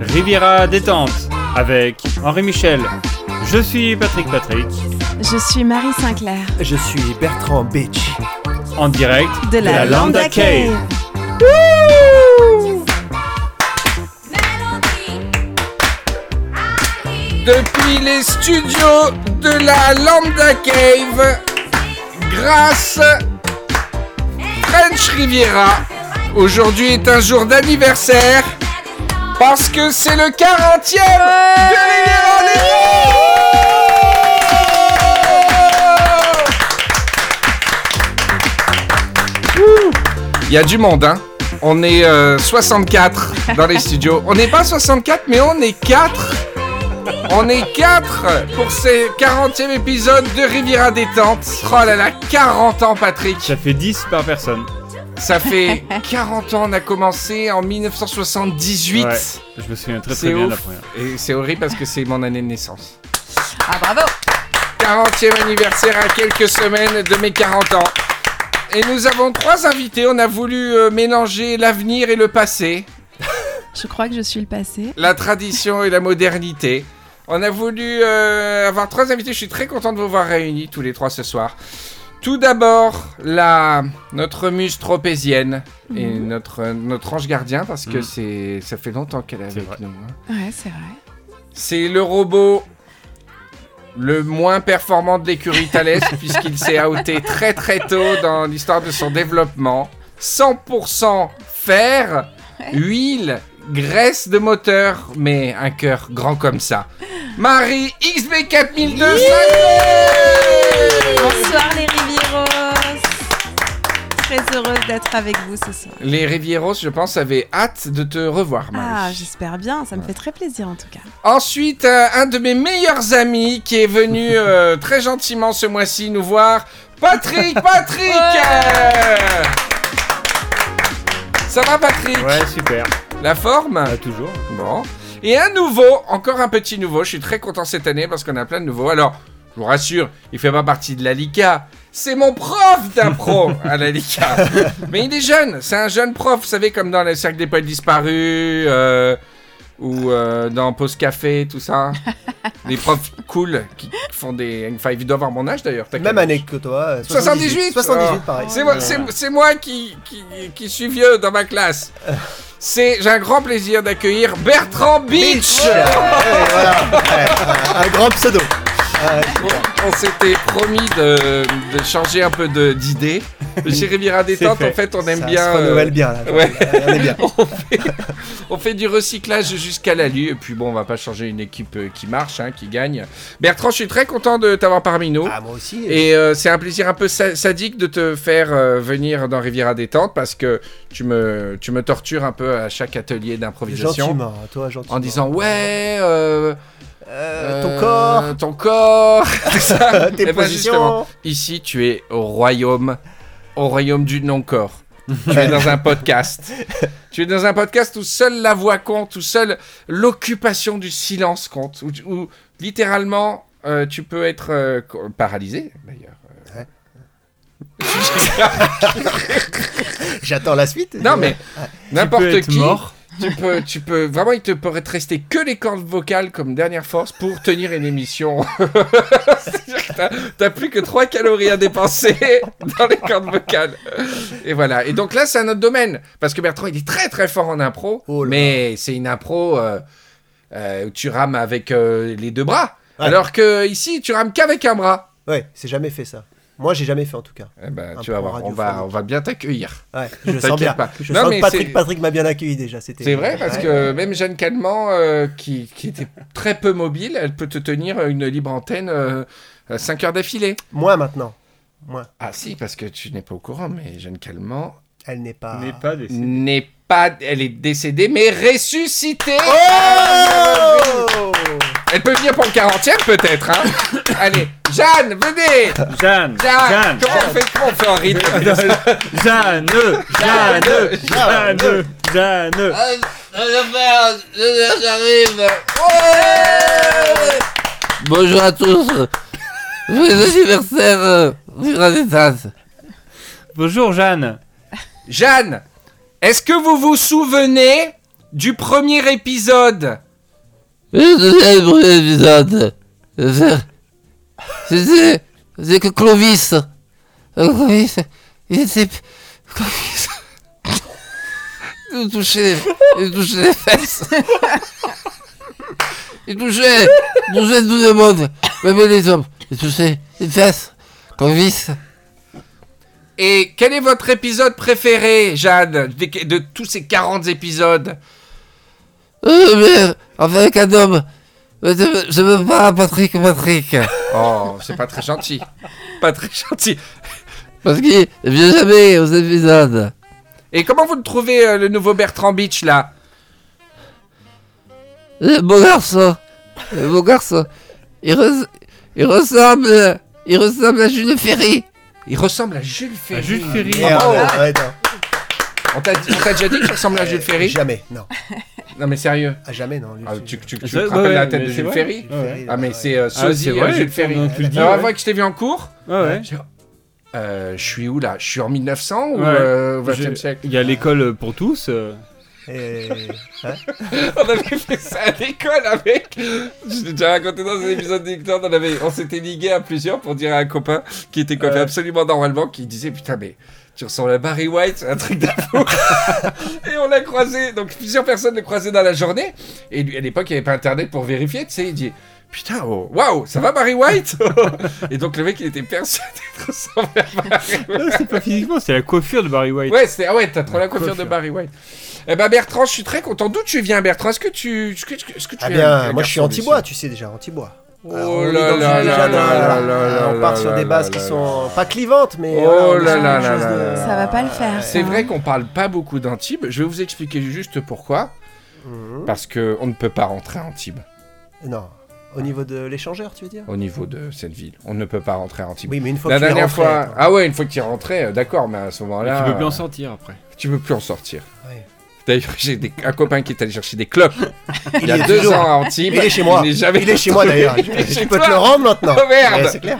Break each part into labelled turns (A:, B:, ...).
A: Riviera détente avec Henri Michel. Je suis Patrick Patrick
B: Je suis Marie Sinclair
C: Je suis Bertrand Bitch.
A: en direct
B: de la,
A: Lambda
B: Lambda
A: Cave.
B: Cave.
D: depuis les studios de la Lambda Cave, grâce French Riviera. Aujourd'hui est un jour d'anniversaire parce que c'est le 40e de Riviera Libre. Ouh. Il y a du monde, hein. On est euh, 64 dans les studios. On n'est pas 64, mais on est 4 on est 4 pour ce 40e épisode de Riviera Détente. Oh là là, 40 ans Patrick.
A: Ça fait 10 par personne.
D: Ça fait 40 ans, on a commencé en 1978.
A: Ouais, je me souviens très très
D: C'est
A: bien de la
D: ouf.
A: première.
D: Et c'est horrible parce que c'est mon année de naissance.
B: Ah bravo
D: 40e anniversaire à quelques semaines de mes 40 ans. Et nous avons trois invités. On a voulu euh, mélanger l'avenir et le passé.
B: Je crois que je suis le passé.
D: la tradition et la modernité. On a voulu euh, avoir trois invités. Je suis très content de vous voir réunis tous les trois ce soir. Tout d'abord, la notre muse tropézienne et notre notre ange gardien parce que
A: Mhm.
D: c'est ça fait longtemps qu'elle est
A: C'est
D: avec
A: vrai.
D: nous. hein.
B: Ouais, c'est vrai.
D: C'est le robot le moins performant de l'écurie Thales puisqu'il s'est outé très très tôt dans l'histoire de son développement. 100% fer, huile, graisse de moteur, mais un cœur grand comme ça. Marie XB4200
B: Bonsoir les Rivieros Très heureuse d'être avec vous ce soir.
D: Les Rivieros, je pense, avaient hâte de te revoir,
B: Ah,
D: Marie.
B: j'espère bien, ça me fait très plaisir en tout cas.
D: Ensuite, euh, un de mes meilleurs amis qui est venu euh, très gentiment ce mois-ci nous voir, Patrick Patrick Euh, Ça va, Patrick
A: Ouais, super.
D: La forme
A: Ah, toujours.
D: Bon. Et un nouveau, encore un petit nouveau. Je suis très content cette année parce qu'on a plein de nouveaux. Alors, je vous rassure, il fait pas partie de la Lika. C'est mon prof d'impro à la Lika. Mais il est jeune. C'est un jeune prof, vous savez, comme dans le cercle des poètes disparus euh, ou euh, dans Pause Café, tout ça. Des profs cool qui font des. Enfin, ils doivent avoir mon âge d'ailleurs. t'as
C: Même
D: qu'à-
C: année que toi. euh,
D: 78,
C: 78,
D: oh.
C: pareil.
D: c'est moi, c'est- c'est moi qui, qui, qui suis vieux dans ma classe. C'est, j'ai un grand plaisir d'accueillir Bertrand Beach.
C: Ouais, ouais, voilà. Ouais, ouais, un grand pseudo.
D: Bon, on s'était promis de, de changer un peu de- d'idée. Chez Riviera Détente,
A: fait.
D: en fait, on aime
C: Ça
D: bien.
C: Se renouvelle
D: euh,
C: bien là.
D: ouais.
C: On est bien.
D: on, fait, on fait du recyclage jusqu'à la lue. Et puis bon, on va pas changer une équipe euh, qui marche, hein, qui gagne. Bertrand, je suis très content de t'avoir parmi nous.
C: Ah, moi aussi.
D: Et euh, c'est un plaisir un peu sa- sadique de te faire euh, venir dans Riviera Détente parce que tu me, tu me tortures un peu à chaque atelier d'improvisation.
C: Gentiment, toi, gentiment.
D: En disant ouais, euh,
C: Euh, ton
D: euh,
C: corps,
D: ton corps, tout ça. Eh
C: tes
D: ben, justement,
C: positions.
D: ici tu es au royaume, au royaume du non-corps. tu es dans un podcast. tu es dans un podcast où seule la voix compte, où seule l'occupation du silence compte, où, où littéralement euh, tu peux être euh, co- paralysé d'ailleurs.
C: J'attends la suite.
D: Non mais
A: Tu peux
D: n'importe
A: être
D: qui,
A: mort.
D: tu peux, tu peux vraiment, il te pourrait te rester que les cordes vocales comme dernière force pour tenir une émission. C'est-à-dire que t'as- T'as plus que 3 calories à dépenser dans les cordes vocales. Et voilà. Et donc là, c'est un autre domaine parce que Bertrand, il est très très fort en impro,
C: Oh là
D: mais c'est une impro euh, euh, où tu rames avec euh, les deux bras,
C: Ouais.
D: alors que ici, tu rames qu'avec un bras.
C: Ouais, c'est jamais fait ça. Moi, j'ai jamais fait en tout cas.
D: Eh ben,
C: Un
D: tu vas
C: pro
D: voir, on va,
C: radiophonique.
D: on va bien t'accueillir.
C: Ouais, je
D: T'inquiète
C: sens bien.
D: pas.
C: Je
D: Non,
C: sens
D: mais
C: que
D: c'est-
C: Patrick, Patrick m'a bien accueilli déjà. C'était.
D: C'est vrai, parce
C: Ouais.
D: que même Jeanne Calment, euh, qui, qui était très peu mobile, elle peut te tenir une libre antenne 5 heures d'affilée.
C: Moi maintenant, moi,
D: Ah si, parce que tu n'es pas au courant, mais Jeanne Calment
C: elle n'est pas.
A: N'est pas des.
D: n'est pas... Elle est décédée, mais ressuscitée
C: Oh
D: Elle peut venir pour le 40e, peut-être, hein Allez, Jeanne, venez
A: Jeanne.
D: Jeanne,
A: Ah. Jeanne.
D: Comment on fait Comment on fait en rythme
A: Jeanne. Jeanne.
C: Jeanne.
A: Jeanne. Jeanne.
E: Bonjour à tous. Joyeux anniversaire, euh, Vivra des Tasses.
A: Bonjour Jeanne.
D: Jeanne, est-ce que vous vous souvenez du premier épisode
E: deuxième premier épisode. C'est- C'est c'est que Clovis. euh, Clovis. Il était. Clovis. Il nous touchait. Il nous touchait les fesses. Il touchait. Il touchait tout le monde. Même les hommes. Il touchait les fesses. Clovis.
D: Et quel est votre épisode préféré, Jeanne, de, de tous ces 40 épisodes
E: Euh, mais. Enfin, avec un homme. Mais Je je veux pas Patrick, Patrick.
D: Oh, c'est pas très gentil. Pas très gentil.
E: Parce qu'il vient jamais aux épisodes.
D: Et comment vous le trouvez, euh, le nouveau Bertrand Beach, là
E: Le Eh, beau garçon, le beau garçon, il, res- il ressemble, il ressemble à Jules Ferry.
D: Il ressemble à Jules Ferry.
A: À Jules Ferry.
C: Merde,
D: Ah,
C: arrête, hein.
D: On t'a on t'a déjà dit qu'il ressemble à Jules Ferry
C: Jamais, non.
D: Non, mais sérieux.
C: À jamais, non. lui,
D: Ah,
C: c'est-
D: tu, tu- tu
A: Ouais,
D: te rappelles
A: ouais,
D: la tête
A: mais
D: de
A: c'est
D: Jules
A: vrai.
D: Ferry
C: Jules Ferry,
D: Ah, mais
C: ouais.
D: c'est euh, sosie
A: c'est
D: euh,
A: vrai,
D: Jules Ferry.
A: pendant que tu le dis,
D: Alors, la
A: Ah, ouais.
D: fois que je t'ai vu en cours,
A: Ouais, ouais.
D: j'ai- euh, je suis où, là Je suis en 1900 ou
A: Ouais.
D: euh, au
A: Je-
D: 20e siècle
A: Il y a l'école pour tous. euh.
C: Et- hein
D: On avait fait ça à l'école avec. Je l'ai déjà raconté dans un épisode d'Hector. On, avait... on s'était ligué à plusieurs pour dire à un copain qui était coiffé
A: Ouais.
D: absolument normalement qui disait Putain, mais tu ressembles à Barry White, c'est un truc de fou. et on l'a croisé. Donc plusieurs personnes le croisaient dans la journée. Et lui, à l'époque, il n'y avait pas internet pour vérifier. Tu sais, il dit. Putain, oh, waouh, ça va Barry White Et donc le mec il était persuadé de ressembler à Barry White.
A: Non, c'est pas physiquement, c'est la coiffure de Barry White.
D: Ouais, c'est ah ouais, t'as trop la coiffure de
A: coiffure.
D: Barry White. Eh ben Bertrand, je suis très content. D'où tu viens, Bertrand Est-ce que tu, est-ce que, tu- est-ce que tu
C: Ah
D: es
C: bien,
D: un
C: moi je suis
D: garçon
C: anti-bois,
D: d'ici
C: tu sais déjà, anti-bois. Alors,
D: Oh
C: Ah, on est
D: là
C: dans-
D: là
C: déjà
D: là
C: dans-
D: là
C: voilà,
D: là
C: on
D: là
C: part
D: là
C: sur
D: là
C: des bases
D: là
C: qui
D: là
C: sont pas clivantes, mais
D: Oh
C: voilà, on est
D: là
C: sur
D: là
C: quelque
D: là
C: chose
D: là
C: de-
D: là.
B: Ça va pas le faire.
D: Euh, C'est
B: ça. hein.
D: vrai qu'on parle pas beaucoup d'Antibes. Je vais vous expliquer juste pourquoi.
C: Mhm.
D: Parce que on ne peut pas rentrer à Antibes
C: Non, au niveau de l'échangeur, tu veux dire
D: au niveau de cette ville. On ne peut pas rentrer à Antibes.
C: Oui, mais une fois
D: La
C: que tu es
D: dernière
C: rentré,
D: fois,
C: attends.
D: ah ouais, une fois que tu es rentré, euh, d'accord, mais à ce moment-là,
A: tu peux plus en
D: euh,
A: sortir après.
D: tu peux plus en sortir.
C: Ouais.
D: D'ailleurs, j'ai des- un copain qui est allé chercher des clopes il, y
C: y
D: a
C: est
D: deux
C: toujours.
D: ans à Antibes.
C: Il est chez moi.
D: n'est
C: Il
D: jamais
C: est chez moi
D: retourné.
C: d'ailleurs.
D: Il est
C: Je
D: chez
C: peux te
D: toi.
C: le rendre maintenant.
D: Oh, merde.
C: Ouais, C'est clair.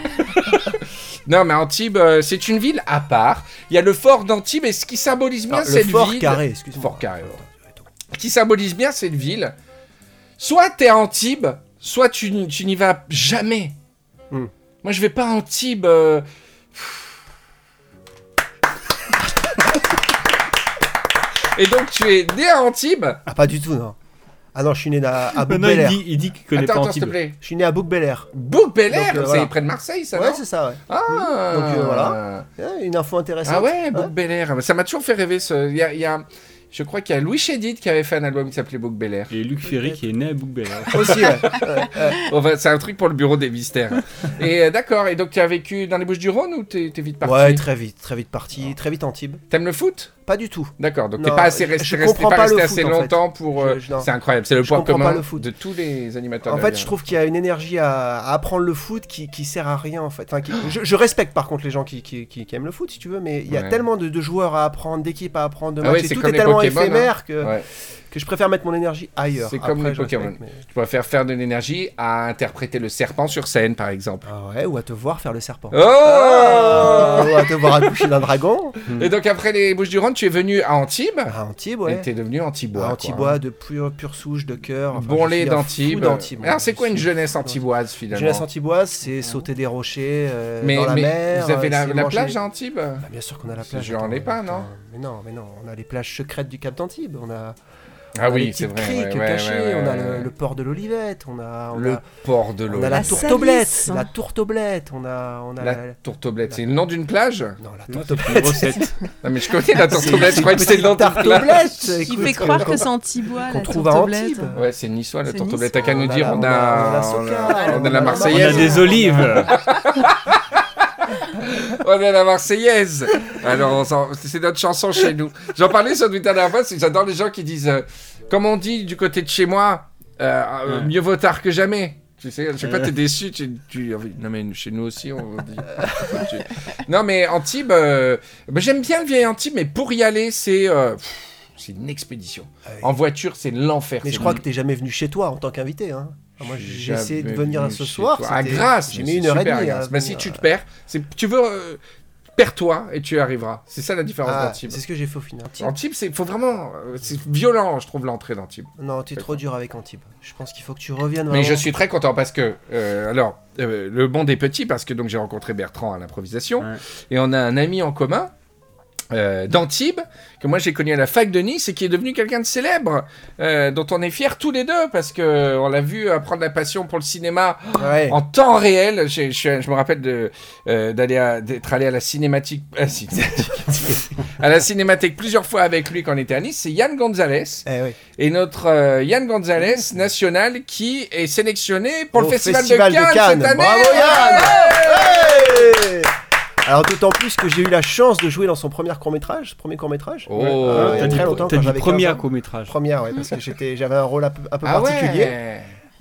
D: Non, mais Antibes, euh, c'est une ville à part. Il y a le fort d'Antibes, et ce qui symbolise bien
C: Alors, le
D: cette
C: fort
D: ville.
C: carré, excuse-moi.
D: Fort carré, ouais. Ce qui symbolise bien cette ville. Soit t'es à Antibes, soit tu, n- tu n'y vas jamais.
C: Hmm.
D: Moi, je vais pas à Antibes. euh, Et donc, tu es né à Antibes.
C: Ah, pas du tout, non. Ah non, je suis né à, à Bouc
A: Maintenant, il
C: Bel Air.
A: dit, il dit qu'il connaît
D: Attends,
A: pas
D: attends, s'il te
A: Antibes.
D: plaît.
C: Je suis né à Bouc Bel Air.
D: Bouc Bel Air,
C: Donc, euh,
D: c'est
C: voilà.
D: près de Marseille, ça,
C: Ouais,
D: non
C: c'est ça, ouais.
D: Ah
C: Donc, euh, voilà. Ouais, Une info intéressante.
D: Ah ouais, Book Bel Air. Ça m'a toujours fait rêver. Ce... il Y a, il y a- Je crois qu'il y a Louis Chédid qui avait fait un album qui s'appelait Book Bel Air.
A: Et Luc Ferry qui est né à Bouc-Bel Air.
C: Aussi, ouais. Ouais, ouais.
D: Oh, bah, c'est un truc pour le bureau des mystères. et euh, d'accord, et donc tu as vécu dans les Bouches-du-Rhône ou t'es t'es vite parti Ah.
C: Ouais, très vite, très vite parti, très vite Antibes.
D: T'aimes le foot
C: Pas du tout.
D: D'accord, donc
C: Non,
D: t'es pas assez
C: je-
D: resté,
C: je
D: resté-
C: comprends
D: pas
C: pas
D: resté
C: le
D: assez
C: foot, en fait.
D: longtemps pour. euh,
C: Je- je- non.
D: c'est incroyable, c'est le
C: Je
D: point
C: comprends pas
D: commun
C: le foot.
D: de tous les animateurs.
C: En
D: de
C: fait,
D: la-
C: je trouve qu'il y a une énergie à, à apprendre le foot qui, qui sert à rien en fait. Enfin, qui- je, je respecte par contre les gens qui, qui, qui- qui aiment le foot si tu veux, mais il y a
D: Ouais.
C: tellement de, de joueurs à apprendre, d'équipes à apprendre, de
D: Ah
C: matchs,
D: ouais,
C: et
D: c'est
C: tout
D: comme
C: est
D: les
C: tellement
D: Pokémon, hein.
C: éphémère que,
D: Ouais.
C: que je préfère mettre mon énergie ailleurs.
D: C'est comme
C: Après,
D: les
C: je
D: Pokémon.
C: respecte, mais-
D: Tu préfères faire de l'énergie à interpréter le serpent sur scène, par exemple.
C: Ah ouais, ou à te voir faire le serpent.
D: Oh
C: Ah, ou à te voir accoucher d'un dragon.
D: Et donc après les Bouches-du-Rhône, tu es venu à Antibes
C: À Antibes,
D: et
C: ouais.
D: t'es devenu Antibois.
C: À
D: quoi.
C: Antibois, de pure, pure souche, de cœur. Enfin,
D: bon
C: je suis
D: lait
C: un fou
D: d'Antibes.
C: d'Antibes.
D: Alors, c'est quoi une
C: Je suis-
D: jeunesse antiboise finalement
C: Jeunesse antiboise, c'est sauter des rochers euh,
D: mais,
C: dans la
D: mais
C: mer. euh,
D: vous avez la,
C: c'est
D: la
C: manger-
D: plage à Antibes
C: Bah, Bien sûr qu'on a la
D: Si
C: plage.
D: je n'en ai
C: attends,
D: pas,
C: attends.
D: non
C: Mais non, mais non, on a les plages secrètes du Cap d'Antibes. On a,
D: Ah
C: on a les
D: oui, c'est
C: petites
D: vrai.
C: criques
D: ouais, ouais,
C: cachées,
D: ouais, ouais,
C: on a
D: ouais.
C: le, le port de l'Olivette, on a, on
D: Le
C: a,
D: port de
C: on
D: l'eau.
C: a
D: La,
C: la
B: La
C: tourtoblette,
B: Salisse.
C: la tourtoblette, on a, on a la-
D: tourtoblette. C'est le nom d'une plage
C: non la
A: Non,
C: tourtoblette.
A: C'est une recette.
D: Non, mais je connais la tourtoblette. Je
C: une
D: crois que c'est le nom
C: petite
D: d'une plage.
C: tartoblette.
B: Il
C: écoute, euh,
B: fait croire
C: qu'on-
B: que c'est Antibois,
C: qu'on
B: la
C: trouve à
B: tourtoblette.
C: Antibes.
D: Ouais, c'est niçois la
B: C'est
D: tourtoblette. T'as qu'à nous
C: On a
D: dire,
C: la-
D: on
C: on a- on a
D: a
C: la
D: on
C: Soca,
D: a- on
C: on
D: a
C: a la
D: la
A: On a
D: Marseillaise. hein.
A: des olives.
D: On est à la Marseillaise. Alors, on s'en- c'est notre chanson chez nous. J'en parlais sur Twitter la dernière fois, c'est que j'adore les gens qui disent, euh, comme on dit du côté de chez moi, euh, euh,
A: Ouais.
D: mieux vaut tard que jamais. Tu sais, je sais pas,
A: Ouais.
D: t'es déçu, tu, tu- ah Non mais chez nous aussi, on dit... Tu- non mais Antibes, euh, bah, j'aime bien le vieil Antibes, mais pour y aller, c'est... euh, pff, c'est une expédition.
C: Ah oui.
D: En voiture, c'est l'enfer.
C: Mais je
D: c'est
C: crois que t'es jamais venu chez toi en tant qu'invité. Hein. Ah, Moi,
D: J'ai
C: j'ai essayé de
D: jamais
C: venir
D: venu
C: ce
D: chez
C: soir.
D: toi. À
C: c'était-
D: Grasse,
C: J'ai
D: mais
C: mis
D: c'est
C: une heure et
D: super à
C: demie. hein.
D: Grasse.
C: à
D: Bah, si
C: venir.
D: tu te perds, c'est tu veux. euh, Perds-toi et tu arriveras. C'est ça la différence
C: Ah,
D: d'Antibes.
C: c'est ce que j'ai fait au final.
D: Antibes, c'est faut vraiment, euh, c'est violent, je trouve l'entrée d'Antibes.
C: Non, tu es trop dur avec Antibes. Je pense qu'il faut que tu reviennes.
D: Mais
C: vraiment.
D: je suis très content parce que, euh, alors, euh, le monde est petit parce que donc j'ai rencontré Bertrand à l'improvisation
A: Ouais.
D: et on a un ami en commun. euh, d'Antibes, que moi j'ai connu à la fac de Nice et qui est devenu quelqu'un de célèbre, euh, dont on est fiers tous les deux parce que on l'a vu apprendre la passion pour le cinéma
C: Ah Ouais.
D: en temps réel. J'ai- Je, je me rappelle de, euh, d'aller à- d'être allé à la cinématique, à la cinématique, à la cinémathèque plusieurs fois avec lui quand on était à Nice. C'est Yann Gonzalez,
C: Eh oui.
D: et notre euh, Yann Gonzalez national qui est sélectionné pour
C: Au
D: le festival, de, Cannes cette année.
C: Bravo Yann Ouais Alors d'autant plus que j'ai eu la chance de jouer dans son premier court métrage, premier court métrage.
D: Oh.
C: Euh, il y
A: T'as
C: a
A: dit,
C: très longtemps
A: t'as
C: quand
A: dit
C: j'avais
A: premier
C: 15 ans.
A: court-métrage.
C: Première, ouais, parce que j'étais, j'avais un rôle un peu, un peu
D: Ah ouais.
C: particulier.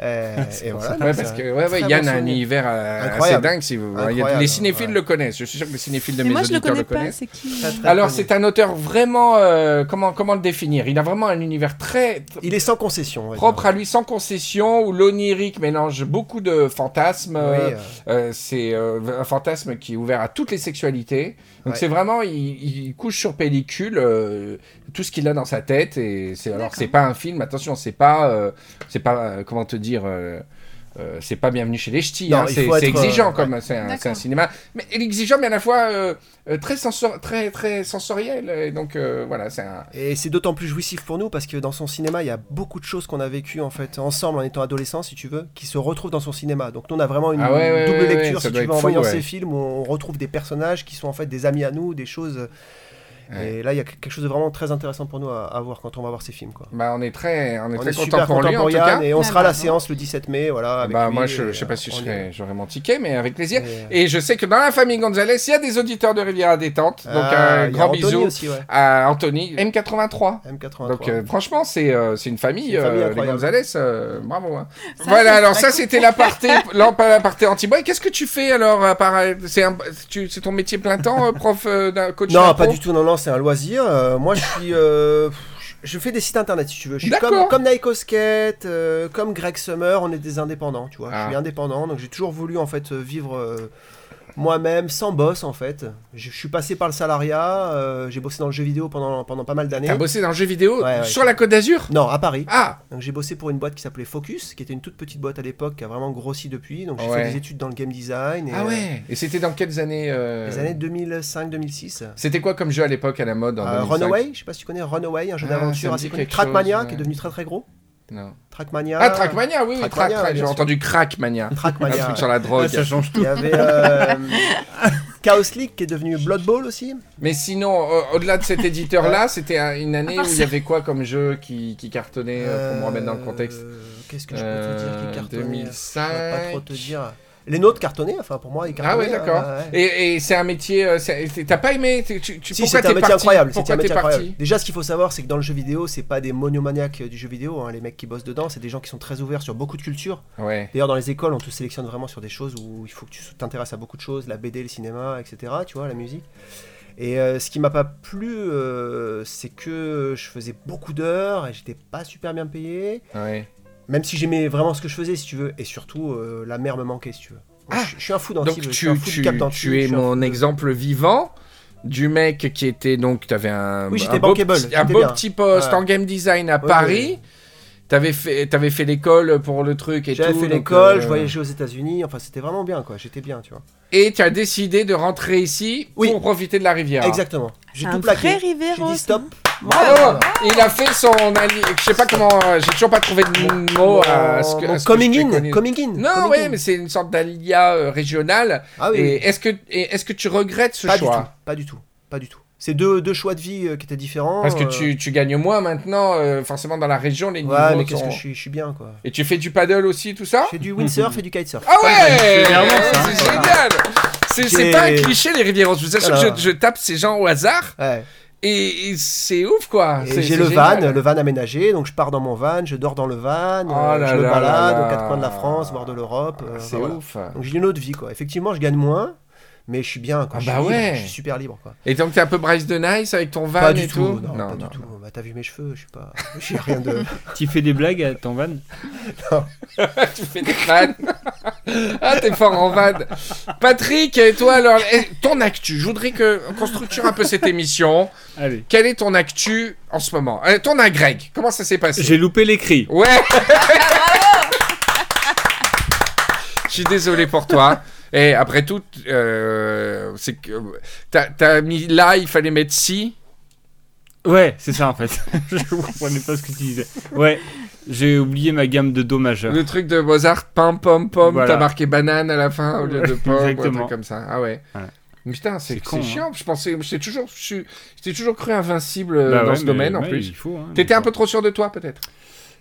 C: Euh, et voilà.
D: Ouais,
C: donc
D: parce
C: ça-
D: que ouais, ouais,
C: très
D: Yann
C: bon
D: a un
C: souvenir.
D: univers euh, assez
C: Incroyable.
D: dingue. Si vous, il y a- les
C: Incroyable,
D: cinéphiles
C: ouais.
D: le connaissent. Je suis sûr que les cinéphiles de
B: Mais
D: mes
B: moi, je le
D: auditeurs
B: connais
D: le
B: pas,
D: connaissent.
B: c'est qui
C: Très, très
D: Alors
C: connu.
D: c'est un auteur vraiment euh, comment comment le définir Il a vraiment un univers très t-
C: Il est sans concession. on va
D: propre
C: dire.
D: à lui, sans concession, où l'onirique mélange beaucoup de fantasmes.
C: Oui,
D: euh,
C: euh,
D: Euh, c'est euh, un fantasme qui est ouvert à toutes les sexualités. Donc
C: Ouais.
D: c'est vraiment, il, il couche sur pellicule euh, tout ce qu'il a dans sa tête. Et c'est alors
B: D'accord.
D: c'est pas un film. Attention, c'est pas, euh, c'est pas euh, comment te dire. euh, euh, c'est pas bienvenu chez les ch'tis,
C: Non,
D: hein,
C: il
D: c'est
C: faut
D: c'est
C: être,
D: exigeant
C: euh,
D: comme c'est un,
B: D'accord.
D: c'est un cinéma, mais exigeant mais à la fois euh, euh, très, sensor- très très sensoriel et donc euh, voilà c'est un
C: Et c'est d'autant plus jouissif pour nous parce que dans son cinéma, il y a beaucoup de choses qu'on a vécues en fait ensemble en étant adolescent, si tu veux, qui se retrouvent dans son cinéma. Donc nous, on a vraiment une
D: Ah ouais, ouais,
C: double
D: ouais, ouais,
C: lecture,
D: ça
C: si
D: doit
C: tu veux,
D: être
C: en
D: fou,
C: voyant
D: ouais.
C: ces films où on retrouve des personnages qui sont en fait des amis à nous, des choses.
D: Ouais.
C: Et là, il y a quelque chose de vraiment très intéressant pour nous à, à voir quand on va voir ces films. Quoi.
D: bah, on est très on est
C: on
D: très
C: est
D: content
C: super
D: pour
C: content
D: lui en
C: pour
D: tout cas
C: Yann et on
B: Ah
C: sera à
B: bah,
C: la
B: non.
C: séance le 17 mai. Voilà, avec
D: bah
C: lui,
D: moi
C: et,
D: je, je sais
C: euh,
D: pas si je
C: on y
D: serais-
C: est.
D: j'aurais mon ticket mais avec plaisir
C: Et, euh,
D: Et je sais que dans la famille Gonzalez, il y a des auditeurs de Riviera Détente. Donc
C: ah,
D: un
C: il y a
D: grand
C: Anthony
D: bisou
C: aussi, ouais.
D: à Anthony M83.
C: M83.
D: Donc euh, franchement, c'est euh, c'est une famille,
C: C'est une famille
D: euh, les
C: incroyable.
D: Gonzalez. euh, bravo. hein.
B: Ça,
D: voilà,
B: c'est
D: alors
B: pas
D: ça
B: cool.
D: c'était l'aparté l'en- l'aparté anti-boy. Qu'est-ce que tu fais alors à part euh, c'est un- tu- c'est ton métier plein temps euh, prof euh, d'un coach
C: Non,
D: d'impro
C: pas du tout, non, non, c'est un loisir. Euh, moi, je suis. euh, je- je fais des sites internet si tu veux. Je suis
D: D'accord.
C: comme, comme Naiko Skate, euh, comme Greg Summer, on est des indépendants, tu vois.
D: Ah.
C: Je suis indépendant, donc j'ai toujours voulu en fait euh, vivre euh, moi-même, sans boss en fait. Je, je suis passé par le salariat, euh, j'ai bossé dans le jeu vidéo pendant, pendant pas mal d'années.
D: T'as bossé dans le jeu vidéo
C: Ouais, ouais.
D: sur la Côte d'Azur
C: Non, à Paris.
D: Ah,
C: Donc j'ai bossé pour une boîte qui s'appelait Focus, qui était une toute petite boîte à l'époque, qui a vraiment grossi depuis. Donc j'ai
D: Ouais.
C: fait des études dans le game design. Et,
D: ah ouais. Et c'était dans quelles années
C: euh,
D: euh,
C: Les années 2005-2006.
D: C'était quoi comme jeu à l'époque à la mode en
C: Euh,
D: 2005?
C: Runaway, je sais pas si tu connais Runaway, un jeu
D: Ah, ça
C: d'aventure
D: me
C: assez
D: dit
C: connu.
D: quelque
C: Trackmania,
D: chose, ouais.
C: qui est devenu très très gros.
D: Non.
C: Trackmania.
D: Ah, Trackmania, oui, oui,
C: Trackmania,
D: Track, Track,
C: ouais,
D: j'ai
C: bien sûr.
D: entendu Crackmania. Un
C: Trackmania.
D: truc sur la drogue.
A: Ah, ça change
C: Il
A: tout.
C: y avait euh, Chaos League qui est devenu Blood Bowl aussi.
D: Mais sinon, euh, au-delà de cet éditeur-là, c'était un- une année
B: Ah,
D: où il y avait quoi comme jeu qui, qui cartonnait, euh, pour me remettre dans le contexte
C: Euh, Qu'est-ce que je peux te dire
D: Euh,
C: qui cartonnait hein. Je
D: 2005.
C: pourrais pas trop te dire. Les nôtres cartonnaient, enfin pour moi ils
D: Ah
C: cartonnaient.
D: ouais, d'accord.
C: euh, ouais.
D: Et, et c'est un métier... euh, c'est- c'est- T'as pas aimé tu, tu, tu-
C: Si,
D: Pourquoi
C: c'était
D: t'es
C: un métier
D: parti
C: incroyable. c'était
D: Pourquoi
C: un
D: t'es
C: métier incroyable.
D: parti
C: Déjà, ce qu'il faut savoir, c'est que dans le jeu vidéo, c'est pas des monomaniaques euh, du jeu vidéo. hein, Les mecs qui bossent dedans, c'est des gens qui sont très ouverts sur beaucoup de cultures.
D: Ouais.
C: D'ailleurs, dans les écoles, on te sélectionne vraiment sur des choses où il faut que tu t'intéresses à beaucoup de choses, la BD, le cinéma, etc. Tu vois, la musique. Et euh, ce qui m'a pas plu, euh, c'est que je faisais beaucoup d'heures et j'étais pas super bien payé.
D: ouais.
C: Même si j'aimais vraiment ce que je faisais, si tu veux. Et surtout, euh, la mer me manquait, si tu veux.
D: Ah
C: je, je suis un fou
D: Donc
C: d'Antibes. je suis un
D: tu,
C: fou du
D: tu,
C: Cap
D: tu
C: d'Antibes,
D: es
C: je suis un fou
D: mon
C: de-
D: exemple vivant du mec qui était donc... T'avais un,
C: Oui, j'étais
D: un beau,
C: bankable,
D: petit, un
C: j'étais
D: beau
C: bien.
D: petit poste
C: Ouais.
D: en game design à
C: Ouais,
D: Paris. T'avais fait, t'avais fait l'école pour le truc et tout.
C: J'avais fait
D: donc,
C: l'école,
D: euh,
C: je voyageais aux États-Unis. Enfin, c'était vraiment bien, quoi. J'étais bien, tu vois.
D: Et tu as décidé de rentrer ici
C: Oui.
D: pour profiter de la rivière.
C: Exactement. J'ai
B: C'est
C: tout
B: un
C: plaqué.
B: vrai Riveros,
C: J'ai dit stop.
D: Bravo Il a fait son allié. Je sais pas comment. euh, J'ai toujours pas trouvé de mot à ce que.
C: Mon
D: à ce que
C: coming
D: je t'ai
C: in,
D: connu.
C: coming in.
D: Non,
C: coming
D: ouais,
C: in.
D: mais c'est une sorte d'alia euh, régionale.
C: Ah oui, oui.
D: Et est-ce que, et est-ce que tu regrettes ce
C: pas
D: choix
C: du tout, pas du tout, pas du tout. C'est deux, deux choix de vie euh, qui étaient différents.
D: Parce que
C: euh,
D: tu, tu gagnes moins maintenant, euh, forcément dans la région, les niveaux
C: Ouais, mais qu'est-ce
D: sont-
C: que je suis, je suis bien quoi.
D: Et tu fais du paddle aussi, tout ça
C: Je fais du windsurf et du kitesurf.
D: Ah ouais
A: C'est vraiment
D: Ouais,
A: ça.
D: C'est
C: hein.
D: génial C'est c'est
C: J'ai-
D: pas un cliché, les rivières. Je vous assure que
C: Voilà.
D: je, je tape ces gens au hasard
C: Ouais.
D: et, et c'est ouf, quoi
C: Et
D: Ah, C'est-
C: j'ai
D: c'est
C: le
D: génial.
C: van, le van aménagé, donc je pars dans mon van, je dors dans le van,
D: Oh
C: euh,
D: là
C: je me
D: là
C: balade
D: là
C: aux
D: là.
C: quatre coins de la France, voire de l'europe. euh,
D: C'est
C: enfin, voilà.
D: ouf.
C: Donc j'ai une autre vie quoi. Effectivement, je gagne moins, mais je suis bien, quoi.
D: Ah
C: je,
D: bah
C: suis libre,
D: ouais.
C: je suis super libre, quoi.
D: Et donc t'es un peu Bryce de Nice avec ton van
C: Pas
D: et
C: du tout, non,
D: Non,
C: pas du
D: non.
C: tout. Bah, t'as vu mes cheveux, je suis pas. J'ai rien de.
A: Tu fais des blagues euh, à ton van
D: tu fais des vannes. ah, t'es fort en vannes. Patrick, et toi alors, eh, ton actu, je voudrais que qu'on structure un peu cette émission.
A: Allez.
D: Quelle est ton actu en ce moment Eh, Ton agrég, comment ça s'est passé
A: J'ai loupé les cris.
D: Ouais Je suis désolé pour toi. Et après tout, euh, c'est que t'as, t'as mis là, il fallait mettre si.
A: Ouais, c'est ça en fait. je comprenais pas ce que tu disais. Ouais, j'ai oublié ma gamme de Do majeur.
D: Le truc de Mozart, pam pom pom,
A: Voilà.
D: t'as marqué banane à la fin au lieu de pomme, ou un
A: Exactement.
D: truc comme ça. Ah ouais.
A: Voilà.
D: Mais Putain, c'est,
A: C'est con,
D: c'est
A: hein.
D: chiant. Je pensais, j'étais toujours, je suis- j'étais toujours cru invincible euh,
A: Bah
D: dans
A: ouais,
D: ce
A: mais-
D: domaine en
A: ouais,
D: plus.
A: il faut, hein,
D: T'étais
A: mais
D: un peu
A: bon.
D: trop sûr de toi peut-être.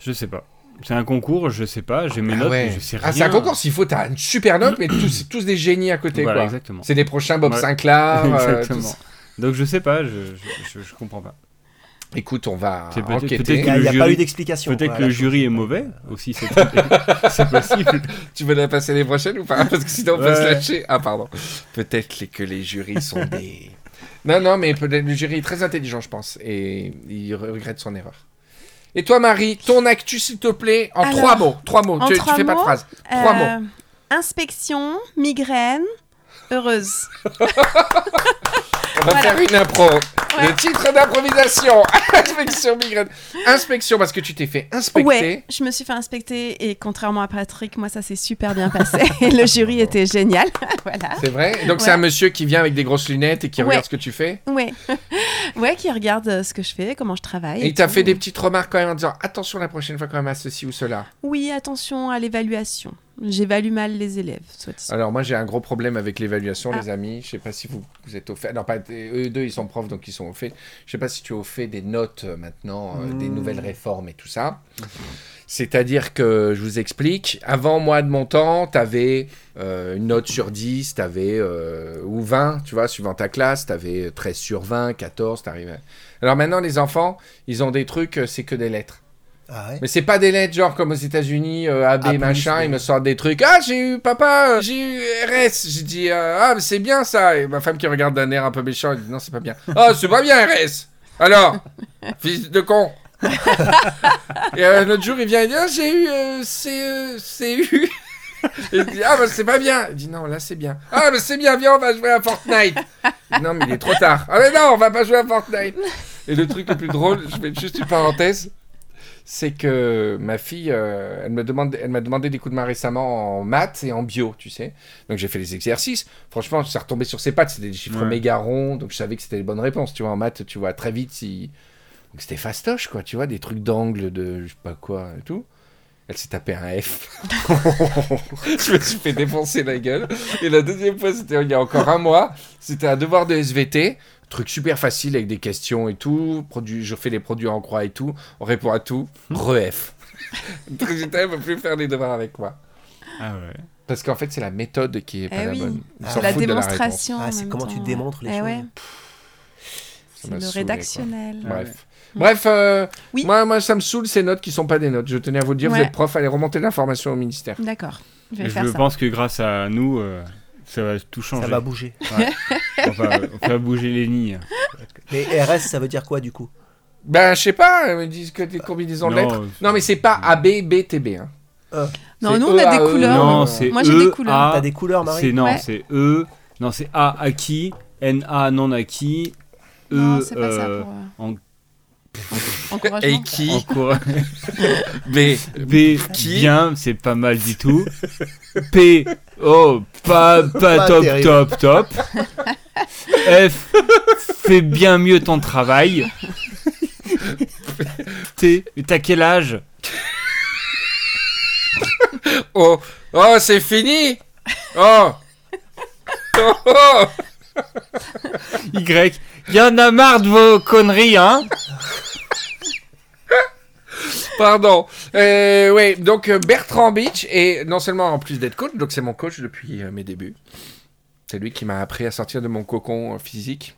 A: Je sais pas. C'est un concours, je sais pas. J'ai mes
D: Ah
A: notes,
D: ouais.
A: mais je sais rien.
D: Ah, c'est un concours. S'il faut, t'as une super note, mais tous, c'est tous des génies à côté.
A: Voilà,
D: quoi.
A: exactement.
D: C'est des prochains Bob
A: Ouais.
D: Sinclair. euh,
A: Exactement.
D: tout ça.
A: Donc je sais pas, je, je, je- je comprends pas.
D: Écoute, on va
A: C'est peut-être-
D: enquêter.
A: peut-être
C: Il y a,
A: Le
C: il y a pas
A: jury-
C: eu d'explication.
A: Peut-être
C: quoi,
A: que le
C: là.
D: euh,
A: jury est mauvais aussi, c'est c'est possible.
D: Tu veux la passer les prochaines ou pas Parce que sinon on peut
A: Ouais.
D: se lâcher. Ah pardon. Peut-être les- que les jurys sont des. Non non mais peut-être le jury est très intelligent je pense et il re- regrette son erreur. Et toi Marie, ton actu s'il te plaît en
B: Alors,
D: trois mots. Trois mots.
B: en
D: Tu, tu
B: trois
D: fais pas de
B: mots,
D: phrase. Trois mots.
B: Euh, Inspection, migraine, heureuse.
D: On va
B: voilà.
D: faire une impro. Le
B: Ouais.
D: titre d'improvisation. Inspection migraine. Inspection parce que tu t'es fait inspecter.
B: Ouais, je me suis fait inspecter et contrairement à Patrick, moi ça s'est super bien passé. le jury était génial. voilà.
D: C'est vrai. Donc c'est
B: Ouais.
D: un monsieur qui vient avec des grosses lunettes et qui
B: Ouais.
D: regarde ce que tu fais.
B: Ouais. ouais, qui regarde euh, ce que je fais, comment je travaille.
D: Et il t'a
B: tout.
D: fait des petites remarques quand même en disant attention la prochaine fois quand même à ceci ou cela.
B: Oui, attention à l'évaluation. J'évalue mal les élèves, soit dit.
D: Alors moi j'ai un gros problème avec l'évaluation
B: Ah.
D: les amis, je sais pas si vous, vous êtes au fait, non pas eux deux ils sont profs donc ils sont au fait, je sais pas si tu es au fait des notes euh, maintenant, euh, des nouvelles réformes et tout ça. C'est-à-dire que je vous explique, avant moi de mon temps, t'avais euh, une note sur 10, t'avais euh, ou 20, tu vois, suivant ta classe, t'avais 13 sur 20, 14, t'arrivais. Alors maintenant les enfants, ils ont des trucs, euh, c'est que des lettres.
C: Ah ouais.
D: Mais c'est pas des lettres genre comme aux États-Unis, euh, AB
C: Ah, plus,
D: machin,
C: oui.
D: ils me sortent des trucs. Ah, j'ai eu papa, euh, j'ai eu RS. J'ai dit euh, ah, mais c'est bien ça. Et ma femme qui regarde d'un air un peu méchant, elle dit non, c'est pas bien. Ah, c'est pas bien RS. Alors, fils de con. et euh, l'autre jour, il vient et dit ah, j'ai eu euh, CE, CU. Et il dit ah, bah c'est pas bien. Il dit non, là c'est bien. Ah, mais c'est bien, viens, on va jouer à Fortnite. non, mais il est trop tard. Ah, mais non, on va pas jouer à Fortnite. Et le truc le plus drôle, je fais juste une parenthèse c'est que ma fille, euh, elle me demande, elle m'a demandé des coups de main récemment en maths et en bio, tu sais. Donc j'ai fait les exercices. Franchement, ça retombait sur ses pattes. C'était des chiffres
A: Ouais.
D: méga ronds, donc je savais que c'était les bonnes réponses. Tu vois, en maths, tu vois très vite si. Donc c'était fastoche, quoi. Tu vois, des trucs d'angle de, je sais pas quoi et tout. Elle s'est tapé un F. je me suis fait défoncer la gueule. Et la deuxième fois, c'était il y a encore un mois. C'était un devoir de SVT. Truc super facile avec des questions et tout. Produit, je fais les produits en croix et tout. On répond à tout.
A: Hmm.
D: Re-F. Donc, J'étais, elle ne plus faire les devoirs avec moi.
A: Ah ouais.
D: Parce qu'en fait, c'est la méthode qui est pas
B: Eh
D: la
B: oui.
D: bonne. Ils
C: Ah,
D: s'en
B: la
D: foutent de réponse.
B: démonstration.
C: Ah,
B: en
C: c'est
B: même
C: comment tu
B: temps.
C: démontres les
B: Eh
C: choses.
B: ouais.
D: Ça m'a
B: C'est le
D: saoulé,
B: rédactionnel.
D: Bref.
B: Ouais.
D: Bref, euh,
B: Oui.
D: moi, moi, ça me saoule ces notes qui sont pas des notes. Je tenais à vous le dire, vous
B: Ouais.
D: êtes prof, allez remonter l'information au ministère.
B: D'accord, je vais
A: Et
B: faire
A: je
B: ça.
A: pense que grâce à nous, euh, ça va tout changer.
C: Ça va bouger.
A: on, va, on va bouger les lignes.
C: Mais RS, ça veut dire quoi du coup
D: Ben, je sais pas, ils me disent que des combinaisons de
A: Non,
D: lettres.
A: euh,
D: Non, mais c'est pas A, B, B, T, B. hein.
B: Non,
D: C'est
B: nous on a des
D: EAE.
B: couleurs.
A: E Non,
D: euh,
A: c'est
B: moi, j'ai
A: E,
B: des couleurs.
A: A,
C: T'as des couleurs,
A: C'est
C: Marie
A: non,
B: Ouais.
A: c'est E, non c'est A acquis, N A non acquis, E
B: Non, c'est pas ça
A: euh,
B: pour euh,
A: en-
B: encouragement.
D: Et qui
A: en cours- Oh.
D: B.
A: B
D: Qui
A: bien, c'est pas mal du tout. P oh pas pas,
C: Pas
A: top
C: terrible.
A: top top. F fais bien mieux ton travail. T t'as quel âge
D: Oh, oh c'est fini Oh Oh, oh.
A: Y y en a marre de vos conneries hein.
D: Pardon. Euh, oui, donc euh, Bertrand Beach, et non seulement en plus d'être coach, donc c'est mon coach depuis euh, mes débuts. C'est lui qui m'a appris à sortir de mon cocon euh, physique.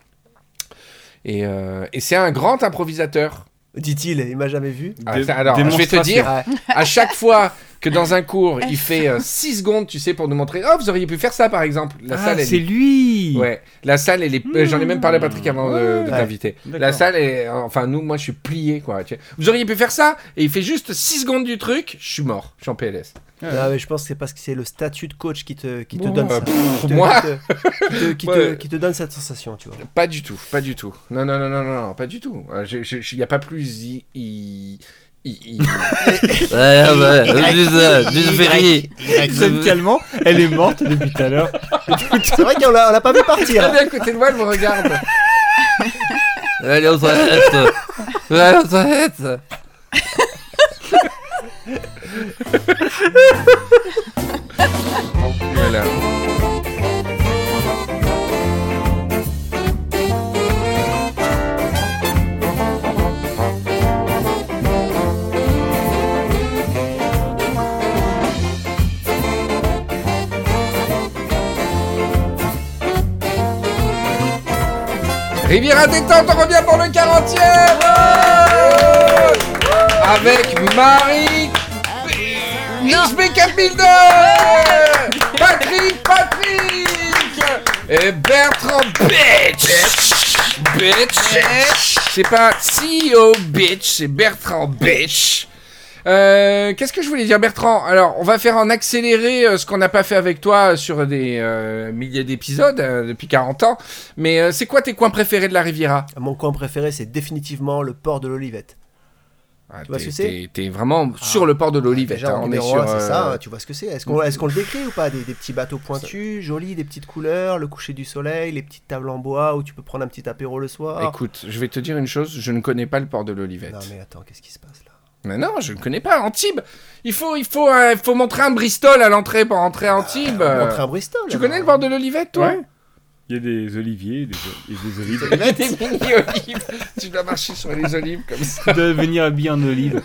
D: Et, euh, et c'est un grand improvisateur.
C: Dit-il, il m'a jamais vu.
D: Ah,
A: Dé-
D: ça, alors, je vais te
A: démonstration.
D: dire,
C: Ouais.
D: à chaque fois que dans un cours, il fait 6 secondes, tu sais, pour nous montrer. Oh, vous auriez pu faire ça, par exemple. La salle,
A: Ah,
D: elle
A: c'est lui
D: Ouais, la salle, elle est. euh, J'en ai même parlé à Patrick avant de, de
C: Ouais.
D: t'inviter.
A: D'accord.
D: La salle, est... enfin, nous, moi, je suis plié, quoi. tu sais. Vous auriez pu faire ça, et il fait juste 6 secondes du truc, je suis mort, je suis en PLS.
C: Non, mais Ah je pense que c'est parce que c'est le statut de coach qui te, qui te
B: Bon.
C: donne
D: Euh,
C: ça.
D: pff,
C: Qui te-
D: moi
C: qui te- qui te- qui te-
D: Ouais.
C: qui te donne cette sensation, tu vois.
D: Pas du tout, pas du tout. Non, non, non, non, non, non, pas du tout. Euh, Il n'y a pas plus. i- i- i- i-
E: Ouais, ah bah, du ça, du ferry.
A: Sonne calmement, elle est morte depuis tout à l'heure.
C: C'est vrai qu'on l'a on l'a pas vu
D: Très
C: partir.
D: bien Ah, à côté de moi, elle me regarde.
E: Allez aux toilettes. Allez aux toilettes.
D: Voilà. Riviera détente, on revient pour le 40e Avec Marie XB4000 Patrick, Patrick Et Bertrand Bitch Bitch C'est pas CEO Bitch, c'est Bertrand Bitch Euh, Qu'est-ce que je voulais dire Bertrand Alors on va faire en accéléré euh, ce qu'on n'a pas fait avec toi sur des euh, milliers d'épisodes euh, depuis 40 ans mais euh, c'est quoi tes coins préférés de la Riviera
C: Mon coin préféré, c'est définitivement le port de l'Olivette.
D: Ah,
C: Tu vois
D: t'es-
C: ce que c'est Ah.
D: t'es- T'es vraiment sur le port de l'Olivette.
C: Déjà,
D: hein,
C: en
D: on est
C: numéro
D: sur.
C: un, c'est
D: euh,
C: ça, tu vois ce que c'est. Est-ce qu'on est-ce qu'on le décrit ou pas des, des petits bateaux pointus, jolis, des petites couleurs, le coucher du soleil, les petites tables en bois où tu peux prendre un petit apéro le soir.
D: Écoute, je vais te dire une chose, je ne connais pas le port de l'Olivette.
C: Oh. Non, mais attends, qu'est-ce qui se passe là
D: Mais non, je ne connais pas Antibes. Il faut, il faut, euh, il faut montrer un Bristol à l'entrée pour entrer à Antibes.
C: On rentre à Bristol.
D: Euh, tu
C: là,
D: connais
C: non
D: le port de l'Olivette, toi
A: Ouais. Il y a des oliviers, des, il y a des olives.
D: Il y a des mini-olives. tu dois marcher sur les olives comme ça.
A: Tu dois venir habillé en olive.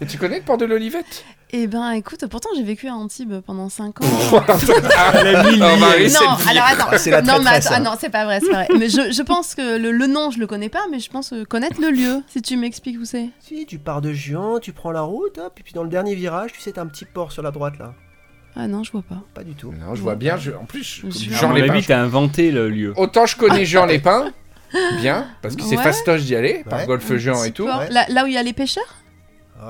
D: Et tu connais le port de l'Olivette
B: Eh ben, écoute, pourtant j'ai vécu à Antibes pendant 5 ans.
D: Ah,
A: Elle a mis
D: on va
A: l'hier.
D: essayer
B: non,
D: de dire.
B: alors attends.
C: C'est la
B: non, mais
C: traîtresse,
B: attends, ah
C: hein.
B: non, c'est pas vrai, c'est pas vrai. Mais je, je pense que le, le nom, je le connais pas, mais je pense euh, connaître le lieu, si tu m'expliques où c'est.
C: Si, tu pars de Juan, tu prends la route, hop, et puis dans le dernier virage, tu sais, t'as un petit port sur la droite là.
B: Ah non, je vois pas.
C: Pas du tout.
D: Non, je vois bien. Je... En plus,
B: Je suis
A: À
D: Jean
A: mon
D: Lépin,
A: avis, t'as inventé le lieu.
D: Autant je connais Jean Lépin, bien, parce qu'il s'est
B: Ouais.
D: fastoche d'y aller, par
C: Ouais.
D: golfe Jean et tout.
B: Support.
C: ouais.
B: Là, là où il y a les pêcheurs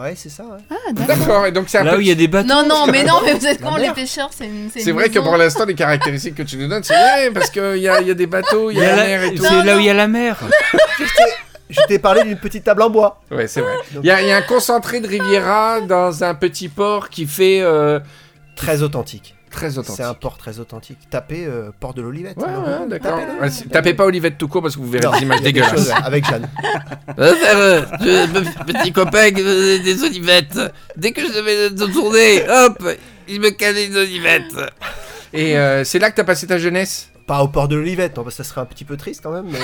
C: Ouais, c'est ça. ouais.
B: Ah, d'accord.
D: D'accord, et donc c'est un
A: Là
D: peu-
A: où il y a des bateaux.
B: Non, non, mais non, mais vous êtes
C: La
B: quand les
C: mer.
B: pêcheurs, c'est une.
D: C'est vrai que pour l'instant, les caractéristiques que tu nous donnes, c'est ouais, parce qu'il y a, il y a des bateaux, il y a la mer et tout.
A: C'est là où il y a la mer.
C: Je t'ai parlé d'une petite table en bois.
D: Ouais, c'est vrai. Il y, a il y a un concentré de Riviera dans un petit port qui fait euh,
C: Très authentique.
D: très
C: C'est
D: authentique.
C: un port très authentique. Tapez euh, port de l'Olivette.
D: Ouais,
C: alors,
D: ouais, d'accord.
C: tapez-le.
D: Ouais, c'est- Tapez pas Olivette tout court parce que vous verrez
C: Non,
D: des images
C: il y a quelque chose
D: dégueulasses.
C: Avec Jeanne.
E: Va faire, euh, je- pe- petit copain que faisait des olivettes. Dès que je devais te tourner, hop, il me calait une olivette.
D: Et euh, c'est là que t'as passé ta jeunesse
C: Pas au port de l'Olivette, non, parce que ça serait un petit peu triste quand même. Mais,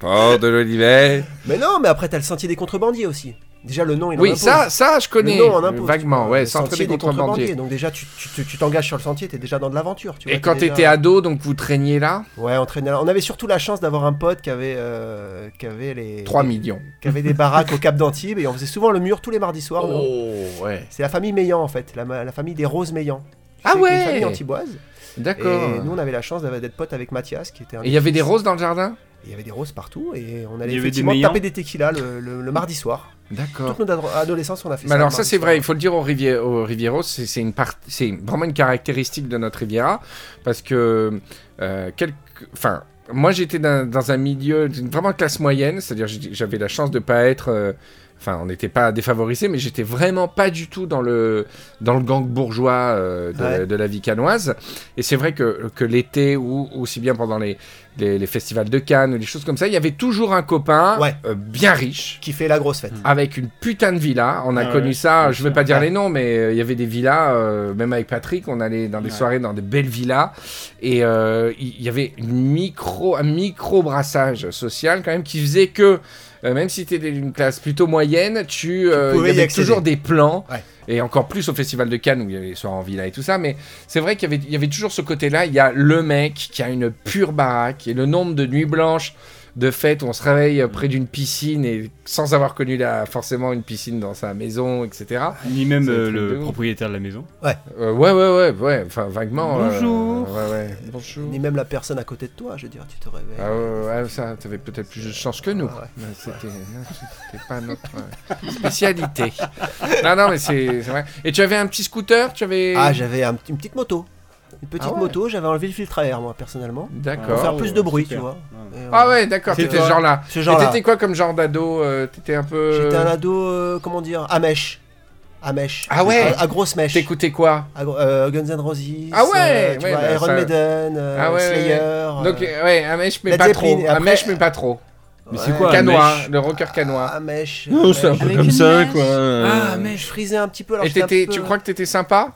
D: Port de l'Olivette.
C: mais non, mais après, t'as le sentier des contrebandiers aussi. Déjà, le nom, il en
D: Oui,
C: impose.
D: ça, ça, je
C: Le
D: connais.
C: nom en impose, tu
D: Vaguement,
C: vois.
D: ouais,
C: Le
D: sans
C: sentier
D: des
C: des contrebandiers.
D: contrebandiers.
C: Donc déjà, tu tu- tu- tu t'engages sur le sentier, t'es déjà dans de l'aventure. tu vois,
D: Et quand
C: t'es déjà-
D: t'étais ado, donc vous traîniez là
C: Ouais, on traînait. On avait surtout la chance d'avoir un pote qui avait, euh, qui avait les
D: 3 millions.
C: qui avait des baraques au Cap d'Antibes et on faisait souvent le mur tous les mardis
A: Oh.
C: soirs. nous.
D: ouais.
C: C'est la famille Meillan en fait, la, ma- la famille des Roses Meillan. Tu
D: Ah
C: sais, qui est Une
D: ouais.
C: famille antiboise. Et
D: D'accord.
C: nous on avait la chance d'avoir- d'être potes avec Mathias qui était un.
D: Et il y avait des roses dans le jardin
C: Il y avait des roses partout et on allait
A: Il y avait des
C: effectivement
A: Meillans
C: taper des tequilas le, le- le mardi soir.
D: D'accord.
C: Toute notre adro- adolescence on a fait
D: Mais
C: ça.
D: alors
C: le
D: ça
C: mardi
D: c'est
C: soir.
D: vrai, il faut le dire aux, Rivier- aux Rivieros, c'est c'est une part- c'est vraiment une caractéristique de notre Riviera, parce que, euh, quelques- enfin, moi j'étais dans, dans un milieu d'une vraiment classe moyenne, c'est-à-dire j'ai- j'avais la chance de pas être, euh, enfin on n'était pas défavorisé, mais j'étais vraiment pas du tout dans le dans le gang bourgeois euh, de,
C: Ouais.
D: de la vie canoise, et c'est vrai que, que l'été ou aussi bien pendant les, les, les festivals de Cannes ou des choses comme ça, il y avait toujours un copain
C: Ouais.
D: euh, bien riche
C: Qui fait la grosse fête.
D: avec une putain de villa. On a
A: Ah
D: connu
A: ouais,
D: ça,
A: bien
D: je vais
A: sûr.
D: pas dire
C: Mm. Ouais.
D: les noms, mais euh, il y avait des villas, euh, même avec Patrick, on allait dans des
A: Ouais.
D: soirées dans des belles villas. Et euh, il il y avait une micro, un micro-brassage social quand même qui faisait que. euh, même si tu étais d'une classe plutôt moyenne, tu, euh, il
C: pouvais
D: y
C: y
D: avait
C: accéder.
D: toujours des plans,
C: Ouais.
D: et encore plus au Festival de Cannes où il y avait les soirs en villa et tout ça. Mais c'est vrai qu'il y avait, il y avait toujours ce côté-là. Il y a le mec qui a une pure baraque, et le nombre de nuits blanches de fête, on se réveille près d'une piscine et sans avoir connu la, forcément une piscine dans sa maison, etc.
A: Ni même
D: C'est un
A: euh,
D: truc de
A: le
D: ouf.
A: propriétaire de la maison.
D: Euh, ouais, ouais, ouais, ouais, enfin vaguement. euh,
A: Bonjour.
D: ouais, ouais, bonjour.
C: Ni même la personne à côté de toi, je veux dire, tu te réveilles.
D: Ah ouais, ouais, ça, t'avais peut-être plus de chance que nous.
C: Ah
D: quoi.
C: ouais.
D: Mais C'était non, c'était pas notre euh, spécialité. non, non, mais c'est c'est vrai. Et tu avais un petit scooter, tu avais.
C: Ah, j'avais un- une petite moto. Une petite
D: Ah ouais.
C: moto, j'avais enlevé le filtre à air, moi, personnellement. Pour
D: D'accord.
C: faire
A: Oh,
C: plus de bruit,
A: super.
C: tu vois.
A: Ouais.
C: Et, euh,
D: Ah ouais, d'accord,
C: C'est
D: t'étais
C: toi.
D: ce genre-là.
C: Ce
D: Et
C: genre-là.
D: t'étais quoi comme genre d'ado euh, T'étais un peu.
C: J'étais un ado, euh, comment dire, à mèche. À mèche.
D: Ah ouais.
C: À, à grosse mèche.
D: T'écoutais quoi
C: À gro- euh, Guns N' Roses.
D: Ah ouais,
C: euh, tu
D: ouais,
C: vois,
D: bah,
C: Iron
D: ça-
C: Maiden, euh,
D: Ah ouais, ouais,
C: Slayer.
D: Donc,
C: euh,
D: euh, ouais, un mèche, mais
C: Led
D: pas
C: Zeppelin,
D: trop.
C: et
D: Un
C: après-
D: mèche, mais pas trop.
A: Mais
C: ouais,
A: c'est quoi
D: Canois,
A: mèche
D: le rocker canois.
C: À mèche. euh,
A: Non, c'est un peu
B: Avec
A: comme
B: une
A: ça,
B: mèche.
A: quoi. euh,
C: mais je euh, frisais un petit peu. Alors
D: Et
C: j'étais un
D: t'étais-
C: peu-
D: tu crois que t'étais sympa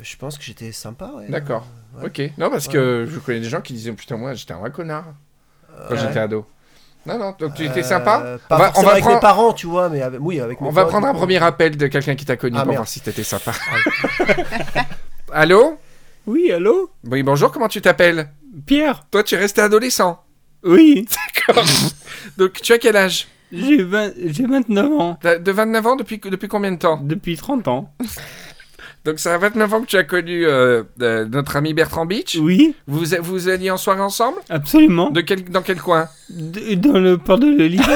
C: Je pense que j'étais sympa, ouais.
D: D'accord.
C: euh, Ouais.
D: Ok. Non, parce que je connais des gens qui disaient Putain, moi, j'étais un vrai connard quand
C: Ouais.
D: j'étais ado. Non, non, donc tu étais
C: Euh,
D: sympa
C: Pas
D: On va- on
C: forcément
D: va
C: avec
D: prendre-
C: mes parents, tu vois, mais avec, oui, avec mes
D: On va
C: potes.
D: prendre un premier appel de quelqu'un qui t'a connu
C: Ah,
D: pour
C: merde. Ah
D: voir si t'étais sympa. Allô
A: Oui, allô
D: Oui, bonjour, comment tu t'appelles
A: Pierre
D: Toi, tu es resté adolescent.
A: Oui,
D: D'accord. donc, tu as quel âge
A: j'ai 20 j'ai 29 ans.
D: T'as- De 29 ans depuis, depuis combien de temps
A: Depuis 30 ans.
D: Donc, c'est à 29 ans que tu as connu euh, euh, notre ami Bertrand Beach.
A: Oui,
D: Vous, vous alliez en soirée ensemble
A: absolument.
D: de quel, Dans quel coin
A: D- Dans le port de l'Olivette.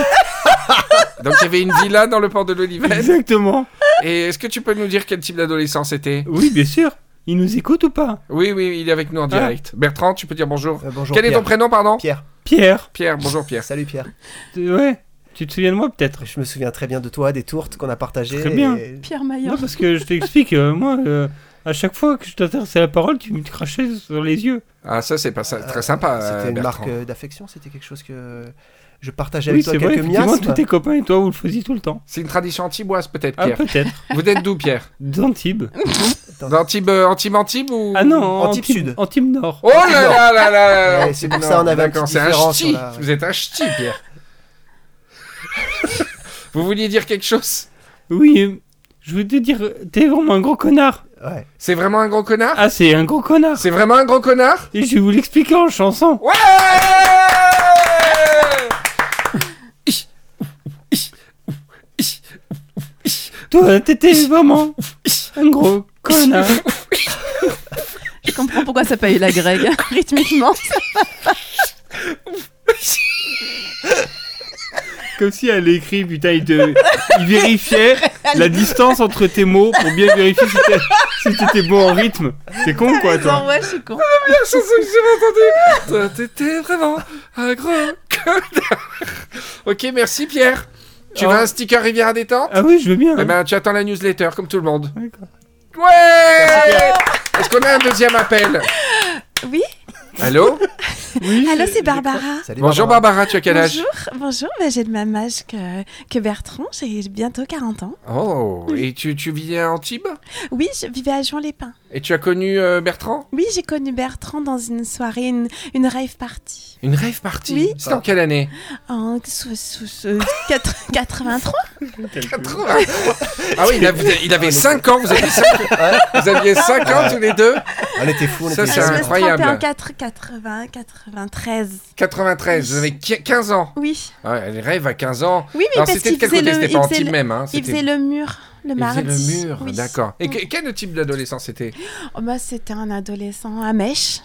D: Donc, il y avait une villa dans le port de l'Olivette.
A: Exactement.
D: Et est-ce que tu peux nous dire quel type d'adolescent c'était
A: Oui, bien sûr. Il nous écoute ou pas
D: Oui, oui, il est avec nous en direct. Bertrand, tu peux dire bonjour.
C: Euh, Ah. bonjour.
D: quel est
C: Pierre.
D: ton prénom, pardon
C: Pierre.
A: Pierre,
D: Pierre, bonjour Pierre.
C: Salut Pierre.
A: tu- ouais, tu te souviens de moi peut-être
C: Je me souviens très bien de toi, des tourtes qu'on a partagées.
A: Très bien.
C: et-
B: Pierre
A: Non,
B: Maillot.
A: parce que je t'explique, euh, moi, euh, à chaque fois que je t'intéressais à la parole, tu me crachais sur les yeux.
D: Ah, ça, c'est pas ça, très sympa. euh,
C: C'était une
D: Bertrand.
C: marque euh, d'affection, c'était quelque chose que je partageais
A: Oui,
C: avec toi
A: c'est vrai,
C: quelques
A: effectivement,
C: miasmes.
A: tous tes copains et toi, vous le faisiez tout le temps.
D: C'est une tradition antiboise, peut-être,
A: Ah,
D: Pierre.
A: peut-être.
D: Vous êtes d'où, Pierre
A: D'Antibes.
D: D'Antibes, euh, Antibes-Antibes ou.
A: Ah non,
C: Antibes
A: Antibes
C: Sud.
A: Antibes Nord.
D: Oh là là là là là
C: Ouais, c'est pour
D: Non,
C: ça, on avait un
D: Euh, d'accord,
C: petit
D: c'est un
C: différent
D: ch'ti.
C: sur la-
D: Vous êtes un ch'ti, Pierre. Vous vouliez dire quelque chose
A: Oui, euh, je voulais te dire, euh, t'es vraiment un gros connard.
C: Ouais.
D: C'est vraiment un gros connard
A: Ah, c'est un gros connard.
D: C'est vraiment un gros connard
A: Et je vais vous l'expliquer en chanson.
D: Ouais
A: Toi, t'étais vraiment un gros connard.
B: Je comprends pourquoi ça n'a pas eu la grecque. hein, Rythmiquement,
A: Comme si elle écrit, putain, il, te... il vérifiait la distance entre tes mots pour bien vérifier si t'es- si t'étais bon en rythme. C'est con, quoi, toi.
B: non, ouais, je suis con.
D: La chanson que j'ai entendue T'étais vraiment un gros connard Ok, merci, Pierre. Tu
A: Oh.
D: veux un sticker Rivière à détente
A: Ah oui, je veux bien.
D: Eh ben, tu attends la newsletter, comme tout le monde.
A: D'accord.
D: Ouais Est-ce qu'on a un deuxième appel
B: Oui
D: Allô
A: Oui,
B: Allô, c'est Barbara.
C: Salut,
D: Bonjour Barbara, tu as quel âge
B: Bonjour, bonjour. Ben, j'ai le même âge que, que Bertrand. J'ai bientôt 40 ans.
D: Oh, et tu, tu vis à Antibes
B: Oui, je vivais à Jean-les-Pins.
D: Et tu as connu euh, Bertrand
B: Oui, j'ai connu Bertrand dans une soirée, une, une rave party.
D: Une rêve partie
B: Oui.
D: C'était en quelle année
B: En sous- sous- sous- euh, quatre- 83
D: Ah oui, il, a- vous a- il avait 5 ans, vous aviez 5, vous aviez cinq ans tous les deux
C: Elle était fou, on
D: Ça,
C: était
D: c'est
B: Ah, je
C: jeunes.
B: me suis
D: incroyable.
B: trompée en 4, 80, 93.
D: 93, vous avez qui- 15 ans Ah
B: Oui,
D: Ouais, les rêves à 15 ans.
B: oui, mais
D: Alors
B: parce
D: c'était de
B: qu'il
D: quel
B: faisait
D: côté
B: le,
D: C'était
B: il
D: pas
B: faisait
D: Antibes
B: le-
D: même, hein
B: il
D: c'était-
B: faisait le mur le
D: il faisait
B: mardi.
D: le mur,
B: oui.
D: d'accord. Et que-
B: Mm.
D: quel type d'adolescent c'était
B: Oh, bah, c'était un adolescent à mèche.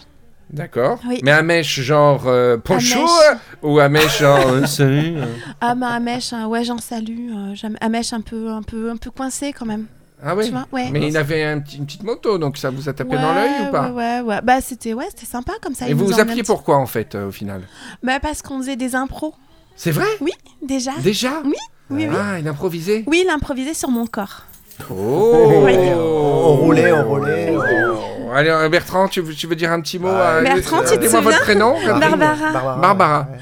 D: D'accord.
B: Oui.
D: Mais un mèche genre euh, poncho
B: mèche.
D: ou un mèche genre. euh,
A: salut.
B: Ah bah à mèche, hein, ouais j'en salue. Euh, j'aime- à mèche un peu, un peu, un peu coincé quand même.
D: Ah oui.
B: Tu vois, ouais.
D: Mais il avait un petit- une petite moto, donc ça vous a tapé
B: Ouais,
D: dans l'œil ou pas
B: Ouais, ouais, ouais. Bah c'était, ouais, c'était sympa comme ça.
D: Et
B: ils
D: vous
B: nous
D: vous
B: emmenaient
D: appeliez
B: un petit-
D: pourquoi en fait euh, au final
B: Bah parce qu'on faisait des impros.
D: C'est vrai
B: Oui, déjà.
D: Déjà
B: Ah. Oui, oui, oui.
D: Ah, il improvisait
B: Oui, il improvisait sur mon corps.
D: Oh
B: Oui.
C: On roulait, on roulait.
D: Allez, euh, Bertrand, tu veux, tu veux dire un petit mot
C: Ah,
D: à-
B: Bertrand, tu te
D: euh, Donnez-moi
B: souviens
D: votre prénom
B: Barbara.
D: Barbara.
C: ouais.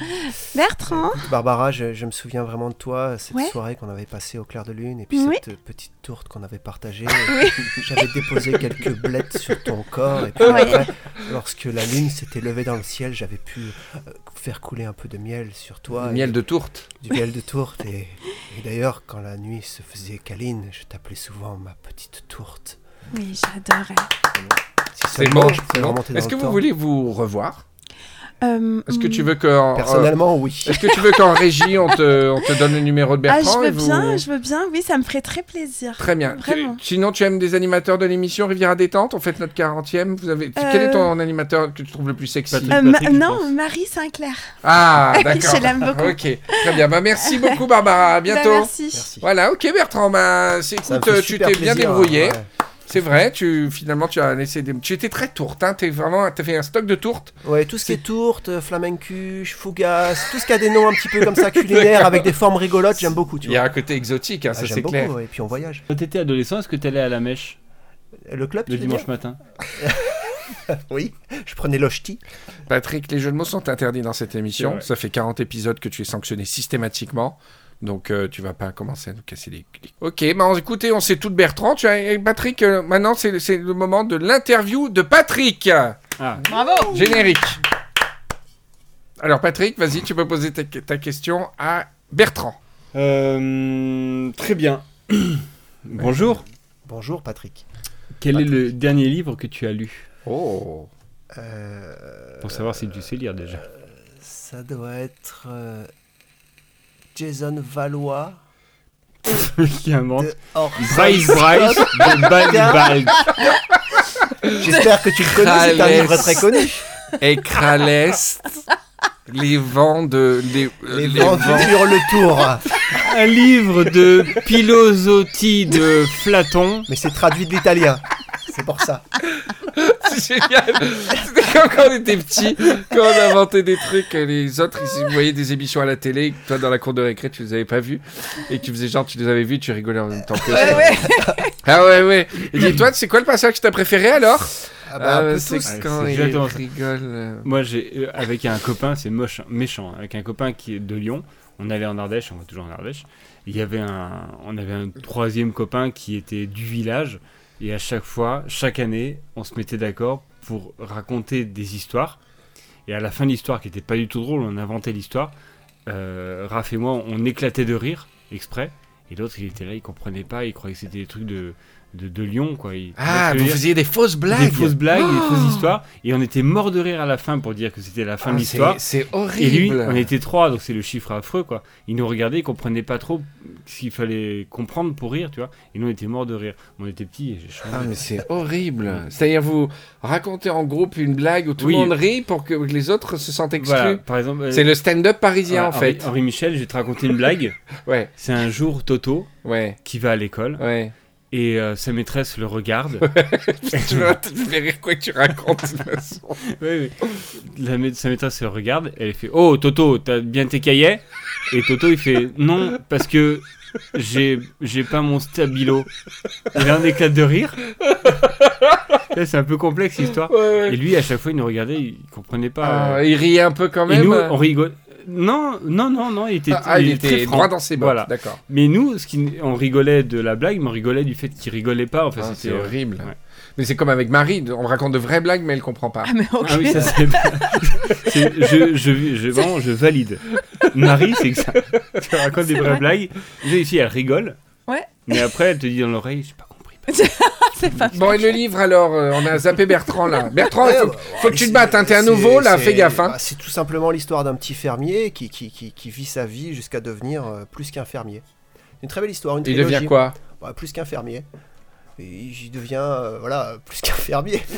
B: Bertrand
C: Écoute, Barbara, je, je me souviens vraiment de toi, cette
B: Ouais.
C: soirée qu'on avait passée au clair de lune, et puis
B: Oui.
C: cette petite tourte qu'on avait partagée.
B: Oui.
C: J'avais déposé quelques blettes sur ton corps, et puis après, lorsque la lune s'était levée dans le ciel, j'avais pu euh, faire couler un peu de miel sur toi. et
D: Miel de tourte.
C: Du miel de tourte. Et, et d'ailleurs, quand la nuit se faisait câline, je t'appelais souvent ma petite tourte.
B: Oui, j'adorais.
C: Si
D: C'est
C: seulement
D: bon.
C: je pouvais
D: c'est bon.
C: remonter dans
D: Est-ce que
C: le
D: vous
C: temps.
D: voulez vous revoir
B: Euh,
D: Est-ce que tu veux qu'en euh,
C: Personnellement, oui.
D: est-ce que tu veux qu'en régie on te, on te donne le numéro de
B: Ah,
D: Bertrand
B: je veux
D: et vous-
B: bien, je veux bien, oui, ça me ferait très plaisir.
D: Très bien. Tu-
B: Vraiment.
D: sinon, tu aimes des animateurs de l'émission Riviera détente On fête notre 40e. Vous avez... Quel est ton animateur que tu trouves le plus sexy
A: Patrick.
B: Euh, ma-
A: Patrick, je pense.
B: non, Marie Sinclair.
D: Ah, d'accord.
B: Je l'aime beaucoup.
D: Ok, très bien. Bah, merci beaucoup, Barbara. À bientôt.
B: Bah, merci.
C: Merci.
D: Voilà, ok Bertrand, bah, c'est-
C: Ça me
D: écoute,
C: fait
D: euh, tu
C: super
D: t'es bien
C: plaisir,
D: débrouillé.
C: hein,
D: C'est vrai, tu finalement tu as laissé des. Tu étais très tourte, hein. T'es vraiment, t'as fait un stock de tourtes.
C: ouais. Ouais, tout ce qui est tourte, euh, flamencuche, fougasse, tout ce qui a des noms un petit peu comme ça culinaires avec des formes rigolotes, j'aime beaucoup, tu
D: Il y a
C: vois.
D: un côté exotique, hein,
C: Ah,
D: ça
C: j'aime
D: c'est
C: beaucoup,
D: clair.
C: ouais, et puis on voyage.
A: Quand t'étais adolescent, est-ce que t'allais à la mèche
C: Le club, tu
A: le
C: veux
A: dimanche
C: dire
A: matin
C: Oui, je prenais l'hostie.
D: Patrick, les jeux de mots sont interdits dans cette
A: C'est
D: émission.
A: vrai.
D: Ça fait 40 épisodes que tu es sanctionné systématiquement. Donc euh, tu vas pas commencer à nous casser les clics. Ok, bah on- écoutez, on sait tout de Bertrand. Tu as... et Patrick, euh, maintenant c'est c'est le moment de l'interview de Patrick.
A: Ah,
B: Bravo
D: Générique. Alors Patrick, vas-y, tu peux poser ta, ta question à Bertrand.
A: Euh, très bien. Bonjour.
C: Bonjour Patrick.
A: Quel est le dernier livre que tu as lu
D: Oh.
C: Euh,
A: Pour savoir si tu sais lire déjà.
C: ça doit être euh, Jason Valois
A: Qui invente
C: de Orson
A: Bryce Bryce de Balbal.
C: J'espère que tu le connais, c'est un livre très connu.
D: et Kralest, les vents de les, euh,
C: Les
D: les
C: vents
D: vents-
C: sur le tour.
A: Un livre de Pilosotti de Platon.
C: Mais c'est traduit de l'italien. C'est pour ça.
D: C'est génial. C'était comme quand on était petits, quand on inventait des trucs, et les autres ils voyaient des émissions à la télé, et toi dans la cour de récré tu les avais pas vus et que tu faisais genre tu les avais vus, tu rigolais en même temps que
B: Ouais,
D: eux.
B: ouais.
D: Ah ouais ouais. Et dis toi c'est quoi le passage que t'as préféré alors Euh,
C: Ah bah, un peu
D: c'est
C: tous.
D: quand
A: Ouais,
D: ils
A: c'est exactement ça.
D: rigolent.
A: Moi, j'ai euh, avec un copain, c'est moche, hein, méchant. Avec un copain qui est de Lyon, on allait en Ardèche, on va toujours en Ardèche. Il y avait un, on avait un troisième copain qui était du village, et à chaque fois, chaque année, on se mettait d'accord pour raconter des histoires. Et à la fin de l'histoire, qui n'était pas du tout drôle, on inventait l'histoire. Euh, Raph et moi, on éclatait de rire exprès. Et l'autre, il était là, il comprenait pas, il croyait que c'était des trucs de de, de Lyon, quoi. Il-
D: Ah,
A: Tu vois ce que je veux
D: vous
A: dire
D: faisiez des fausses blagues. Oh
A: des fausses blagues, des fausses histoires, et on était mort de rire à la fin pour dire que c'était la fin
D: Ah,
A: de l'histoire.
D: c'est c'est
A: Et lui,
D: horrible.
A: on était trois, donc c'est le chiffre affreux, quoi. Il nous regardait, il comprenait pas trop ce qu'il fallait comprendre pour rire, tu vois. Et nous, on était morts de rire. On était petits, et j'ai changé.
D: Ah mais c'est horrible. C'est-à-dire vous racontez en groupe une blague où tout
A: Oui.
D: le monde rit pour que les autres se sentent exclus.
A: Voilà, Ah, par exemple... euh,
D: C'est le stand-up parisien
A: voilà,
D: en fait.
A: Henri, Henri Michel, je vais te raconter une blague.
D: Ouais,
A: C'est un jour, Toto,
D: ouais,
A: qui va à l'école,
D: ouais.
A: et euh, sa maîtresse le regarde.
D: tu vas te faire rire quoi que tu racontes. de toute façon.
A: Oui, oui. La ma- sa maîtresse elle regarde, elle fait Oh Toto, t'as bien tes cahiers Et Toto il fait Non, parce que j'ai j'ai pas mon stabilo. Il a un éclat de rire. Là, C'est un peu complexe l'histoire.
D: Ouais,
A: Et
D: ouais.
A: lui, à chaque fois, il nous regardait, il comprenait pas.
D: Ah, il rit un peu quand
A: et
D: même. euh.
A: nous, on rigole. Non, non, non, non, il était,
D: Ah, ah, il
A: très
D: était
A: franc.
D: droit dans ses bottes.
A: Voilà.
D: D'accord.
A: Mais nous, ce qui, on rigolait de la blague, mais on rigolait du fait qu'il rigolait pas. Enfin,
D: Ah, c'est
A: c'était
D: horrible.
A: ouais.
D: Mais c'est comme avec Marie, on raconte de vraies blagues mais elle comprend pas.
B: Ah, mais ok.
A: Ah oui, ça c'est. c'est- je, je, je, vraiment, je valide. Marie, c'est que ça. Tu racontes des
B: C'est
A: vraies
B: vrai.
A: blagues. Les gens ici, elle rigole.
B: Ouais.
A: Mais après, elle te dit dans l'oreille, j'ai pas compris.
B: C'est pas
D: Bon et le livre alors, euh, on a zappé Bertrand là. Bertrand, il faut,
C: Ouais, bah,
D: faut
C: ouais,
D: que tu te
C: c'est-
D: battes, hein, t'es un
C: c'est-
D: nouveau là,
C: c'est-
D: fais gaffe. hein.
C: bah, c'est tout simplement l'histoire d'un petit fermier qui, qui, qui, qui vit sa vie jusqu'à devenir euh, plus qu'un fermier. Une très belle histoire, une
D: Il
C: trilogie.
D: devient quoi
C: Bah, Plus qu'un fermier. Et Il devient, euh, voilà, plus qu'un fermier.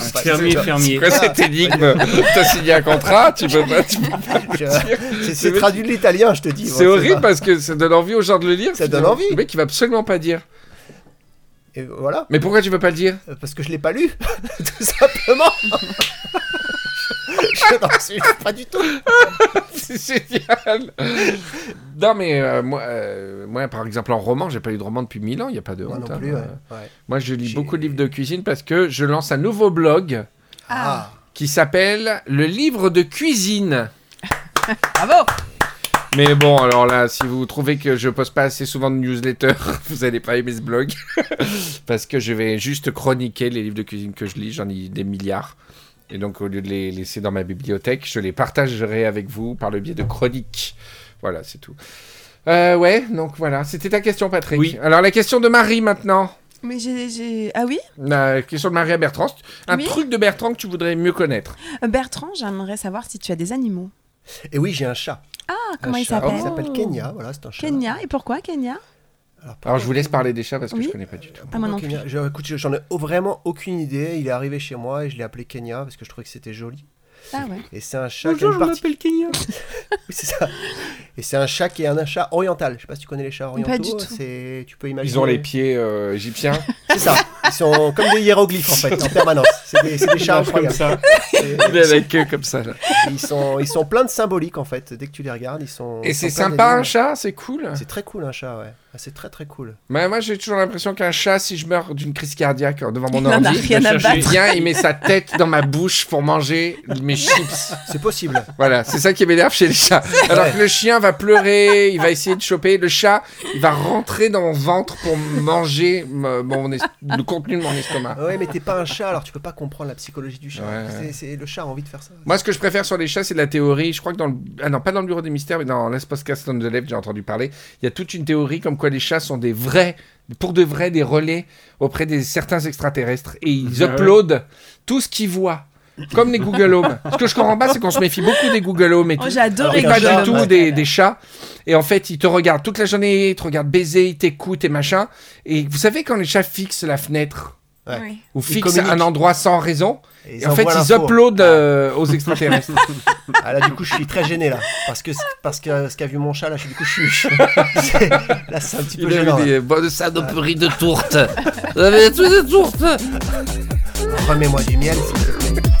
C: Enfin,
A: fermier,
C: tu vois,
D: C'est
A: fermier.
D: quoi cette énigme T'as signé un contrat, tu peux pas. tu peux-
C: je- c'est- C'est traduit de l'italien, je te dis.
D: C'est
C: bon,
D: horrible
C: pas-
D: parce que ça donne envie aux gens de le lire.
C: Ça
D: finalement.
C: donne envie.
D: Le mec, il va absolument pas dire.
C: Et voilà,
D: Mais pourquoi tu veux pas le dire
C: euh, parce que je l'ai pas lu, tout simplement. je n'en suis pas du tout.
D: C'est génial. Non, mais euh, moi, euh, moi, par exemple, en roman, j'ai pas lu de roman depuis 1000 ans. Il y a pas de
C: Moi
D: honte,
C: non
D: hein.
C: plus, ouais.
D: Euh,
C: ouais.
D: Moi, je lis
C: J'ai-
D: beaucoup de livres de cuisine parce que je lance un nouveau blog
C: Ah,
D: qui s'appelle Le livre de cuisine.
B: Bravo
D: Mais bon, alors là, si vous trouvez que je poste pas assez souvent de newsletter, vous allez pas aimer ce blog. Parce que je vais juste chroniquer les livres de cuisine que je lis, j'en ai des milliards. Et donc, au lieu de les laisser dans ma bibliothèque, je les partagerai avec vous par le biais de chroniques. Voilà, c'est tout. Euh, ouais, donc voilà, c'était ta question, Patrick.
A: Oui.
D: Alors, la question de Marie maintenant.
B: Mais j'ai- j'ai. Ah oui
D: La question de Maria Bertrand. Un
B: Oui.
D: truc de Bertrand que tu voudrais mieux connaître.
B: Euh, Bertrand, j'aimerais savoir si tu as des animaux.
C: Et oui, j'ai un chat.
B: Ah, comment
C: un
B: il
C: chat.
B: s'appelle
C: Il s'appelle Kenya, voilà, c'est un chat.
B: Kenya. Et pourquoi Kenya
D: Alors je vous laisse parler des chats parce que
B: Oui.
D: je connais pas du tout.
B: Ah, moi non
C: Kenya. Je- écoute, je- j'en ai au- vraiment aucune idée. Il est arrivé chez moi et je l'ai appelé Kenya parce que je trouvais que c'était joli.
B: Ah ouais.
C: Et c'est un chat
A: Bonjour,
C: qui a
A: je
C: une parti-
A: m'appelle Kenya.
C: Oui, c'est ça. Et c'est un chat qui est un chat oriental. Je sais pas si tu connais les chats orientaux.
B: du tout.
C: C'est, tu peux imaginer.
D: Ils ont les pieds euh, égyptiens.
C: C'est ça. Ils sont comme des hiéroglyphes en fait, en permanence. C'est des, c'est des
A: Il
C: chats
A: marche comme
C: incroyables.
A: ça.
C: Et-
D: Mais avec eux comme ça. là.
C: Ils sont, ils sont pleins de symboliques en fait. Dès que tu les regardes, ils sont.
D: Et
C: ils
D: c'est
C: sont pleins
D: sympa un
C: d'énigmes.
D: chat, c'est cool.
C: C'est très cool un chat, ouais. Ah, C'est très très cool.
D: Mais moi j'ai toujours l'impression qu'un chat, si je meurs d'une crise cardiaque euh, devant mon
B: Il en a
D: ordi,
B: rien à
A: chercher.
D: il
B: battre.
D: vient, il met sa tête dans ma bouche pour manger mes chips.
C: C'est possible.
D: Voilà, c'est ça qui m'énerve chez les chats. Alors que le chien va pleurer, il va essayer de choper. Le chat, il va rentrer dans mon ventre pour manger me- mon es- le contenu de mon estomac.
C: Ah Ouais, mais t'es pas un chat, alors tu peux pas comprendre la psychologie du chat.
D: Ouais,
C: C'est-
D: ouais.
C: c'est- le chat a envie de faire ça.
D: Moi, ce que je préfère sur les chats, c'est de la théorie. Je crois que dans le... Ah non, pas dans le Bureau des Mystères, mais dans Last Podcast on the Left, j'ai entendu parler. Il y a toute une théorie comme quoi les chats sont des vrais, pour de vrai, des relais auprès des certains extraterrestres. Et ils
C: Ben
A: Ah ouais.
D: uploadent tout ce qu'ils voient. Comme les Google Home. Ce que je comprends pas, c'est qu'on se méfie beaucoup des Google Home et
B: Oh,
D: tout.
B: j'ai adoré
C: Avec
D: Et pas
C: un
B: Google
D: du
C: chat,
D: tout
B: Home.
C: ouais.
D: des, des chats. Et en fait, ils te regardent toute la journée, ils te regardent baiser, ils t'écoutent et machin. Et vous savez quand les chats fixent la fenêtre
C: Ouais.
B: Oui.
D: ou fixent
C: communiquent.
D: un endroit sans raison,
C: Et
D: et en fait,
C: envoient
D: ils
C: l'info.
D: uploadent euh, aux extraterrestres.
C: Ah là, du coup, je suis très gêné là. Parce que, parce que ce qu'a vu mon chat, là, je- du coup, je suis. c'est- là, c'est un petit peu
D: Il a eu
C: gênant.
D: des-
C: là.
E: Bonne saloperie de tourte. Vous avez tous des tourtes.
C: Remets-moi du miel, s'il te plaît.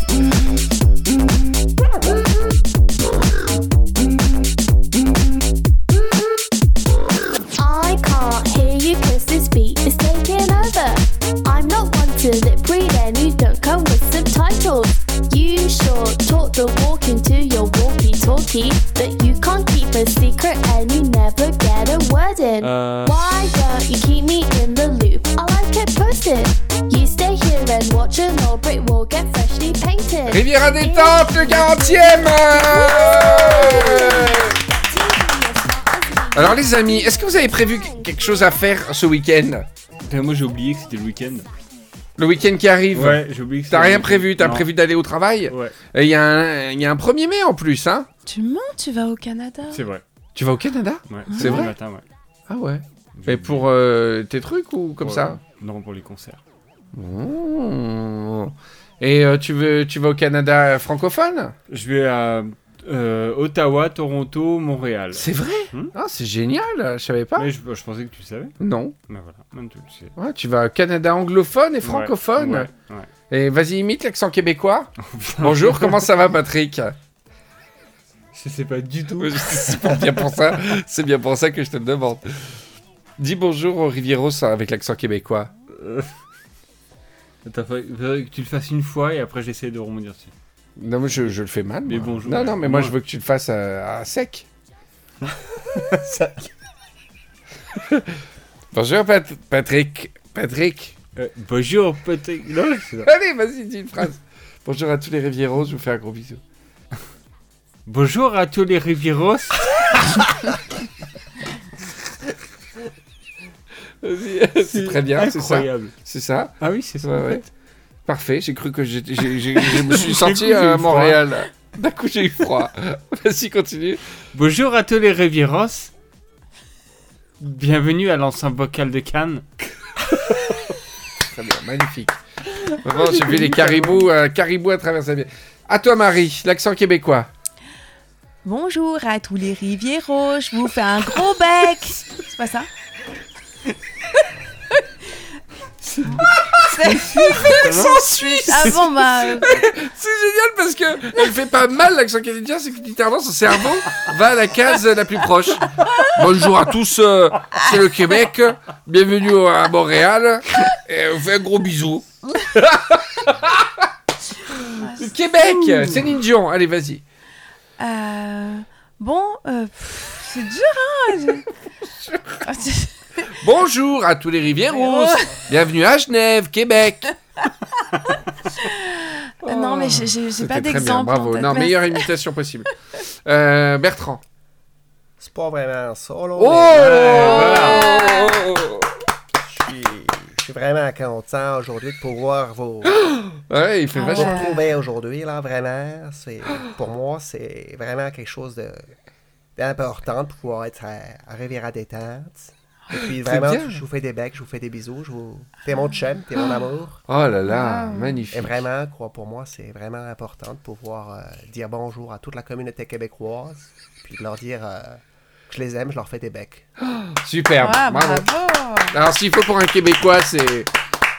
F: I can't hear you cause this beat is taking over. I'm not one to lip read and you don't come with subtitles. You sure talk the walk into your walkie talkie, but you can't keep a secret and you never get a word in. Why don't you keep me in the loop? I like it posted. You stay here and watch an old brick wall get freshly painted.
D: Riviera détente, le 40e euh. Alors les amis, est-ce que vous avez prévu quelque chose à faire ce week-end
A: Putain, moi j'ai oublié que c'était le week-end.
D: Le week-end qui arrive
A: Ouais, j'ai oublié que c'était
D: T'as
A: le
D: rien
A: week-end.
D: prévu, t'as
A: Non.
D: prévu d'aller au travail
A: Ouais,
D: Et il y, a un- il y a un 1er mai en plus, hein
B: Tu mens, tu vas au Canada.
A: c'est vrai.
D: Tu vas au Canada
A: Ouais,
D: C'est
A: le
D: vrai
A: matin, ouais.
D: Ah ouais
A: J'ai
D: Mais
A: oublié.
D: pour euh, tes trucs ou comme
A: Pour- euh,
D: ça
A: Non, pour les concerts.
D: Mmh. Et euh, tu, veux, tu vas au Canada euh, francophone
A: Je vais à euh, Ottawa, Toronto, Montréal.
D: C'est vrai
A: Hmm.
D: Ah, c'est génial, je savais pas.
A: Mais je, je pensais que tu le savais.
D: Non.
A: Mais voilà, maintenant tu le sais.
D: Ouais, tu vas au Canada anglophone et francophone.
A: Ouais, ouais.
D: Et vas-y, imite l'accent québécois. Bonjour, comment ça va, Patrick
A: Je sais pas du tout.
D: Ouais, C'est pour- bien pour ça, c'est bien pour ça que je te le demande. Dis bonjour au Rivieros hein, avec l'accent québécois.
A: Attends, faudrait- faudrait que tu le fasses une fois et après j'essaie de rebondir dessus.
D: Non, mais je, je le fais mal.
A: Mais
D: moi.
A: bonjour.
D: Non, non, mais moi,
A: Ouais.
D: je veux que tu le fasses euh, à, sec. bonjour, Pat- Patrick. Patrick.
A: Euh, bonjour, Patrick. Non, je sais pas.
D: Allez, vas-y, dis une phrase. Bonjour à tous les Rivieros, je vous fais un gros bisou.
A: Bonjour à tous les Rivieros.
D: Vas-y, c'est très bien, c'est ça.
A: Incroyable.
D: C'est ça.
A: Ah oui, c'est ça.
D: Ouais,
A: en
D: ouais.
A: fait.
D: Parfait, j'ai cru que j'ai- j'ai- j'ai- je me suis
A: D'un coup,
D: senti
A: j'ai
D: à
A: eu froid.
D: Montréal. D'un coup, j'ai eu froid. Vas-y, continue.
A: Bonjour à tous les Rivieros. Bienvenue à l'ensemble vocal de Cannes.
D: Très bien, magnifique. Vraiment, j'ai vu les caribous, euh, caribous à travers sa vie. À toi, Marie, l'accent québécois.
B: Bonjour à tous les Rivieros, je vous fais un gros bec. C'est pas ça C'est-
D: L'accent suisse
B: Ah bon, bah. euh,
D: C'est génial parce que elle fait pas mal l'accent canadien, c'est que littéralement son cerveau va à la case la plus proche. Bonjour à tous, euh, c'est le Québec, bienvenue au- à Montréal, et on fait un gros bisou. Le Québec, Céline Dion, allez vas-y.
B: euh, bon, euh, pff, c'est dur, hein je- Ah, c'est-
D: Bonjour à tous les Rivieros, bienvenue à Genève, Québec.
B: Euh, Non, mais j'ai- j'ai j'ai
D: C'était
B: pas
D: très bien,
B: d'exemple. euh, en
D: Bravo,
B: tête.
D: non,
B: Merci.
D: meilleure imitation possible. Euh, Bertrand.
C: C'est pas vraiment ça, là.
D: Oh,
C: mais-
D: Oh, oh, oh.
C: Je suis- je suis vraiment vraiment content aujourd'hui de pouvoir vous,
D: Ouais, il
B: Ah
D: fait
C: vous
D: vachement.
B: ouais.
C: retrouver aujourd'hui, là, vraiment. C'est, pour moi, c'est vraiment quelque chose de, d'important de pouvoir être à, à Riviera Détente. Et puis
D: Très
C: vraiment,
D: bien.
C: je vous fais des becs, je vous fais des bisous, je vous... T'es mon chum, t'es mon amour.
D: Oh là là,
B: Wow.
D: magnifique.
C: Et vraiment, quoi, pour moi, c'est vraiment important de pouvoir euh, dire bonjour à toute la communauté québécoise, puis de leur dire euh, que je les aime, je leur fais des becs. ben,
D: Superbe.
B: Ah,
D: bravo.
B: bravo.
D: Alors, s'il faut pour un Québécois, c'est.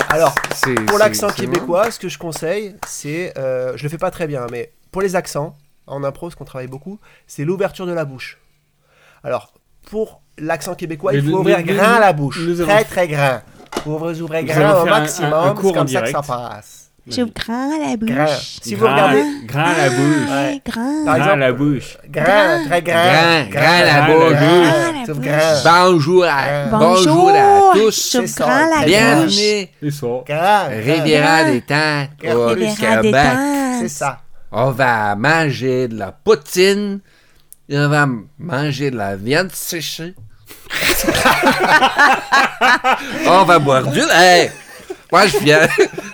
C: Alors,
D: c'est-
C: pour
D: c'est-
C: l'accent
D: c'est
C: québécois, ce que je conseille, c'est, euh, je le fais pas très bien, mais pour les accents, en impro, ce qu'on travaille beaucoup, c'est l'ouverture de la bouche. Alors, pour l'accent québécois,
A: Mais
C: il faut
A: nous-
C: ouvrir
A: nous-
C: grand
A: nous-
C: la bouche,
A: nous avons-
C: très très grand. Vous ouvrez
A: Nous
C: grand
A: allons
C: au
A: faire un- un- un
C: maximum,
A: cours
C: c'est comme
A: en
C: ça que ça
A: direct.
C: passe.
A: Grand,
B: grand la
C: Grand. Si vous regardez,
A: grand
D: Ah,
A: la bouche.
C: Ouais.
B: grand.
C: Par
A: Grand
C: exemple,
A: la bouche.
C: Grand, très grand.
D: Grand, grand la
A: bouche.
B: Grand la
C: Sauf
B: bouche.
C: grand.
D: Bonjour à,
B: Bonjour.
D: bonjour à tous.
B: Sur
C: C'est ça,
B: grand la
C: bien.
B: bouche.
D: Bienvenue.
A: Et ça.
C: Grand, grand.
D: Riviera des temps
E: Oh,
D: au
B: Riviera des
D: Québec.
B: Tentes.
C: C'est ça.
D: On va manger de la poutine. Et On va manger de la viande séchée. on va boire du lait. Moi, je viens.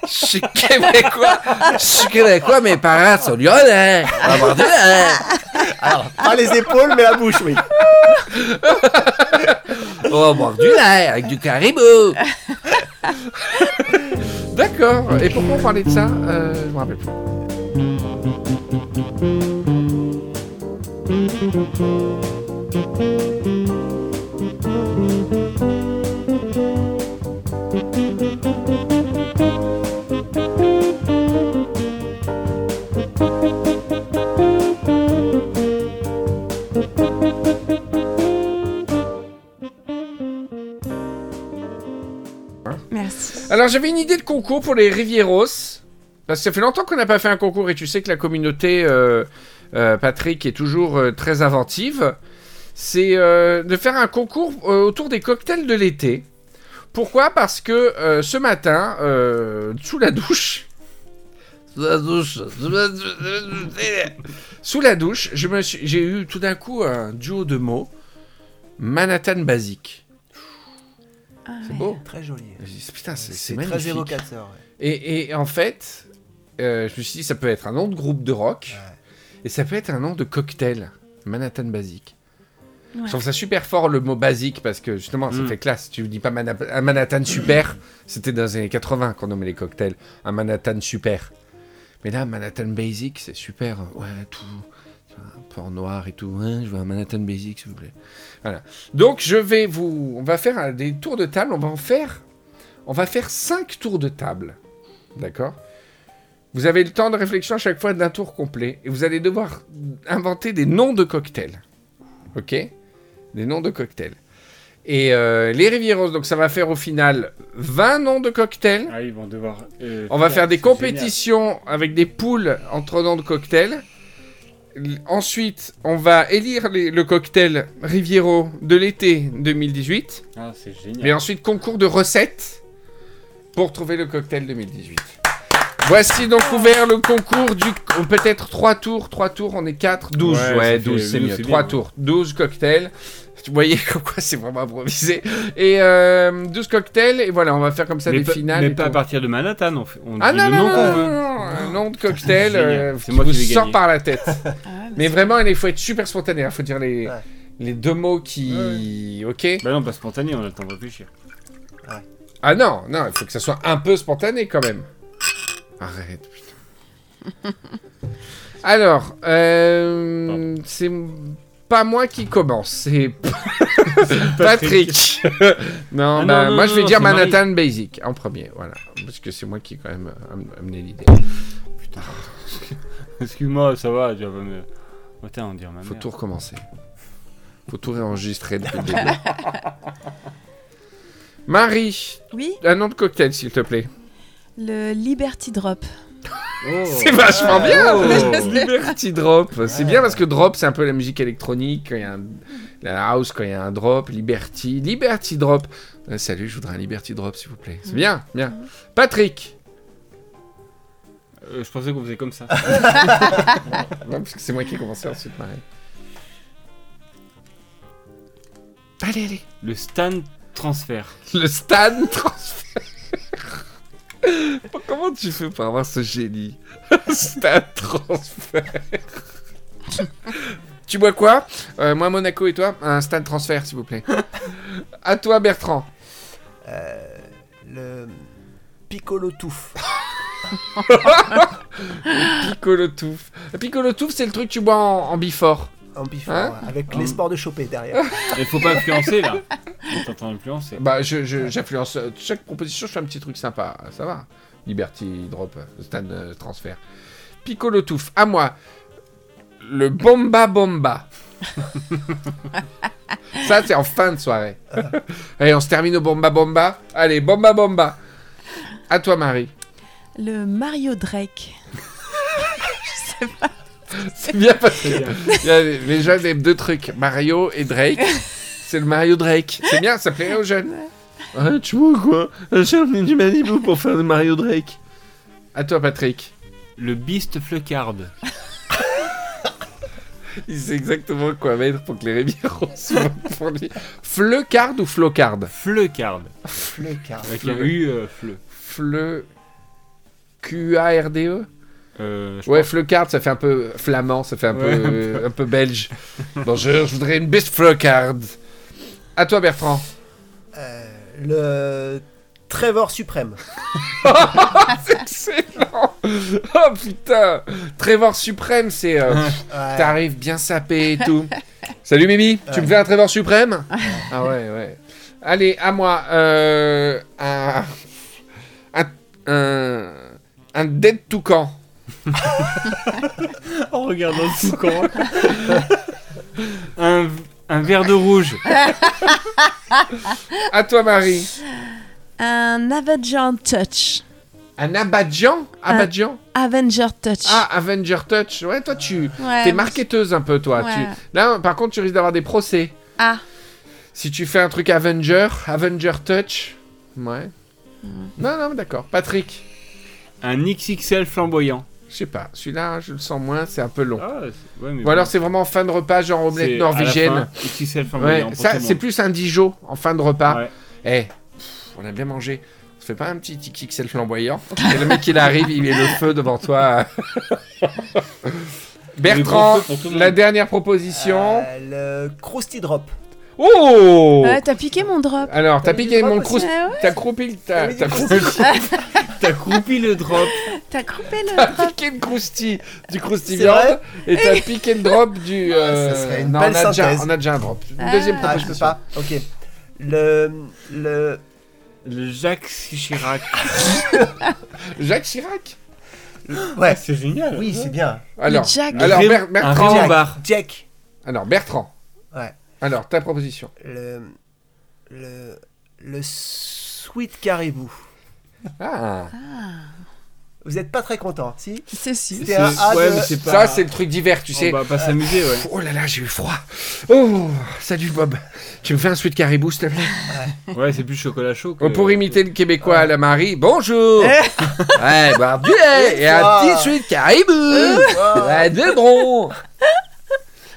D: Je suis québécois. Je suis québécois, mes parents sont lyonnais. On va boire du lait.
C: Alors,
B: Ah.
C: pas les épaules, mais la bouche, oui.
D: On va boire du lait avec du caribou. D'accord. Et pourquoi on parlait de ça euh, Je me rappelle plus.
B: Merci.
D: Alors j'avais une idée de concours pour les Rivieros. Parce que ça fait longtemps qu'on n'a pas fait un concours et tu sais que la communauté, euh, euh, Patrick, est toujours euh, très inventive. C'est euh, de faire un concours euh, autour des cocktails de l'été. Pourquoi Parce que euh, ce matin, euh, sous la douche... Sous la douche, sous la douche, sous la douche, je me suis- j'ai eu tout d'un coup un duo de mots. Manhattan Basic. C'est beau.
C: Très joli.
D: Je me suis dit, Putain, c'est c'est
C: C'est
D: magnifique.
C: très évocateur. ouais.
D: Et, et en fait, euh, je me suis dit, ça peut être un nom de groupe de rock,
C: Ouais.
D: et ça peut être un nom de cocktail, Manhattan Basic.
B: Ah, Ouais.
D: Je trouve ça super fort le mot basique parce que justement ça
A: Mm.
D: fait classe. Tu dis pas Mana- un Manhattan super, c'était dans les années 80 qu'on nommait les cocktails, un Manhattan super. Mais là, Manhattan Basic, c'est super. Ouais, tout. tu vois, Un peu en noir et tout. Ouais, je veux un Manhattan Basic, s'il vous plaît. Voilà. Donc, je vais vous. On va faire un- des tours de table. On va en faire. On va faire 5 tours de table. D'accord Vous avez le temps de réflexion à chaque fois d'un tour complet. Et vous allez devoir inventer des noms de cocktails. Ok Des noms de cocktails. Et euh, les Rivieros, donc ça va faire au final 20 noms de cocktails.
A: Ah, ils vont devoir. euh,
D: On va faire des
A: c'est
D: compétitions avec des poules entre noms de cocktails. L- Ensuite, on va élire les- le cocktail Riviero de l'été 2018.
A: génial. Ah, c'est
D: Et
A: génial.
D: ensuite, concours de recettes pour trouver le cocktail 2018. Voici donc
A: Oh.
D: ouvert le concours du. oh, Peut-être 3 tours, 3 tours, on est 4, 12.
A: Ouais,
D: Ouais,
A: ça fait
D: 12, c'est
A: 12,
D: mieux.
A: c'est
D: 3
A: bien.
D: tours, 12 cocktails. Vous voyez comme quoi c'est vraiment improvisé. Et euh, 12 cocktails, et voilà, on va faire comme ça
A: mais
D: des
A: pas,
D: finales. et
A: mais pas à
D: tout.
A: partir de Manhattan, on, fait- on
D: Ah
A: dit
D: non,
A: le
D: non,
A: nom
D: non,
A: qu'on
D: non,
A: veut.
D: non, un nom de cocktail
A: C'est génial.
D: euh,
A: C'est
D: qui
A: moi
D: vous
A: qui vais
D: sort
A: gagner.
D: par la tête.
B: Ah,
D: Mais
B: mais-
D: vraiment, il faut être super spontané. Il faut dire les,
C: Ouais.
D: les deux mots qui... Ok
A: Bah non, pas spontané, on a le temps de réfléchir.
D: Ah non, non, il faut que ça soit un peu spontané quand même. Arrête, putain. Alors, euh, c'est pas moi qui commence, c'est Patrick. non,
A: Ah non,
D: bah,
A: non,
D: moi
A: non,
D: je vais
A: non,
D: dire
A: c'est Marie.
D: Manhattan Basic en premier, voilà. Parce que c'est moi qui ai quand même euh, am- amené l'idée.
A: Ah, Excuse-moi, ça va, tu vas pas me. Oh, Putain, on dirait ma
D: Faut
A: mère.
D: tout recommencer. Faut tout réenregistrer depuis le début. Marie,
B: Oui,
D: un nom de cocktail s'il te plaît.
B: le Liberty Drop.
D: C'est vachement bien
A: Oh.
D: Liberty Drop C'est bien parce que Drop, c'est un peu la musique électronique, quand il y a un- la house, quand il y a un drop, Liberty, Liberty Drop Euh, Salut, je voudrais un Liberty Drop, s'il vous plaît. C'est bien, bien. Patrick
A: Euh, je pensais qu'on faisait comme ça.
D: Non, parce que c'est moi qui ai commencé ensuite, pareil. Allez, allez
A: Le stand transfert.
D: Le Stan Transfer Comment tu fais pour avoir ce génie C'est un transfert. tu bois quoi Euh, Moi, Monaco et toi Un stade transfert, s'il vous plaît. À toi, Bertrand.
C: Euh, le Piccolo Touffe.
D: Piccolo touffe. Piccolo touffe, c'est le truc que tu bois en, en before.
C: En bifort,
D: Hein Ah.
C: ouais, avec l'espoir de choper derrière.
A: Il faut pas influencer là. On t'entend influencer.
D: Bah, je- je- j'influence. euh, chaque proposition, je fais un petit truc sympa. Ah, Ça va. Liberty Drop, euh, Stan euh, Transfer. Piccolo Touffe, à moi. Le Bomba Bomba. Ça, c'est en fin de soirée. Allez, on se termine au Bomba Bomba. Allez, Bomba Bomba. À toi, Marie.
B: Le Mario Drake. Je sais pas.
D: C'est bien parce que
A: Très bien.
D: il y a déjà les deux trucs Mario et Drake. C'est le Mario Drake. C'est bien, ça plairait aux jeunes. Ah, tu vois quoi J'ai revenu du Malibu pour faire le Mario Drake. À toi, Patrick.
A: Le Beast Flecard.
D: Il sait exactement quoi mettre pour que les Rébirons se votent pour lui. Flecard ou Flocard
A: Flecard.
C: Le car.
A: Avec un U euh, fleu.
D: Fle. Q-A-R-D-E
A: Euh, je
D: E? Ouais, Flecard, ça fait un peu flamand, ça fait un,
A: Ouais,
D: peu, un peu belge. Bonjour, je voudrais une bise Flecard. À toi, Bertrand.
C: Euh, le Trevor Suprême.
D: Excellent Oh putain Trevor Suprême, c'est... euh,
C: Ouais.
D: T'arrives bien sapé et tout. Salut Mimi, tu me fais un Trevor Suprême Ah ouais, ouais. Allez, à moi. euh, un, un, un... un Dead Toucan.
A: En regardant le toucan. un, un verre de rouge.
D: À toi Marie.
B: Un Avenger Touch.
D: Un Abadjan Abadjan
B: Avenger Touch.
D: Ah, Avenger Touch. Ouais, toi tu...
B: Ouais,
D: T'es
B: moi,
D: marketeuse un peu, toi.
B: Euh, Ouais.
D: Tu... Là, par contre, tu risques d'avoir des procès.
B: je- Ah,
D: Si tu fais un truc Avenger, Avenger Touch, ouais. Non, non, mais d'accord. Patrick,
A: Un XXL flamboyant.
D: je sais pas. Celui-là, je le sens moins, c'est un peu long.
A: Ah, c'est- ouais, mais
D: Ou alors c'est vraiment en fin de repas, genre
A: bon, c'est
D: omelette
A: à la
D: norvégienne.
A: fin, XXL flamboyant.
D: Ouais,
A: pour tout
D: ça,
A: le
D: c'est
A: monde.
D: plus un Dijon en fin de repas.
A: Ouais.
D: Eh, pff, on a bien mangé. On se fait pas un petit XXL flamboyant. Et le mec, il arrive, il met le feu devant toi. Bertrand,
A: Le gros feu pour tout le
D: la
A: monde.
D: dernière proposition.
C: Euh, le Krusty Drop.
D: Oh
B: ouais, t'as piqué mon drop.
D: Alors, t'as
C: T'as mis
D: piqué
C: du
D: mon
C: drop
D: crous...
B: aussi. Ah ouais.
D: T'as croupi le... T'as
C: mis du
D: t'as
C: crousty.
D: croupi-
A: T'as croupi le drop.
B: T'as coupé le
D: t'as
B: drop.
D: piqué le crousti du crousti
C: C'est
D: viande et t'as piqué le drop du. euh,
C: ça serait une
D: non,
C: belle
D: on a, déjà,
C: synthèse.
D: on a déjà un drop. Une Deuxième
C: Ah, je peux
D: proposition.
C: pas. Ok. Le. Le.
A: Le Jacques Chirac.
D: Jacques Chirac
C: Ouais.
A: C'est génial.
C: Oui, c'est bien.
D: Alors,
B: Jack.
D: alors
A: Ré-
D: Ber-
A: un
D: Bertrand.
A: Raymond Barre.
C: Jack.
D: Alors, Bertrand.
C: Ouais.
D: Alors, ta proposition.
C: Le. Le. Le Sweet Caribou.
D: Ah.
C: Vous êtes pas très content, hein, si
B: C'est si.
C: C'était un A
A: Ouais,
C: de-
A: mais c'est pas. Oh,
D: Ça,
A: bah.
D: c'est le truc d'hiver, tu sais.
A: On va pas s'amuser, ouais.
D: Oh là là, j'ai eu froid. Oh, salut Bob. Tu me fais un sweet caribou, s'il te plaît
A: Ouais, c'est plus chocolat chaud. que-
D: Oh, Pour imiter le Québécois à la Marie, bonjour.
B: Eh!
D: ouais, barbu, et un
C: Ah.
D: petit sweet caribou.
C: Wow.
D: Ouais, de bon.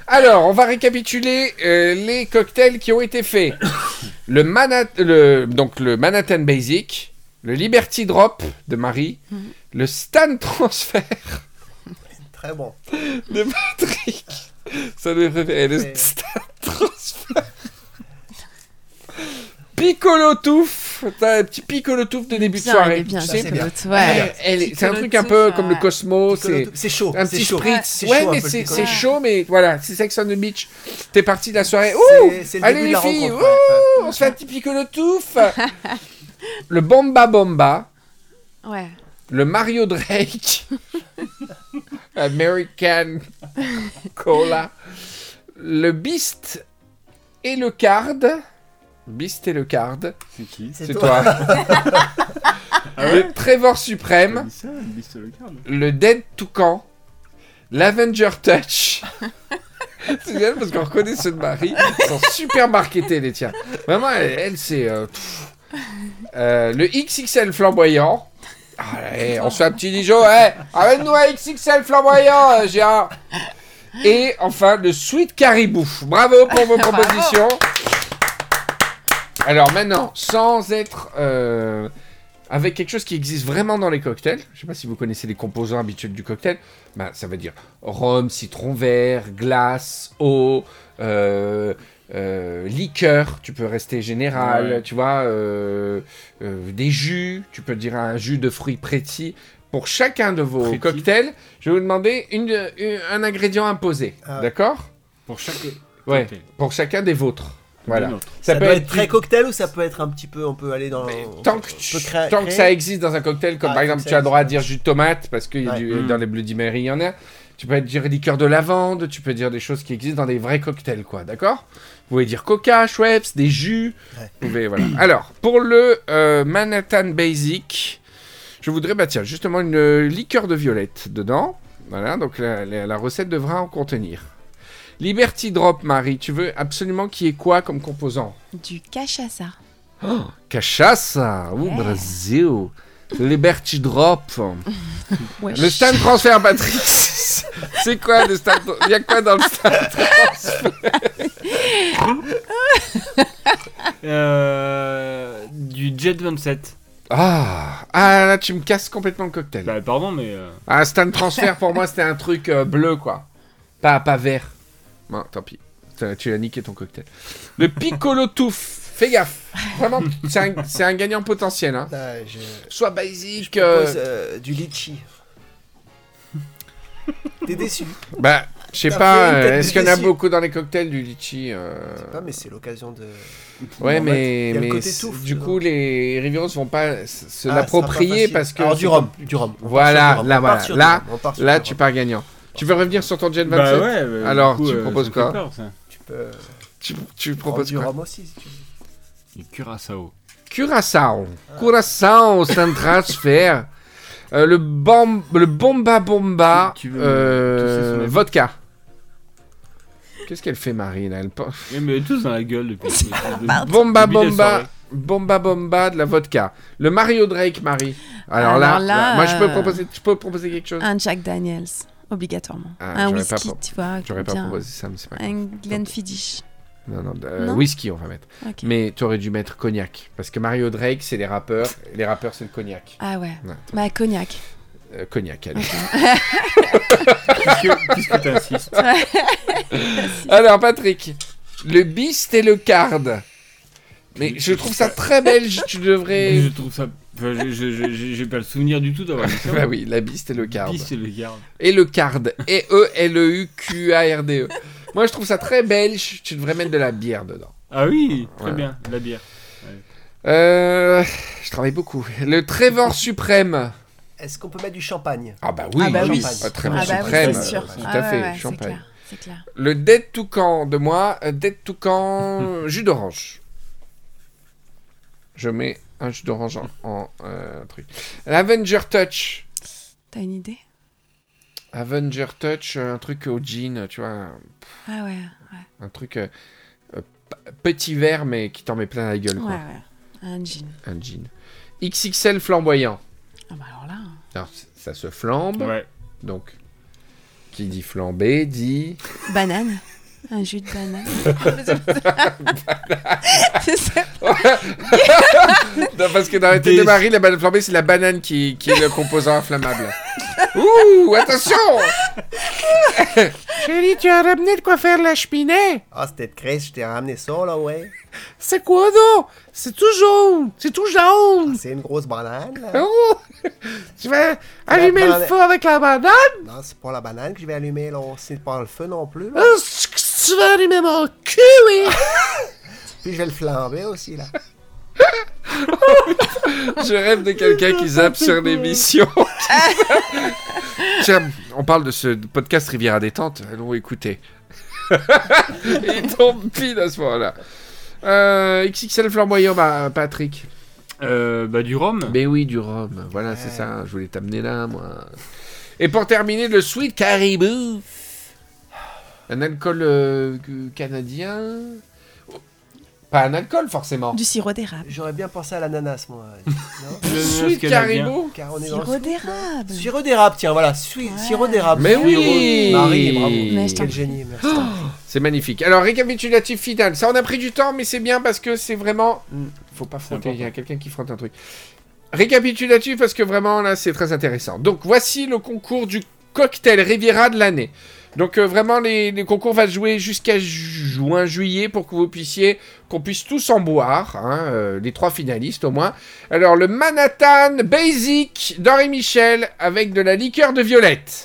D: Alors, on va récapituler euh, les cocktails qui ont été faits. Le, Manhat- le- donc le Manhattan Basic, le Liberty Drop de Marie,
B: Mm-hmm.
D: le Stan Transfer
C: Très bon.
D: de Patrick. Ça devrait préférer le
C: Ouais.
D: Stan Transfer. Piccolo touffe, t'as un petit piccolo touffe de début de
B: Bien, il
D: soirée.
B: est bien,
D: tu
C: c'est
D: sais.
B: Jack
C: bien.
B: Lotte, Ouais.
D: Elle- elle est- C'est un
B: Piccolo
D: truc un
B: touffe,
D: peu
B: euh,
D: comme le
C: Piccolo
D: Cosmo, Oh, c'est
C: Touffe, C'est chaud.
D: un
C: c'est
D: petit
C: chaud.
D: spritz.
C: C'est
D: Ouais,
C: chaud, un
D: mais
C: peu le
D: c'est
C: piccolo.
D: c'est chaud, mais voilà, c'est Sex on the Beach. T'es parti de la soirée. Ouh
C: C'est c'est le
D: Allez
C: début de
D: les
C: la
D: filles,
C: rencontre.
D: ouh,
C: ouais.
D: on se fait un petit piccolo touffe. le Bomba Bomba,
B: Ouais.
D: le Mario Drake, American Cola, le Beast et le Card. Beast et le Card,
A: C'est qui
D: c'est toi.
C: Ah
D: le Trevor
A: T'as
D: Suprême,
A: dit ça, le Beast of the Card
D: le Dead Toucan, l'Avenger Touch. C'est génial parce qu'on reconnaît ceux de Marie. Ils sont super marketés, les tiens. Vraiment, elle, elle, c'est. euh, pff. Euh, le XXL flamboyant. Allez, on se fait un petit Dijon. Ouais. Amène-nous un XXL flamboyant, euh, Gérard. Et enfin, le Sweet Caribou. Bravo pour vos
B: Bravo.
D: propositions. Alors maintenant, sans être. euh, avec quelque chose qui existe vraiment dans les cocktails. Je sais pas si vous connaissez les composants habituels du cocktail. Bah, ça veut dire rhum, citron vert, glace, eau, euh, euh, liqueur. Tu peux rester général,
A: Ouais.
D: tu vois, euh, euh, des jus. Tu peux dire un jus de fruits prétis. Pour chacun de vos
A: Prétis.
D: cocktails, je vais vous demander une, une- un ingrédient imposé.
C: Ah.
D: D'accord
A: Pour chaque.
D: Ouais.
A: cocktail.
D: Pour chacun des vôtres. Voilà.
A: Des nôtres.
C: Ça, peut, être
D: du-
C: très cocktail ou ça peut être un petit peu, on peut aller dans.
D: Mais
C: on
D: tant que,
C: peut
D: tu-
C: créer-
D: tant que
C: créer-
D: ça existe dans un cocktail, comme
C: Ah,
D: par
C: tant
D: exemple,
C: que
D: tu
C: ça
D: as droit à dire
C: existe.
D: jus de tomate, parce que y a
C: Ouais.
D: du-
A: Mm.
D: dans les Bloody Mary, il y en a. Tu peux dire liqueur de lavande, tu peux dire des choses qui existent dans des vrais cocktails, quoi, d'accord Vous pouvez dire coca, Schweppes, des jus.
C: Ouais.
D: Vous pouvez, voilà. Alors, pour le euh, Manhattan Basic, je voudrais, bah tiens, justement, une euh, liqueur de violette dedans. Voilà, donc la, la- la recette devra en contenir. Liberty Drop, Marie, tu veux absolument qu'il y ait quoi comme composant
B: Du cachaça.
D: Cachaça au
B: Ouais.
D: Brasil. Liberty Drop.
B: Ouais.
D: Le stand transfert, Patrick. C'est quoi le stand Il y a quoi dans le stand
A: Euh, du Jet 27.
D: Ah, ah là, tu me casses complètement le cocktail.
A: Bah, pardon, mais. euh,
D: Un stand transfert, pour moi, c'était un truc euh, bleu, quoi. Pas, pas vert. Bon, tant pis. T'as- Tu as niqué ton cocktail. Le Piccolo Touffe. Fais gaffe. Vraiment, c'est un, c'est un gagnant potentiel. Hein.
C: Ah, je,
D: Soit basic.
C: je
D: euh,
C: propose, euh, du litchi. T'es déçu,
D: Bah, je sais
C: T'as
D: pas.
C: fait une tête
D: euh,
C: de
D: Est-ce qu'il y en a
C: déçu.
D: beaucoup dans les cocktails du litchi euh,
C: je sais pas, mais c'est l'occasion de. En
D: Ouais,
C: fait,
D: mais,
C: il y a le
D: mais
C: côté
D: c'est-
C: touffe
D: du
C: dedans.
D: coup, les Riveros vont pas s- se
C: Ah, ce sera
D: l'approprier
C: pas
D: parce
C: facile.
D: que.
C: Alors, du rhum, du rhum. On part
D: Voilà,
C: sur du rhum,
D: là,
C: on part
D: voilà.
C: sur du
D: Là,
C: rhum, on part sur
D: Là,
C: du
D: tu
C: rhum.
D: pars gagnant. Tu veux revenir sur ton Gen 27
A: Bah ouais, bah, du
D: Alors,
A: coup,
D: tu
A: euh,
D: proposes
A: ça me fait
D: quoi
A: peur, ça.
C: Tu peux
D: tu, tu
C: prendre
D: proposes
C: du
D: quoi
C: rhum aussi si tu veux.
A: Du Curaçao.
D: Curaçao. Curaçao, c'est un transfert. Euh, le, bam- le Bomba Bomba
A: Tu- tu veux
D: euh,
A: tousser sur la-
D: Vodka. Qu'est-ce qu'elle fait, Marie là Elle pen-
A: Mais, mais tous dans la gueule depuis. depuis-
D: Bomba
A: depuis la
D: Bomba.
A: soirée.
D: Bomba Bomba de la vodka. Le Mario Drake, Marie. Alors,
B: Alors
D: là, ah,
B: là,
D: là, moi je peux
B: euh,
D: proposer, je peux proposer quelque chose.
B: Un Jack Daniels, obligatoirement.
D: Ah,
B: un
D: j'aurais pas
B: whisky,
D: pro-
B: tu vois.
D: J'aurais pas
B: bien.
D: proposé ça, mais c'est pas grave.
B: Un Glenfiddich.
D: Non, non, euh,
B: Non
D: whisky on va mettre.
B: Ok.
D: Mais tu aurais dû mettre cognac. Parce que Mario Drake, c'est les rappeurs. et les rappeurs, c'est le cognac.
B: Ah ouais.
D: Non,
B: Bah, cognac.
D: euh, cognac, allez.
A: Puisque, puisque t'insistes.
D: Alors, Patrick, le bist et le card. Mais je trouve ça très belge, tu devrais.
A: Je trouve ça. Enfin, je- je- je- j'ai j'ai pas le souvenir du tout d'avoir vu ça.
D: Bah oui, la biste et le card.
A: Pisse et le garde.
D: Et le card. Et E-L-E-U-Q-A-R-D-E. Moi, je trouve ça très belge, tu devrais mettre de la bière dedans.
A: Ah oui, très
D: Voilà.
A: bien, la bière.
D: Euh, je travaille beaucoup. Le Trevor Suprême.
C: Est-ce qu'on peut mettre du champagne
D: Ah bah oui,
B: Ah bah oui.
D: Ah, Trevor
B: Ah bah oui,
D: Suprême. euh,
B: c'est sûr.
D: Tout
B: Ah
D: à
B: ouais,
D: fait,
B: ouais, c'est
D: champagne.
B: clair, C'est clair.
D: Le Dead Toucan de moi, euh, Dead Toucan jus d'orange. Je mets un jus d'orange en, en, euh, truc. L'Avenger Touch.
B: T'as une idée
D: Avenger Touch, euh, un truc au jean, tu vois, un,
B: Ah ouais.
D: un truc euh, euh, p- petit vert mais qui t'en met plein la gueule,
B: Ouais,
D: quoi.
B: ouais. Un jean.
D: Un jean. XXL flamboyant.
B: Ah bah alors là.
D: Alors, c- ça se flambe,
A: Ouais.
D: donc qui dit flambé dit
B: Banane. Un jus de banane. Je sais pas.
D: Non, parce que dans la tête
A: Des-
D: de Marie, la banane flambée, c'est la banane qui, qui est le composant inflammable. Ouh, attention Chérie, tu as ramené de quoi faire la cheminée
C: Ah, c'était de Chris, je t'ai ramené ça là, ouais.
D: C'est quoi, non C'est tout jaune C'est tout jaune
C: Ah, C'est une grosse banane là.
D: Oh Tu vas
C: allumer le feu
D: avec la banane
C: Non, c'est pas la banane que je vais allumer là, c'est pas le feu non plus là.
D: Ah, Tu vas allumer mon cul, oui
C: Puis je vais le flamber aussi là.
D: Je rêve de quelqu'un qui zappe sur l'émission. Tiens, on parle de ce podcast Rivière à détente. Allons écouter. Il tombe pile à ce moment-là. Euh, XXL flamboyant, bah, Patrick.
A: Euh, bah du rhum.
D: Mais oui, du rhum. Voilà, c'est ça. Je voulais t'amener là, moi. Et pour terminer, le sweet caribou. Un alcool euh, que- canadien. Pas un alcool, forcément.
B: Du sirop d'érable.
C: J'aurais bien pensé à l'ananas moi. Non
A: Le
D: sweet
A: canadien.
D: caribou.
C: Car on est dans le
B: Sirop d'érable.
C: Sirop d'érable, tiens, voilà, sui-
B: Ouais.
C: sirop d'érable.
D: Mais
C: Sirop-
D: oui
C: Marie, bravo.
B: Mais je t'en
C: Quel
B: prie.
C: génie, merci.
D: C'est magnifique. Alors, récapitulatif final. Ça, on a pris du temps, mais c'est bien parce que c'est vraiment. hmm, Faut pas frotter.
A: important.
D: Il y a quelqu'un qui frotte un truc. récapitulatif parce que vraiment là c'est très intéressant. Donc voici le concours du cocktail Riviera de l'année. Donc euh, vraiment les, les concours vont se jouer jusqu'à ju- juin juillet pour que vous puissiez qu'on puisse tous en boire, hein, euh, les trois finalistes au moins. Alors le Manhattan Basic d'Henri Michel avec de la liqueur de violette.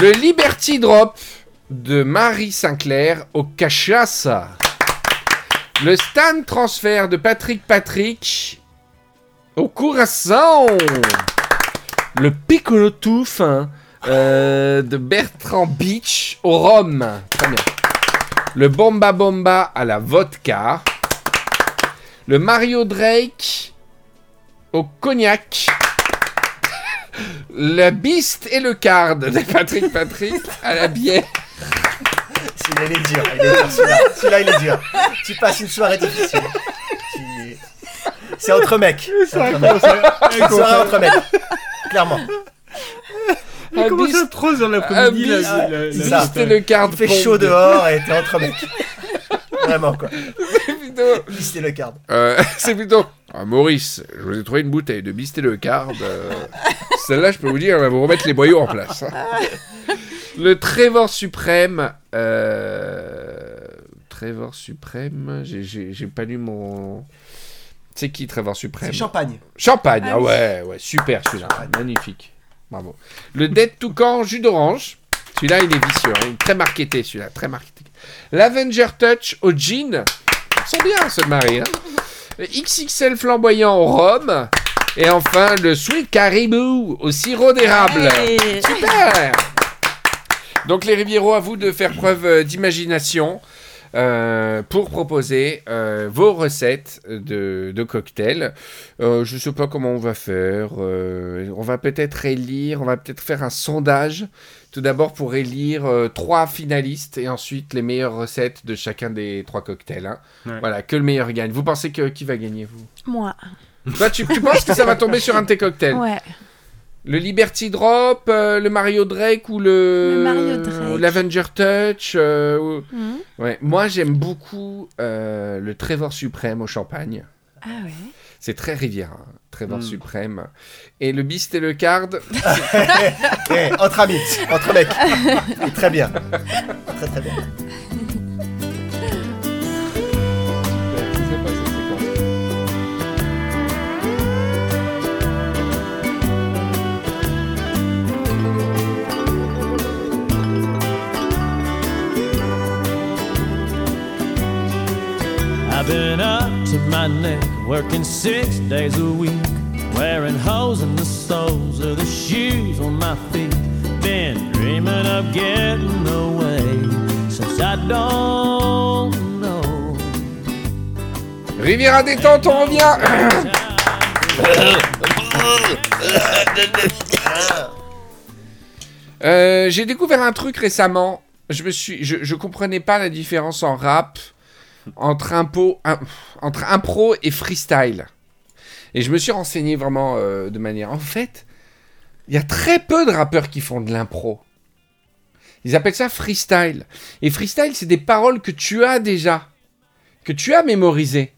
D: Le Liberty Drop de Marie Sinclair au cachaça. Le Stan Transfer de Patrick Patrick au Curaçao. Le Piccolo tout fin euh, de Bertrand Beach au Rhum. Très bien. Le Bomba Bomba à la vodka. Le Mario Drake au cognac. La Beast et le Card de Patrick Patrick à la bière.
C: Celui-là, il est dur. Il est dur celui-là. Celui-là, il est dur. Tu passes une soirée difficile. Tu- C'est entre mecs. C'est entre mecs. Une soirée entre mecs. Clairement.
D: Un
C: Ah,
A: Il commence à
D: bis-
A: 3 dans l'après-midi.
D: un
A: là,
D: bis-
A: c'est la-
C: c'est
A: la-
C: ça.
D: Beast et le Card.
C: Il fait chaud dehors et t'es entre mecs. Vraiment, quoi.
D: dehors.
C: Listez le card.
D: Euh, c'est plutôt. Ah, Maurice, je vous ai trouvé une bouteille de Bisté le Card. euh, Celle-là, je peux vous dire, elle va vous remettre les boyaux en place. hein. Le Trevor Suprême. euh, Trevor Suprême. j'ai- J'ai j'ai pas lu mon. C'est qui Trevor Suprême
C: C'est champagne.
D: Champagne,
B: Ah
D: ah
B: oui.
D: ouais, ouais, super celui-là, magnifique. Bravo. Le Dead Toucan jus d'orange, celui-là il est vicieux, hein, il est très marketé celui-là, très marketé. L'Avenger Touch au jean, ils sont bien ceux de Marie. Hein. Le XXL flamboyant au rhum, et enfin le Sweet Caribou au sirop d'érable.
B: Hey.
D: Super Donc les Rivieros, à vous de faire preuve euh, d'imagination euh, pour proposer euh, vos recettes de, de cocktails. Euh, je ne sais pas comment on va faire. euh, on va peut-être élire, on va peut-être faire un sondage. Tout d'abord pour élire euh, trois finalistes et ensuite les meilleures recettes de chacun des trois cocktails. hein.
A: Ouais.
D: Voilà, que le meilleur gagne. Vous pensez que qui va gagner vous
B: Moi.
D: Toi, tu, tu penses que ça va tomber sur un de tes cocktails
B: Ouais.
D: le Liberty Drop, euh, le Mario Drake ou
B: Le
D: le,
B: Mario Drake.
D: ou l'Avenger Touch. euh, ou-
B: Mhm.
D: ouais. Moi, j'aime beaucoup euh, le Trevor Suprême au champagne.
B: Ah ouais.
D: C'est très Riviera, hein, Trevor
A: Mm.
D: Suprême. Et le Beast et le Card, Euh,
C: Eh, entre amis. Entre mecs. Très bien. Très, très bien.
G: I've been up to my neck, working six days a week, wearing holes in the soles of the shoes on my feet. Been dreaming of getting away since I don't know.
D: Riviera détente, on revient Euh, J'ai découvert un truc récemment. Je me suis, je, je comprenais pas la différence en rap entre impo, un- entre impro et freestyle. Et je me suis renseigné vraiment euh, de manière. En fait, il y a très peu de rappeurs qui font de l'impro. Ils appellent ça freestyle. Et freestyle, c'est des paroles que tu as déjà, que tu as mémorisées.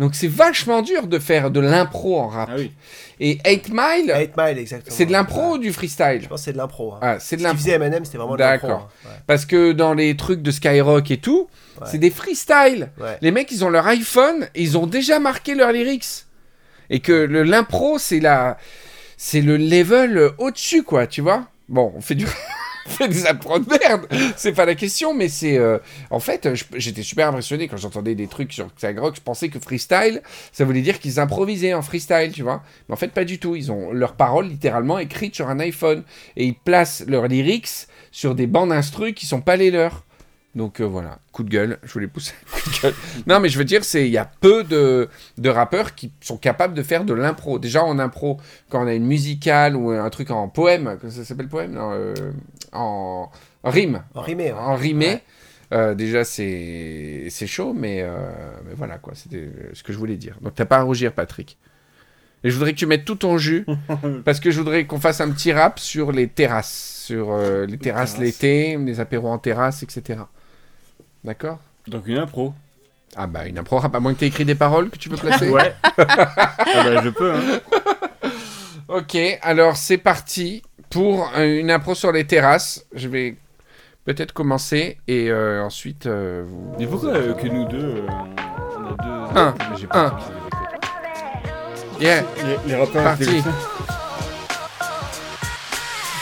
D: Donc c'est vachement dur de faire de l'impro en rap.
A: Ah oui.
D: Et 8 Mile,
C: 8 Mile, exactement.
D: c'est de l'impro ou du
C: Je
D: freestyle
C: pense que c'est de l'impro. hein.
D: Ah, c'est de
C: Ce qu'il
D: l'impro.
C: faisait M&M, c'était vraiment de l'impro.
D: D'accord.
C: hein.
D: Parce que dans les trucs de Skyrock et tout,
C: Ouais.
D: c'est des freestyles.
C: Ouais. Ouais.
D: Les mecs, ils ont leur iPhone et ils ont déjà marqué leurs lyrics. Et que le- l'impro, c'est la... C'est le level euh, au-dessus, quoi, tu vois Bon, on fait du... on fait des impros de merde C'est pas la question, mais c'est... euh, En fait, je- j'étais super impressionné quand j'entendais des trucs sur Skyrock. Je pensais que freestyle, ça voulait dire qu'ils improvisaient en freestyle, tu vois Mais en fait, pas du tout. Ils ont leurs paroles littéralement écrites sur un iPhone. Et ils placent leurs lyrics sur des bandes instru qui sont pas les leurs. Donc euh, voilà, coup de gueule, je voulais pousser un coup de gueule. Non mais je veux dire, c'est il y a peu de, de rappeurs qui sont capables de faire de l'impro. Déjà en impro, quand on a une musicale ou un truc en poème, comment ça s'appelle poème Non, euh, en, en rime.
C: En rimé, hein. ouais.
D: En rimé.
C: Ouais.
D: Euh, déjà c'est c'est chaud, mais, euh, mais voilà quoi, c'était euh, ce que je voulais dire. Donc t'as pas à rougir Patrick. Et je voudrais que tu mettes tout ton jus, parce que je voudrais qu'on fasse un petit rap sur les terrasses, sur euh, les terrasses
A: terrasses.
D: l'été, les apéros en terrasse, etc. D'accord
A: Donc une impro.
D: Ah bah une impro rap, à moins que tu écrit des paroles que tu peux placer.
A: Ouais. Ah bah, je peux. hein.
D: Ok, alors c'est parti pour euh, une impro sur les terrasses. Je vais peut-être commencer et euh, ensuite euh, vous...
A: Mais pourquoi euh, que nous deux, euh, on on a deux.
D: Un,
A: Mais j'ai pas
D: un.
A: compris les écoutes.
D: Yeah,
A: Les, les repas,
D: parti.
A: c'est-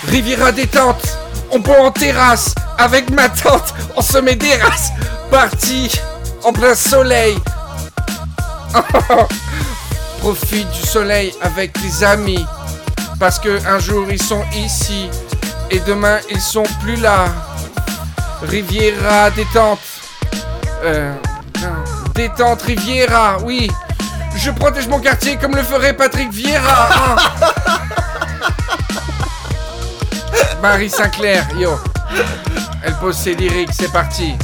D: Riviera détente, on boit en terrasse. Avec ma tante, on se met des races. Parti en plein soleil. Profite du soleil avec les amis. Parce que un jour ils sont ici et demain ils sont plus là. Riviera détente. Euh, non, détente Riviera, oui. Je protège mon quartier comme le ferait Patrick Vieira. hein. Marie Sinclair, yo. Elle pose ses lyriques, c'est parti.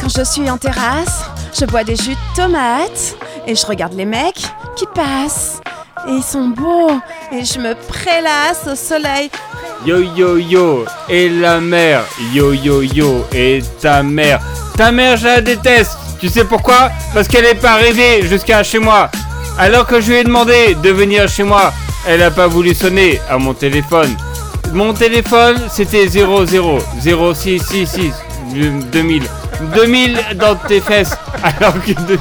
B: Quand je suis en terrasse, je bois des jus de tomates et je regarde les mecs qui passent. Et ils sont beaux et je me prélasse au soleil.
A: Yo yo yo, et la mère. Yo yo yo, et ta mère. Ta mère, je la déteste. Tu sais pourquoi Parce qu'elle n'est pas arrivée jusqu'à chez moi. Alors que je lui ai demandé de venir chez moi, elle n'a pas voulu sonner à mon téléphone. Mon téléphone, c'était 00 0666 2000. 2000 dans tes fesses. Alors que 2000.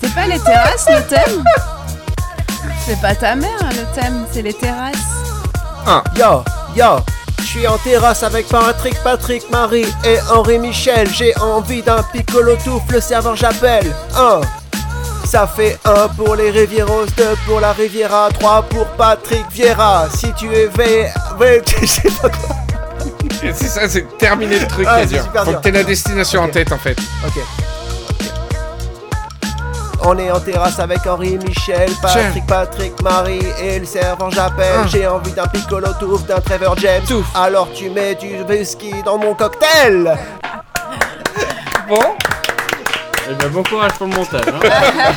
B: C'était pas les terrasses le thème C'est pas ta mère le thème, c'est les terrasses.
C: Yo, yo, je suis en terrasse avec Patrick, Patrick, Marie et Henri Michel. J'ai envie d'un piccolo touffe, le serveur j'appelle. Un, ça fait un pour les Rivieros, deux pour la Riviera, trois pour Patrick Vieira. Si tu es V. Ouais, je sais pas quoi.
D: C'est ça, c'est terminer le truc
C: Ah,
D: qui est
C: c'est
D: dur.
C: super
D: Faut
C: dur.
D: que t'aies la destination
C: Ok.
D: en tête en fait.
C: Ok. On est en terrasse avec Henri, Michel, Patrick, Patrick, Marie et le servant j'appelle.
D: Ah.
C: J'ai envie d'un piccolo touffe, d'un Trevor James.
D: Touffe.
C: Alors tu mets du whisky dans mon cocktail.
D: Bon,
A: Eh ben, bon courage pour le montage. hein.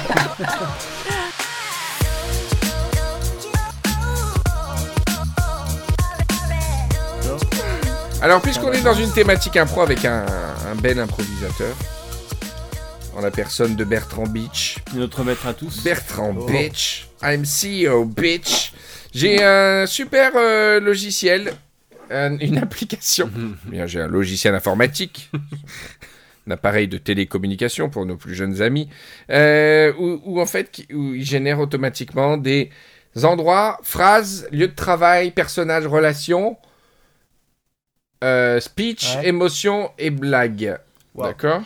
D: alors puisqu'on est dans une thématique impro avec un, un bel improvisateur, en la personne de Bertrand Beach.
A: Notre maître à tous.
D: Bertrand
C: Oh.
D: Bitch, I'm CEO Bitch. J'ai un super euh, logiciel, un- une application. Bien, j'ai un logiciel informatique, un appareil de télécommunication pour nos plus jeunes amis, euh, où, où en fait, qui- où il génère automatiquement des endroits, phrases, lieux de travail, personnages, relations, euh, speech,
C: Ouais.
D: émotions et blagues.
C: Wow.
D: D'accord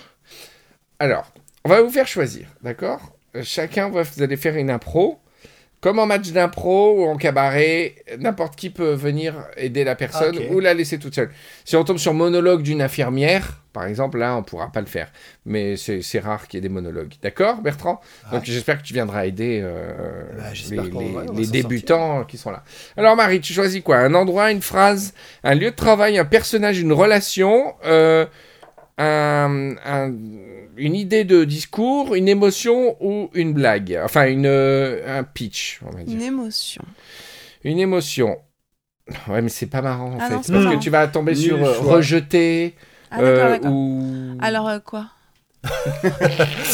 D: Alors, on va vous faire choisir, d'accord Euh, Chacun, va- vous allez faire une impro. Comme en match d'impro ou en cabaret, n'importe qui peut venir aider la personne
C: Ok.
D: ou la laisser toute seule. Si on tombe sur monologue d'une infirmière, par exemple, là, on pourra pas le faire. Mais c'est c'est rare qu'il y ait des monologues. D'accord, Bertrand Donc j'espère que tu viendras aider euh,
C: Bah,
D: les,
C: j'espère qu'on-
D: les-
C: ouais, on va
D: les
C: s'en
D: débutants qui sont là. Alors Marie, tu choisis quoi Un endroit, une phrase, un lieu de travail, un personnage, une relation, euh, un- un- une idée de discours, une émotion ou une blague Enfin, une, euh, un pitch, on va dire.
B: Une émotion.
D: Une émotion. Ouais, mais c'est pas marrant en
B: Ah
D: fait.
B: non, c'est
D: parce
B: pas
D: que
B: marrant.
D: tu vas tomber
A: Nul
D: sur euh,
A: choix.
D: rejeté
B: Ah d'accord,
D: euh,
B: d'accord.
D: ou.
B: Alors euh, quoi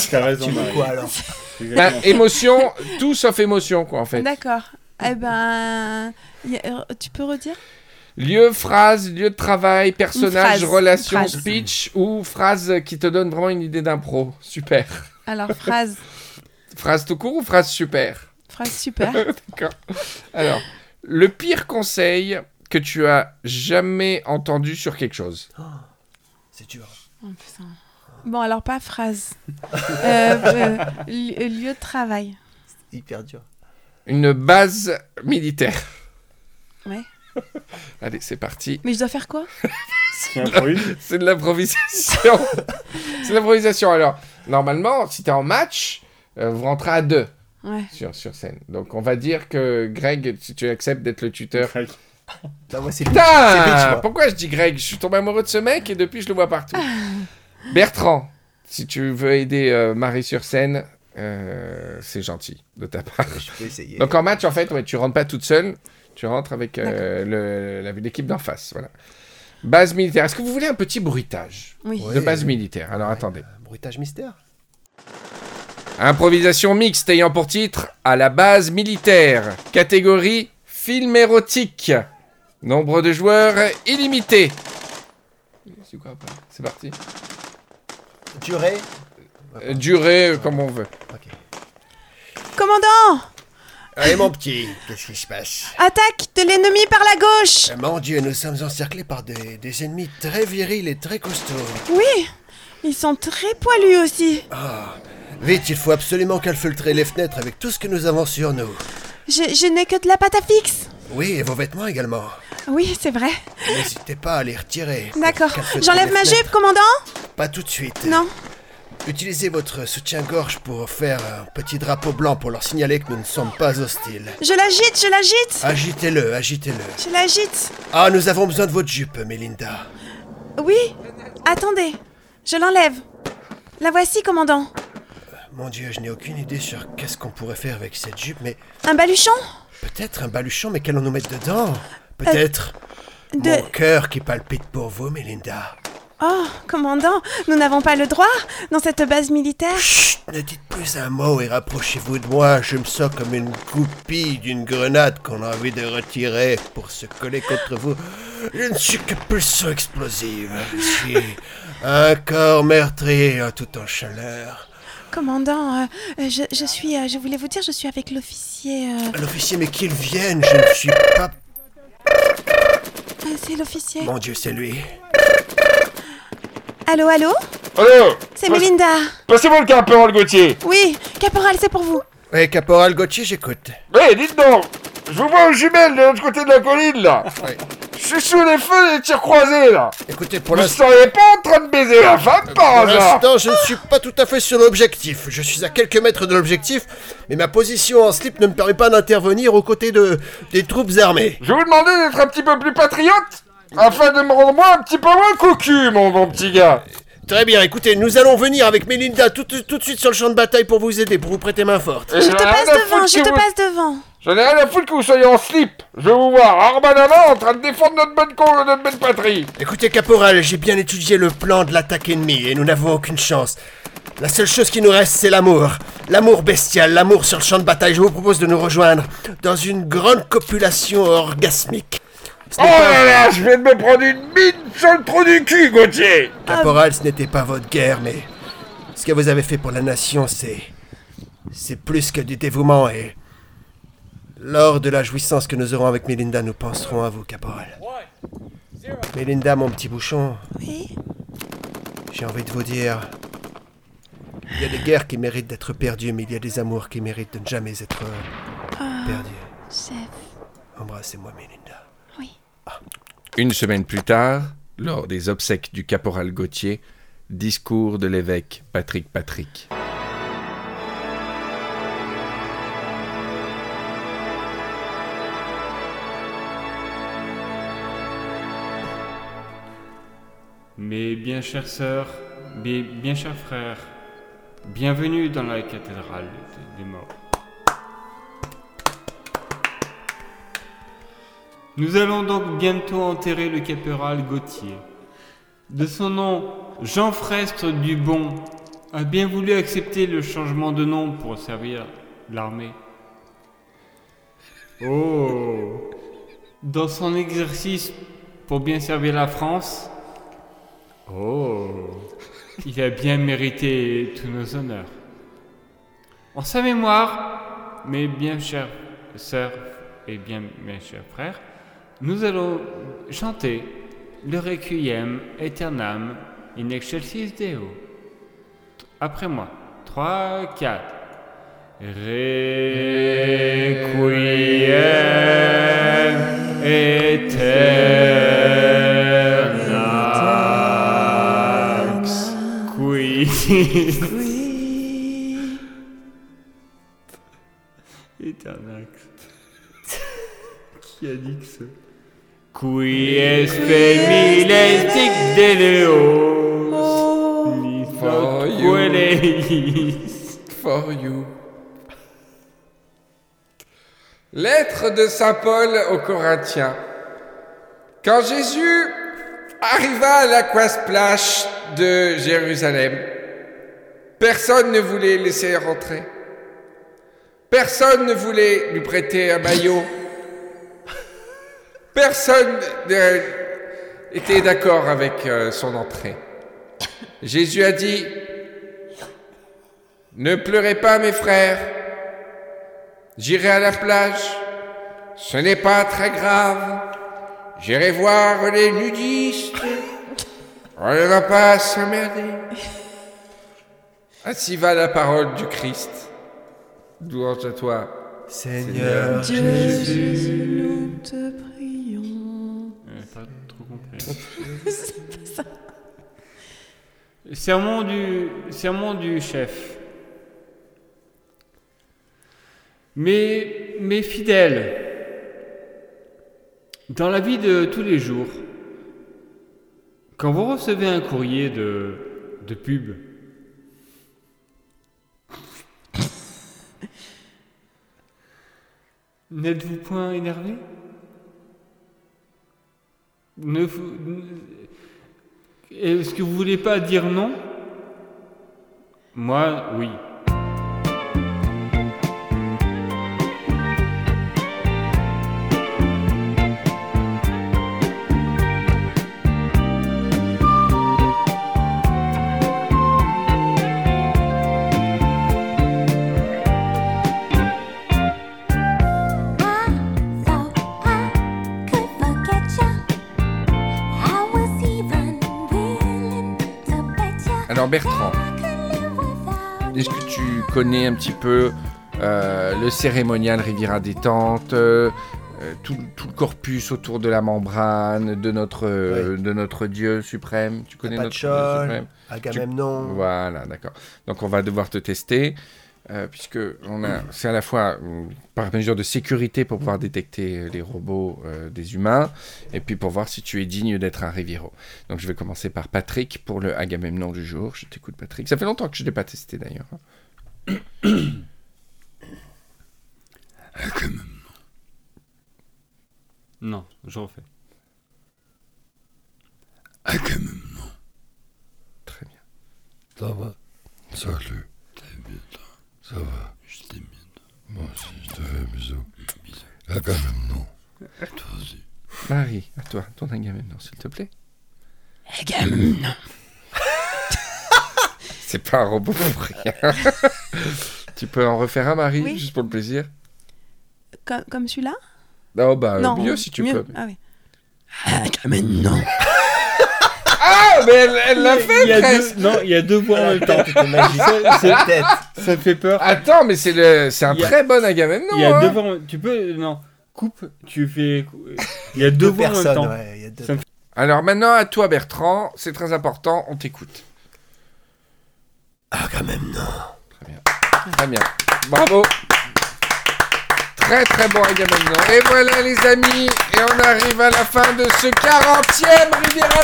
A: T'as raison.
C: Tu veux
A: Marie.
C: quoi alors
D: Bah,
A: Exactement.
D: émotion, tout sauf émotion quoi en fait.
B: D'accord. Eh ben, y a- euh, tu peux redire
D: Lieu, phrase, lieu de travail, personnage,
B: Une phrase,
D: relation,
B: une phrase.
D: speech ou phrase qui te donne vraiment une idée d'impro. Super.
B: Alors phrase,
D: Phrase tout court ou phrase super
B: phrase super.
D: D'accord. Alors, le pire conseil que tu as jamais entendu sur quelque chose.
C: C'est dur.
B: Oh, putain. Bon, alors pas phrase. Euh, euh, li- euh, lieu de travail.
C: C'est hyper dur.
D: Une base militaire.
B: Ouais.
D: Allez, c'est parti.
B: Mais je dois faire quoi
A: Tu improvises
D: C'est de l'improvisation. c'est de l'improvisation. Alors, normalement, si t'es en match, euh, vous rentrez à deux
B: Ouais.
D: sur, sur scène. Donc, on va dire que Greg, si tu acceptes d'être le tuteur,
C: Là, Bah, moi, c'est C'est Peach,
D: Putain
C: moi.
D: Pourquoi je dis Greg Je suis tombé amoureux de ce mec et depuis je le vois partout. Bertrand, si tu veux aider euh, Marie sur scène, euh, c'est gentil de ta part.
C: Je peux essayer.
D: Donc en match, en fait, ouais, tu rentres pas toute seule, tu rentres avec euh, le- la- l'équipe d'en face. Voilà. Base militaire. Est-ce que vous voulez un petit bruitage
B: Oui.
D: de
H: Ouais.
D: base militaire Alors attendez.
H: Un bruitage mystère.
D: Improvisation mixte ayant pour titre À la base militaire. Catégorie film érotique. Nombre de joueurs illimité. C'est quoi après C'est parti.
H: Durée.
D: Euh, Durée euh, comme on veut.
H: Ok.
B: Commandant
C: Allez, mon petit, qu'est-ce qui se passe
B: Attaque de l'ennemi par la gauche
C: Euh, Mon Dieu, nous sommes encerclés par des, des ennemis très virils et très costauds.
B: Oui Ils sont très poilus aussi.
C: Vite, il faut absolument calfeutrer les fenêtres avec tout ce que nous avons sur nous.
B: Je, je n'ai que de la pâte à fixe.
C: Oui, et vos vêtements également.
B: Oui, c'est vrai.
C: N'hésitez pas à les retirer.
B: D'accord.
C: Calfeutrer
B: J'enlève
C: les
B: ma
C: fenêtres.
B: jupe, commandant
C: Pas tout de suite.
B: Non.
C: Utilisez votre soutien-gorge pour faire un petit drapeau blanc pour leur signaler que nous ne sommes pas hostiles.
B: Je l'agite, je l'agite
C: Agitez-le, agitez-le.
B: Je l'agite.
C: Ah, nous avons besoin de votre jupe, Melinda.
B: Oui Attendez. Je l'enlève. La voici, commandant.
C: Mon Dieu, je n'ai aucune idée sur qu'est-ce qu'on pourrait faire avec cette jupe, mais
B: Un baluchon
C: peut-être un baluchon, mais qu'allons-nous mettre dedans Peut-être
B: De...
C: mon cœur qui palpite pour vous, Melinda.
B: Oh, commandant, nous n'avons pas le droit dans cette base militaire.
C: Chut, ne dites plus un mot et rapprochez-vous de moi. Je me sens comme une goupille d'une grenade qu'on a envie de retirer pour se coller contre vous. Je ne suis que pulsion explosive. Je suis un corps meurtrier euh, tout en chaleur.
B: Commandant, euh, euh, je, je suis... euh, je voulais vous dire, je suis avec l'officier... euh,
C: L'officier, mais qu'il vienne, je ne suis pas...
B: euh, c'est l'officier.
C: Mon Dieu, c'est lui.
B: Allô, allô
D: Allô
B: C'est Melinda.
D: Passez-moi le caporal Gauthier
B: Oui, caporal, c'est pour vous.
C: Eh, Caporal Gauthier, j'écoute.
D: Hé, Eh, dites donc Je vous vois aux jumelles de l'autre côté de la colline, là
C: Ouais.
D: Je suis sous les feux des tirs croisés, là
C: Écoutez, pour
D: Vous
C: l'instant...
D: seriez pas en train de baiser la femme, par
C: Pour
D: hasard
C: l'instant, je ne suis pas tout à fait sur l'objectif. Je suis à quelques mètres de l'objectif, mais ma position en slip ne me permet pas d'intervenir aux côtés de des troupes armées.
D: Je vais vous demander d'être un petit peu plus patriote afin de me rendre moi un petit peu moins cocu, mon bon petit gars.
C: Très bien, écoutez, nous allons venir avec Melinda tout, tout de suite sur le champ de bataille pour vous aider, pour vous prêter main forte.
D: Et
B: Je
D: j'en ai
B: te
D: rien
B: passe
D: à
B: devant,
D: foutre
B: je
D: que
B: te
D: vous-
B: passe devant.
D: J'en ai rien à foutre que vous soyez en slip. Je vais vous voir, arme à la main, en train de défendre notre bonne, con- notre bonne patrie.
C: Écoutez, caporal, j'ai bien étudié le plan de l'attaque ennemie et nous n'avons aucune chance. La seule chose qui nous reste, c'est l'amour. L'amour bestial, l'amour sur le champ de bataille. Je vous propose de nous rejoindre dans une grande copulation orgasmique. Ce
D: Oh
C: n'est pas-
D: là là, je viens de me prendre une mine sur le trou du cul, Gauthier.
C: Caporal, ce n'était pas votre guerre, mais ce que vous avez fait pour la nation, c'est. C'est plus que du dévouement et. Lors de la jouissance que nous aurons avec Melinda, nous penserons à vous, Caporal. Melinda, mon petit bouchon,
B: Oui,
C: j'ai envie de vous dire. Il y a des guerres qui méritent d'être perdues, mais il y a des amours qui méritent de ne jamais être euh, perdus.
B: chef.
C: Embrassez-moi, Melinda.
D: Une semaine plus tard, lors des obsèques du caporal Gauthier, discours de l'évêque Patrick Patrick.
A: Mes bien chères sœurs, mes bien chers frères, bienvenue dans la cathédrale de- des morts. Nous allons donc bientôt enterrer le caporal Gauthier. De son nom, Jean Frestre Dubon a bien voulu accepter le changement de nom pour servir l'armée. Oh Dans son exercice pour bien servir la France, Oh Il a bien mérité tous nos honneurs. En sa mémoire, mes bien chères sœurs et bien mes chers frères, nous allons chanter le Requiem Aeternam in excelsis Deo. Après moi, 3, 4. Requiem Aeternam qui Aeternax. Qui a dit que ça Qui est femiles dic de Leos Ni
D: For
A: not
D: you.
A: quelis.
D: For you. Lettre de Saint Paul aux Corinthiens. Quand Jésus Arriva à l'aquasplash de Jérusalem. Personne ne voulait laisser rentrer. Personne ne voulait lui prêter un maillot. Personne euh, était d'accord avec euh, son entrée. Jésus a dit, Ne pleurez pas mes frères, j'irai à la plage, ce n'est pas très grave, j'irai voir les nudistes, on ne va pas s'emmerder. Ainsi va la parole du Christ. Louange à toi,
C: Seigneur.
B: Nous te prions.
A: pas trop compris. Sermon du, sermon du chef. Mais, mais fidèle, dans la vie de tous les jours, quand vous recevez un courrier de, de pub, n'êtes-vous point énervé ne vous- ne- Est-ce que vous voulez pas dire non Moi, oui.
D: Alors Bertrand, est-ce que tu connais un petit peu euh, le cérémonial Riviera détente, euh, euh, tout, tout le corpus autour de la membrane de notre, euh, de notre Dieu suprême Tu connais notre Dieu
C: Patchol.
D: suprême
C: Agamemnon.
D: Voilà, d'accord. Donc on va devoir te tester, euh, puisque on a, c'est à la fois euh, par mesure de sécurité pour pouvoir détecter les robots euh, des humains, et puis pour voir si tu es digne d'être un Riviero. Donc je vais commencer par Patrick pour le Agamemnon du jour. Je t'écoute Patrick. Ça fait longtemps que je ne l'ai pas testé d'ailleurs. hein.
A: Non, je refais.
D: Très bien.
I: Ça va Salut. T'es bien, toi Ça va Je t'aime bien, Moi aussi, je te fais un bisou. Bisous. Ah, quand même, non. Toi aussi.
D: Marie, à toi, ton Agamemnon s'il te plaît.
B: Eh, Agamemnon.
D: C'est pas un robot pour rien. tu peux en refaire un Marie,
B: Oui.
D: juste pour le plaisir
B: Comme, comme celui-là
D: Non, bah mieux si tu peux.
B: Ah oui.
D: Ah, mais elle elle l'a fait
A: Il y a
D: presque
A: deux, non, il y a deux voix en même temps.
C: C'était magique.
A: Ça,
C: Tête.
A: ça fait peur.
D: Attends, mais c'est le, c'est un
A: Il y a-
D: très bon Agamemnon.
A: Il y a
D: hein.
A: deux voix. en- Tu peux non coupe. Tu fais. Il y a deux, voix en même
C: personnes,
A: temps.
C: ouais, il y a deux
A: Ça me-
D: Alors maintenant à toi Bertrand, c'est très important, on t'écoute.
C: Ah, quand même, non.
D: Très bien. Bravo. Très très bon Agamemnon. Et voilà les amis, et on arrive à la fin de ce 40e Riviera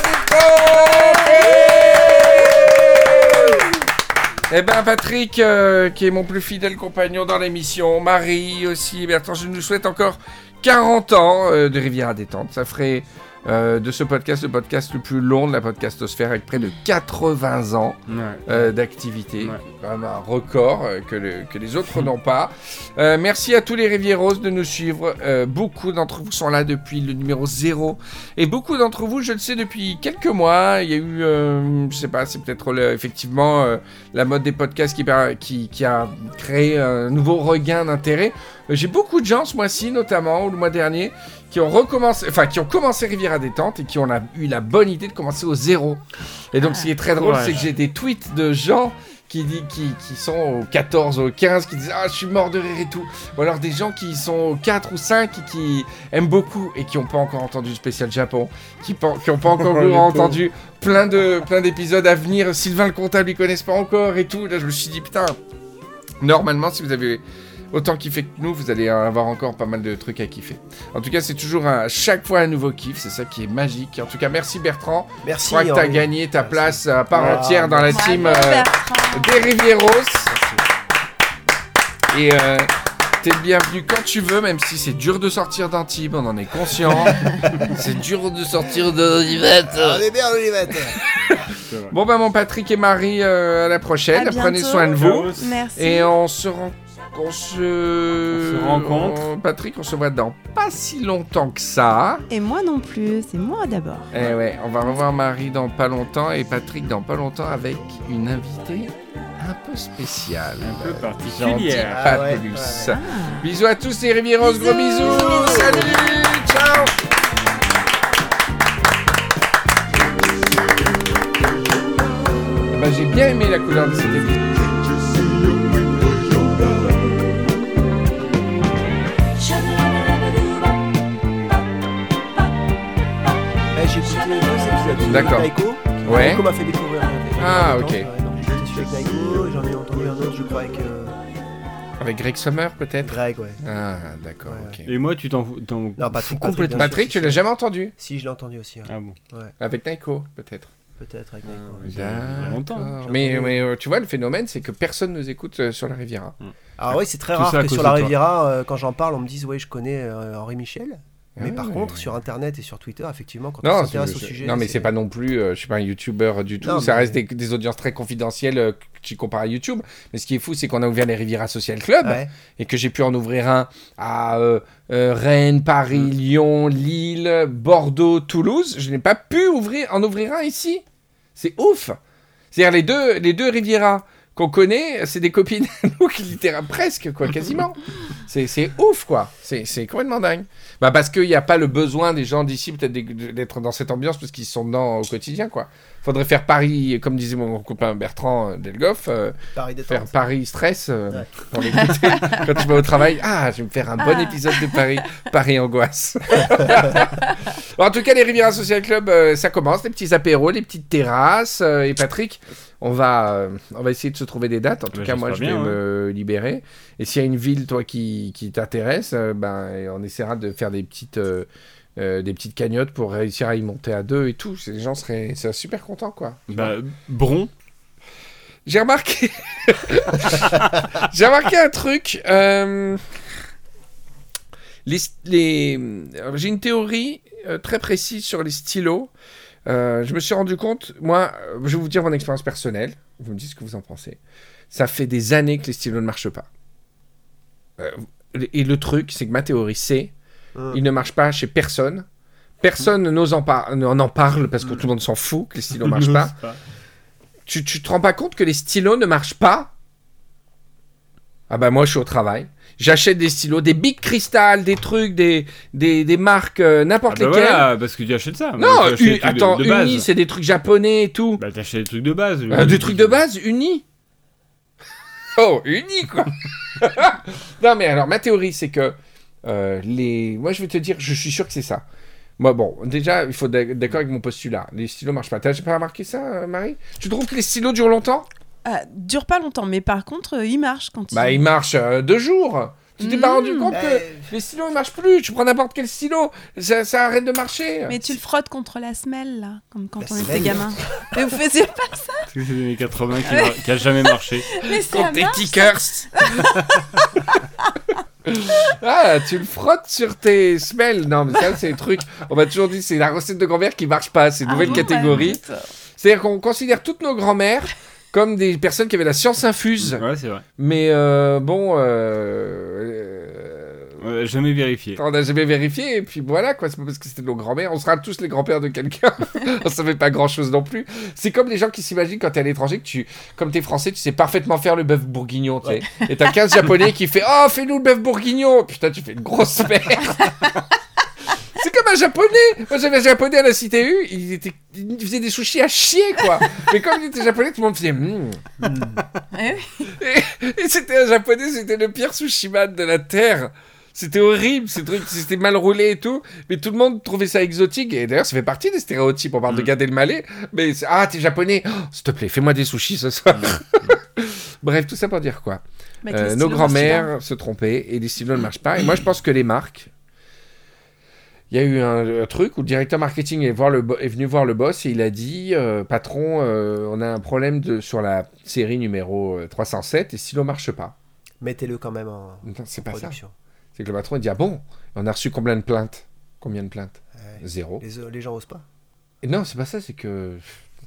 D: des Temps. Eh ben Patrick, euh, qui est mon plus fidèle compagnon dans l'émission, Marie aussi, Bertrand, je nous souhaite encore 40 ans euh, de Rivière à détente. Ça ferait euh, de ce podcast le podcast le plus long de la podcastosphère avec près de 80 ans
A: Ouais.
D: euh, d'activité.
A: Ouais.
D: C'est quand même un record euh, que, le- que les autres n'ont pas. Euh, merci à tous les Rivieros de nous suivre. Euh, beaucoup d'entre vous sont là depuis le numéro 0. Et beaucoup d'entre vous, je le sais, depuis quelques mois. Il y a eu, euh, je sais pas, c'est peut-être le- effectivement euh, la mode des podcasts qui, par- qui, qui a créé un nouveau regain d'intérêt. Euh, J'ai beaucoup de gens ce mois-ci, notamment, ou le mois dernier, qui ont recommencé, enfin, qui ont commencé Riviera Détente et qui ont la- eu la bonne idée de commencer au zéro. Et donc, ce qui est très drôle,
A: courage.
D: c'est que j'ai des tweets de gens qui, dit, qui, qui sont au 14, au 15, qui disent Ah, je suis mort de rire et tout. Ou alors des gens qui sont au 4 ou 5 et qui aiment beaucoup et qui n'ont pas encore entendu le spécial Japon, qui n'ont pas encore
A: Le pauvre.
D: entendu plein de plein d'épisodes à venir. Sylvain le comptable, ils connaissent pas encore et tout. Là, je me suis dit Putain, normalement, si vous avez autant kiffé que nous, vous allez avoir encore pas mal de trucs à kiffer. En tout cas, c'est toujours un- à chaque fois un nouveau kiff, c'est ça qui est magique. En tout cas, merci Bertrand. Je
C: Merci.
D: crois que t'as
C: Henri.
D: gagné ta
C: Merci.
D: place à part
C: Ah,
D: entière dans la
B: Bravo,
D: team euh,
B: Bertrand.
D: des Rivieros. Et euh, T'es le bienvenu quand tu veux, même si c'est dur de sortir d'Antibes, on en est conscient.
E: C'est dur de sortir de
C: Ah,
E: l'ivette.
I: est bien, Olivette
D: Bon bah mon Patrick et Marie, euh, à la prochaine.
B: À bientôt.
D: Prenez soin de vous.
B: Merci.
D: Et on se ren- On se...
A: On se rencontre.
D: on- Patrick, on se voit dans pas si longtemps que ça.
B: Et moi non plus, c'est moi d'abord.
D: Eh ouais, on va revoir Marie dans pas longtemps et Patrick dans pas longtemps avec une invitée un peu spéciale.
A: Un peu
D: Gentille,
A: particulière.
D: pas
C: Ah ouais,
D: plus.
C: ouais,
D: Bisous à tous les Rivieros,
B: Bisous.
D: gros bisous. Salut, ciao. Eh ben, J'ai bien aimé la couleur de cette émission.
C: Eh, j'ai écouté les deux épisodes.
D: D'accord.
C: Naiko.
D: Ouais.
C: Naiko m'a fait découvrir.
D: Ah, ok.
C: Ouais, donc J'ai écouté celui avec Naiko, j'en ai entendu un autre, je crois, avec euh,
D: Avec Greg Sommer peut-être
C: Greg, ouais.
D: Ah d'accord, ok.
A: Et moi, tu t'en fous t'en
C: Non,
A: fous
C: Patrick,
A: complètement.
C: bien sûr.
D: Patrick, tu l'as jamais entendu
C: Si, je l'ai entendu aussi, hein.
A: Ah bon,
D: Avec Nico peut-être.
C: peut-être avec Naiko.
D: Ah,
C: ouais.
A: il y a il y a longtemps.
C: hein.
D: D'accord. Mais, mais, euh, tu vois, le phénomène, c'est que personne nous écoute euh, sur la Riviera.
C: Ah oui, c'est très
A: Tout
C: rare
A: ça à
C: que
A: cause
C: sur la
A: de toi.
C: Riviera, euh, quand j'en parle, on me dise ouais, je connais euh, Henri Michel. Mais
D: Ah Ouais.
C: par contre, sur Internet et sur Twitter, effectivement, quand
D: Non,
C: on s'intéresse au
D: c'est-
C: sujet,
D: non mais c'est pas non plus, euh, je suis pas un youtubeur euh, du tout,
C: Non,
D: ça
C: mais-
D: reste des, des audiences très confidentielles euh, que tu compares à YouTube. Mais ce qui est fou, c'est qu'on a ouvert les Riviera Social Club
C: Ouais.
D: et que j'ai pu en ouvrir un à euh, euh, Rennes, Paris, Lyon, Lille, Bordeaux, Toulouse. Je n'ai pas pu ouvrir, en ouvrir un ici. C'est ouf. C'est-à-dire les deux, les deux Riviera qu'on connaît, c'est des copines à nous qui littéralement presque, quoi, quasiment. C'est c'est ouf, quoi. C'est c'est complètement dingue. Bah parce qu'il n'y a pas le besoin des gens d'ici peut-être d'é- d'être dans cette ambiance parce qu'ils sont dedans au quotidien, quoi. Faudrait faire Paris, comme disait mon copain Bertrand euh, Delgoff, euh,
C: Paris détente.
D: faire Paris stress euh,
C: Ouais.
D: pour l'écouter quand tu vas au travail. Ah, je vais me faire un bon épisode de Paris, Paris angoisse. en tout cas, les Riviera Social Club, euh, ça commence, les petits apéros, les petites terrasses. euh, et Patrick, on va, euh, on va essayer de se trouver des dates. En tout
A: Bah,
D: cas, moi, je vais
A: j'espère bien,
D: me libérer. Et s'il y a une ville, toi, qui, qui t'intéresse, euh, ben, et on essaiera de faire des petites. euh, euh, des petites cagnottes pour réussir à y monter à deux et tout. Les gens seraient, seraient super contents, quoi.
A: Bah, Bron,
D: J'ai remarqué. J'ai remarqué un truc. euh, Les, les- alors, J'ai une théorie euh, très précise sur les stylos. Euh, je me suis rendu compte, moi, euh, je vais vous dire mon expérience personnelle. Vous me dites ce que vous en pensez. Ça fait des années que les stylos ne marchent pas. Euh, et le truc, c'est que ma théorie, c'est
A: Ah.
C: Hum.
D: ils ne marchent pas chez personne. Personne n'ose en, par- n'en- en parle parce que tout le monde s'en fout que les stylos marchent pas tu, tu te rends pas compte que les stylos ne marchent pas Ah bah moi je suis au travail. J'achète des stylos, des big cristal, des trucs, des, des, des marques euh,
A: Ah
D: n'importe
A: bah
D: lesquelles.
A: voilà, parce que tu achètes Ah, ça.
D: non, U-
A: Tu achètes des trucs de-
D: attends,
A: de,
D: Uni,
A: base.
D: c'est des trucs japonais et tout.
A: Bah, t'achètes des trucs de base.
D: Euh, des trucs de base, Uni. Oh, Uni quoi Non mais alors ma théorie c'est que euh, les... Moi je vais te dire, je suis sûr que c'est ça. Moi bon, déjà il faut d'ac- d'accord avec mon postulat. Les stylos marchent pas. T'as pas remarqué ça, euh, Marie Tu trouves que les stylos durent longtemps
B: Ah, dure pas longtemps, mais par contre, euh, il marche quand il.
D: Bah, il marche euh, deux jours. Tu t'es pas
B: Mm.
D: rendu compte que
C: Eh,
D: les stylos ne marchent plus. Tu prends n'importe quel stylo, ça, ça arrête de marcher.
B: Mais tu le frottes contre la semelle, là, comme quand
C: La
B: on était
C: semelle.
B: gamin. Mais vous faisiez pas
A: C'est des années 80 qui, va- qui a jamais marché.
B: mais ça
D: Quand t'es
B: marche.
D: tickers. ah, tu le frottes sur tes semelles. Non, mais ça, c'est des trucs. On m'a toujours dit, c'est la recette de grand-mère qui marche pas. C'est une
B: Ah
D: nouvelle
B: bon,
D: catégorie.
B: bah, écoute,
D: C'est-à-dire qu'on considère toutes nos grand-mères comme des personnes qui avaient la science infuse.
A: Ouais, c'est vrai.
D: Mais euh, bon. euh, euh,
A: On a jamais vérifié.
D: On n'a jamais vérifié, et puis voilà, quoi. C'est pas parce que c'était nos grands-mères. On sera tous les grands-pères de quelqu'un. on savait pas grand-chose non plus. C'est comme les gens qui s'imaginent quand t'es à l'étranger que tu, comme t'es français, tu sais parfaitement faire le bœuf bourguignon, tu sais. Et t'as 15 japonais qui fait Oh, fais-nous le bœuf bourguignon. Putain, tu fais une grosse merde. C'est comme un japonais. Moi, j'avais un japonais à la cité U. Il, était, il faisait des sushis à chier, quoi. Mais comme il était japonais, tout le monde faisait Hmm.
B: Eh
D: Et c'était un japonais, c'était le pire sushiman de la terre. C'était horrible, ces trucs, c'était mal roulé et tout. Mais tout le monde trouvait ça exotique. Et d'ailleurs, ça fait partie des stéréotypes. On parle de garder le malais. Mais c'est- ah, t'es japonais. Oh, S'il te plaît, fais-moi des sushis ce soir. Bref, tout ça pour dire quoi
B: mais
D: Euh,
B: avec les
D: Nos
B: stylos, bah, marche pas.
D: grands-mères se trompaient et les stylos ne marchent pas. Et moi, je pense que les marques. Il y a eu un, un truc où le directeur marketing est, voir le bo- est venu voir le boss et il a dit euh, Patron, euh, on a un problème de, sur la série numéro euh, 307 et stylos ne marche pas.
E: mettez-le quand même en
D: Non, C'est
C: Oh,
D: pas ça.
E: production.
D: C'est que le patron il dit Ah bon On a reçu combien de plaintes Combien de plaintes
C: Eh,
E: Ouais.
D: Zéro.
C: euh,
E: Les, les gens osent pas.
D: Et non, c'est pas ça, c'est que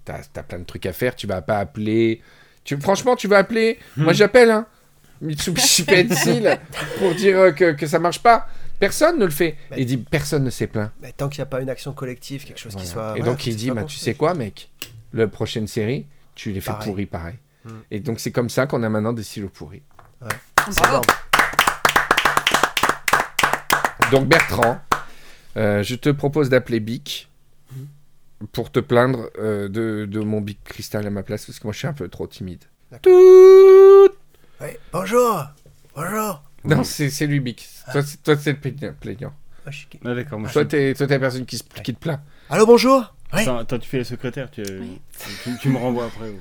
D: t'as as plein de trucs à faire, tu vas pas appeler. Tu, franchement, tu vas appeler.
E: Hmm.
D: Moi, j'appelle, hein. Mitsubishi Pencil pour dire euh, que, que ça marche pas. Personne ne le fait.
E: Mais-
D: Il dit Personne ne s'est plaint.
E: Mais tant qu'il n'y a pas une action collective, quelque chose qui
D: Voilà.
E: soit.
D: Et
E: voilà,
D: donc, il
E: c'est
D: dit
E: pas
D: bah,
E: bon.
D: Tu sais quoi, mec La prochaine série, tu les fais
E: Pareil.
D: pourris pareil.
E: Mm.
D: Et donc, c'est comme ça qu'on a maintenant des silos pourris.
E: C'est énorme.
D: Donc Bertrand, euh, je te propose d'appeler Bic pour te plaindre euh, de, de mon Bic cristal à ma place parce que moi je suis un peu trop timide. Tout
E: Ouais, Bonjour Bonjour
D: Non, c'est c'est lui Bic. Toi, c'est- Toi, c'est le plaignant- plaignant.
E: Ah, je suis qui
A: Ah, d'accord, moi je
D: Toi, t'es toi, t'es la personne qui, se- qui te plaint.
E: Allô, bonjour Oui
A: Attends, attends, tu fais la secrétaire, tu,
B: Oui.
A: tu, tu me renvoies après. ou-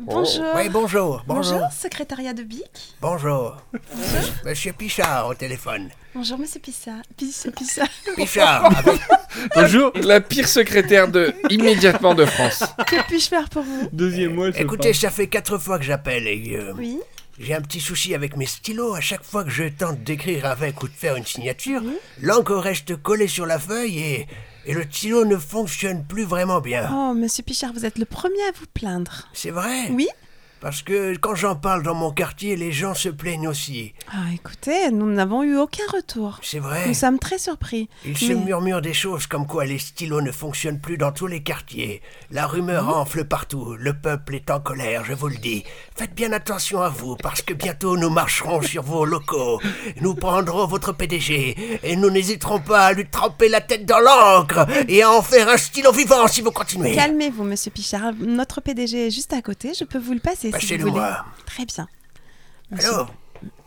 B: Bonjour.
C: Oui, bonjour, bonjour,
B: Bonjour, secrétariat de BIC.
C: bonjour. Monsieur Pichard au téléphone.
B: Bonjour, monsieur Pissa. Pissa, Pissa.
C: Pichard, avec-
A: Bonjour
D: La pire secrétaire de immédiatement de France.
B: Que puis-je faire pour vous
A: Deuxième mois, elle se
C: écoutez, ça fait quatre fois que j'appelle et euh,
B: Oui.
C: j'ai un petit souci avec mes stylos. À chaque fois que je tente d'écrire avec ou de faire une signature, l'encre reste collée sur la feuille et, et le stylo ne fonctionne plus vraiment bien.
B: Oh, monsieur Pichard, vous êtes le premier à vous plaindre.
C: C'est vrai
B: Oui
C: Parce que quand j'en parle dans mon quartier, les gens se plaignent aussi.
B: Ah, écoutez, nous n'avons eu aucun retour.
C: C'est vrai
B: Nous sommes très surpris.
C: Il se
B: Mais-
C: murmure des choses comme quoi les stylos ne fonctionnent plus dans tous les quartiers. La rumeur
B: Ah
C: enfle partout. Le peuple est en colère, je vous le dis. Faites bien attention à vous, parce que bientôt nous marcherons sur vos locaux. Nous prendrons votre PDG, et nous n'hésiterons pas à lui tremper la tête dans l'encre, et à en faire un stylo vivant si vous continuez.
B: Calmez-vous, monsieur Pichard. Notre PDG est juste à côté. Je peux vous le passer si vous
C: Passez-le
B: voulez.
C: moi.
B: Très bien. Monsieur-
C: Alors,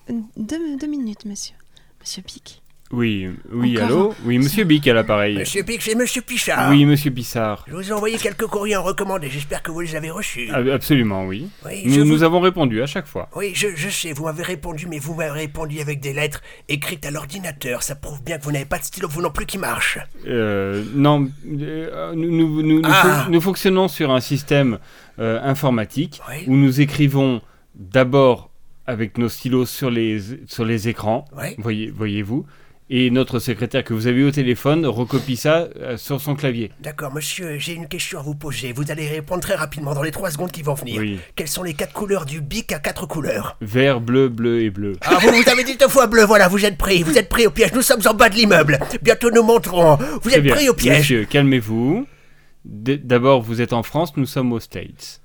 B: Euh, deux, deux minutes, monsieur. Monsieur Pic.
A: Oui, oui,
B: Encore
A: allô Oui, monsieur Bic à l'appareil.
C: Monsieur Pic, c'est Monsieur Pichard.
A: Oui, monsieur Bissard.
C: Je vous ai envoyé quelques courriers en recommandé, j'espère que vous les avez reçus.
A: Ah, Absolument, oui.
C: Oui, je
A: Nous,
C: vous-
A: nous avons répondu à chaque fois.
C: Oui, je, je sais, vous m'avez répondu, mais vous m'avez répondu avec des lettres écrites à l'ordinateur. Ça prouve bien que vous n'avez pas de stylo, vous non plus, qui marche.
A: Euh, non, euh, nous, nous, nous- nous
C: Ah.
A: fon- nous fonctionnons sur un système euh, informatique
C: Oui.
A: où nous écrivons d'abord avec nos stylos sur les, sur les écrans,
C: Oui.
A: voyez- voyez-vous, et notre secrétaire que vous avez eu au téléphone recopie ça euh, sur son clavier.
C: D'accord, monsieur, j'ai une question à vous poser. Vous allez répondre très rapidement dans les trois secondes qui vont venir.
A: Oui.
C: Quelles sont les quatre couleurs du bic à quatre couleurs
A: Vert, bleu, bleu et bleu.
C: Ah, vous, vous avez dit deux fois bleu, voilà, vous êtes pris, vous êtes pris au piège. Nous sommes en bas de l'immeuble. Bientôt nous monterons. Vous
A: Très
C: êtes
A: bien.
C: pris au piège.
A: Monsieur, calmez-vous. D- D'abord, vous êtes en France, nous sommes aux States.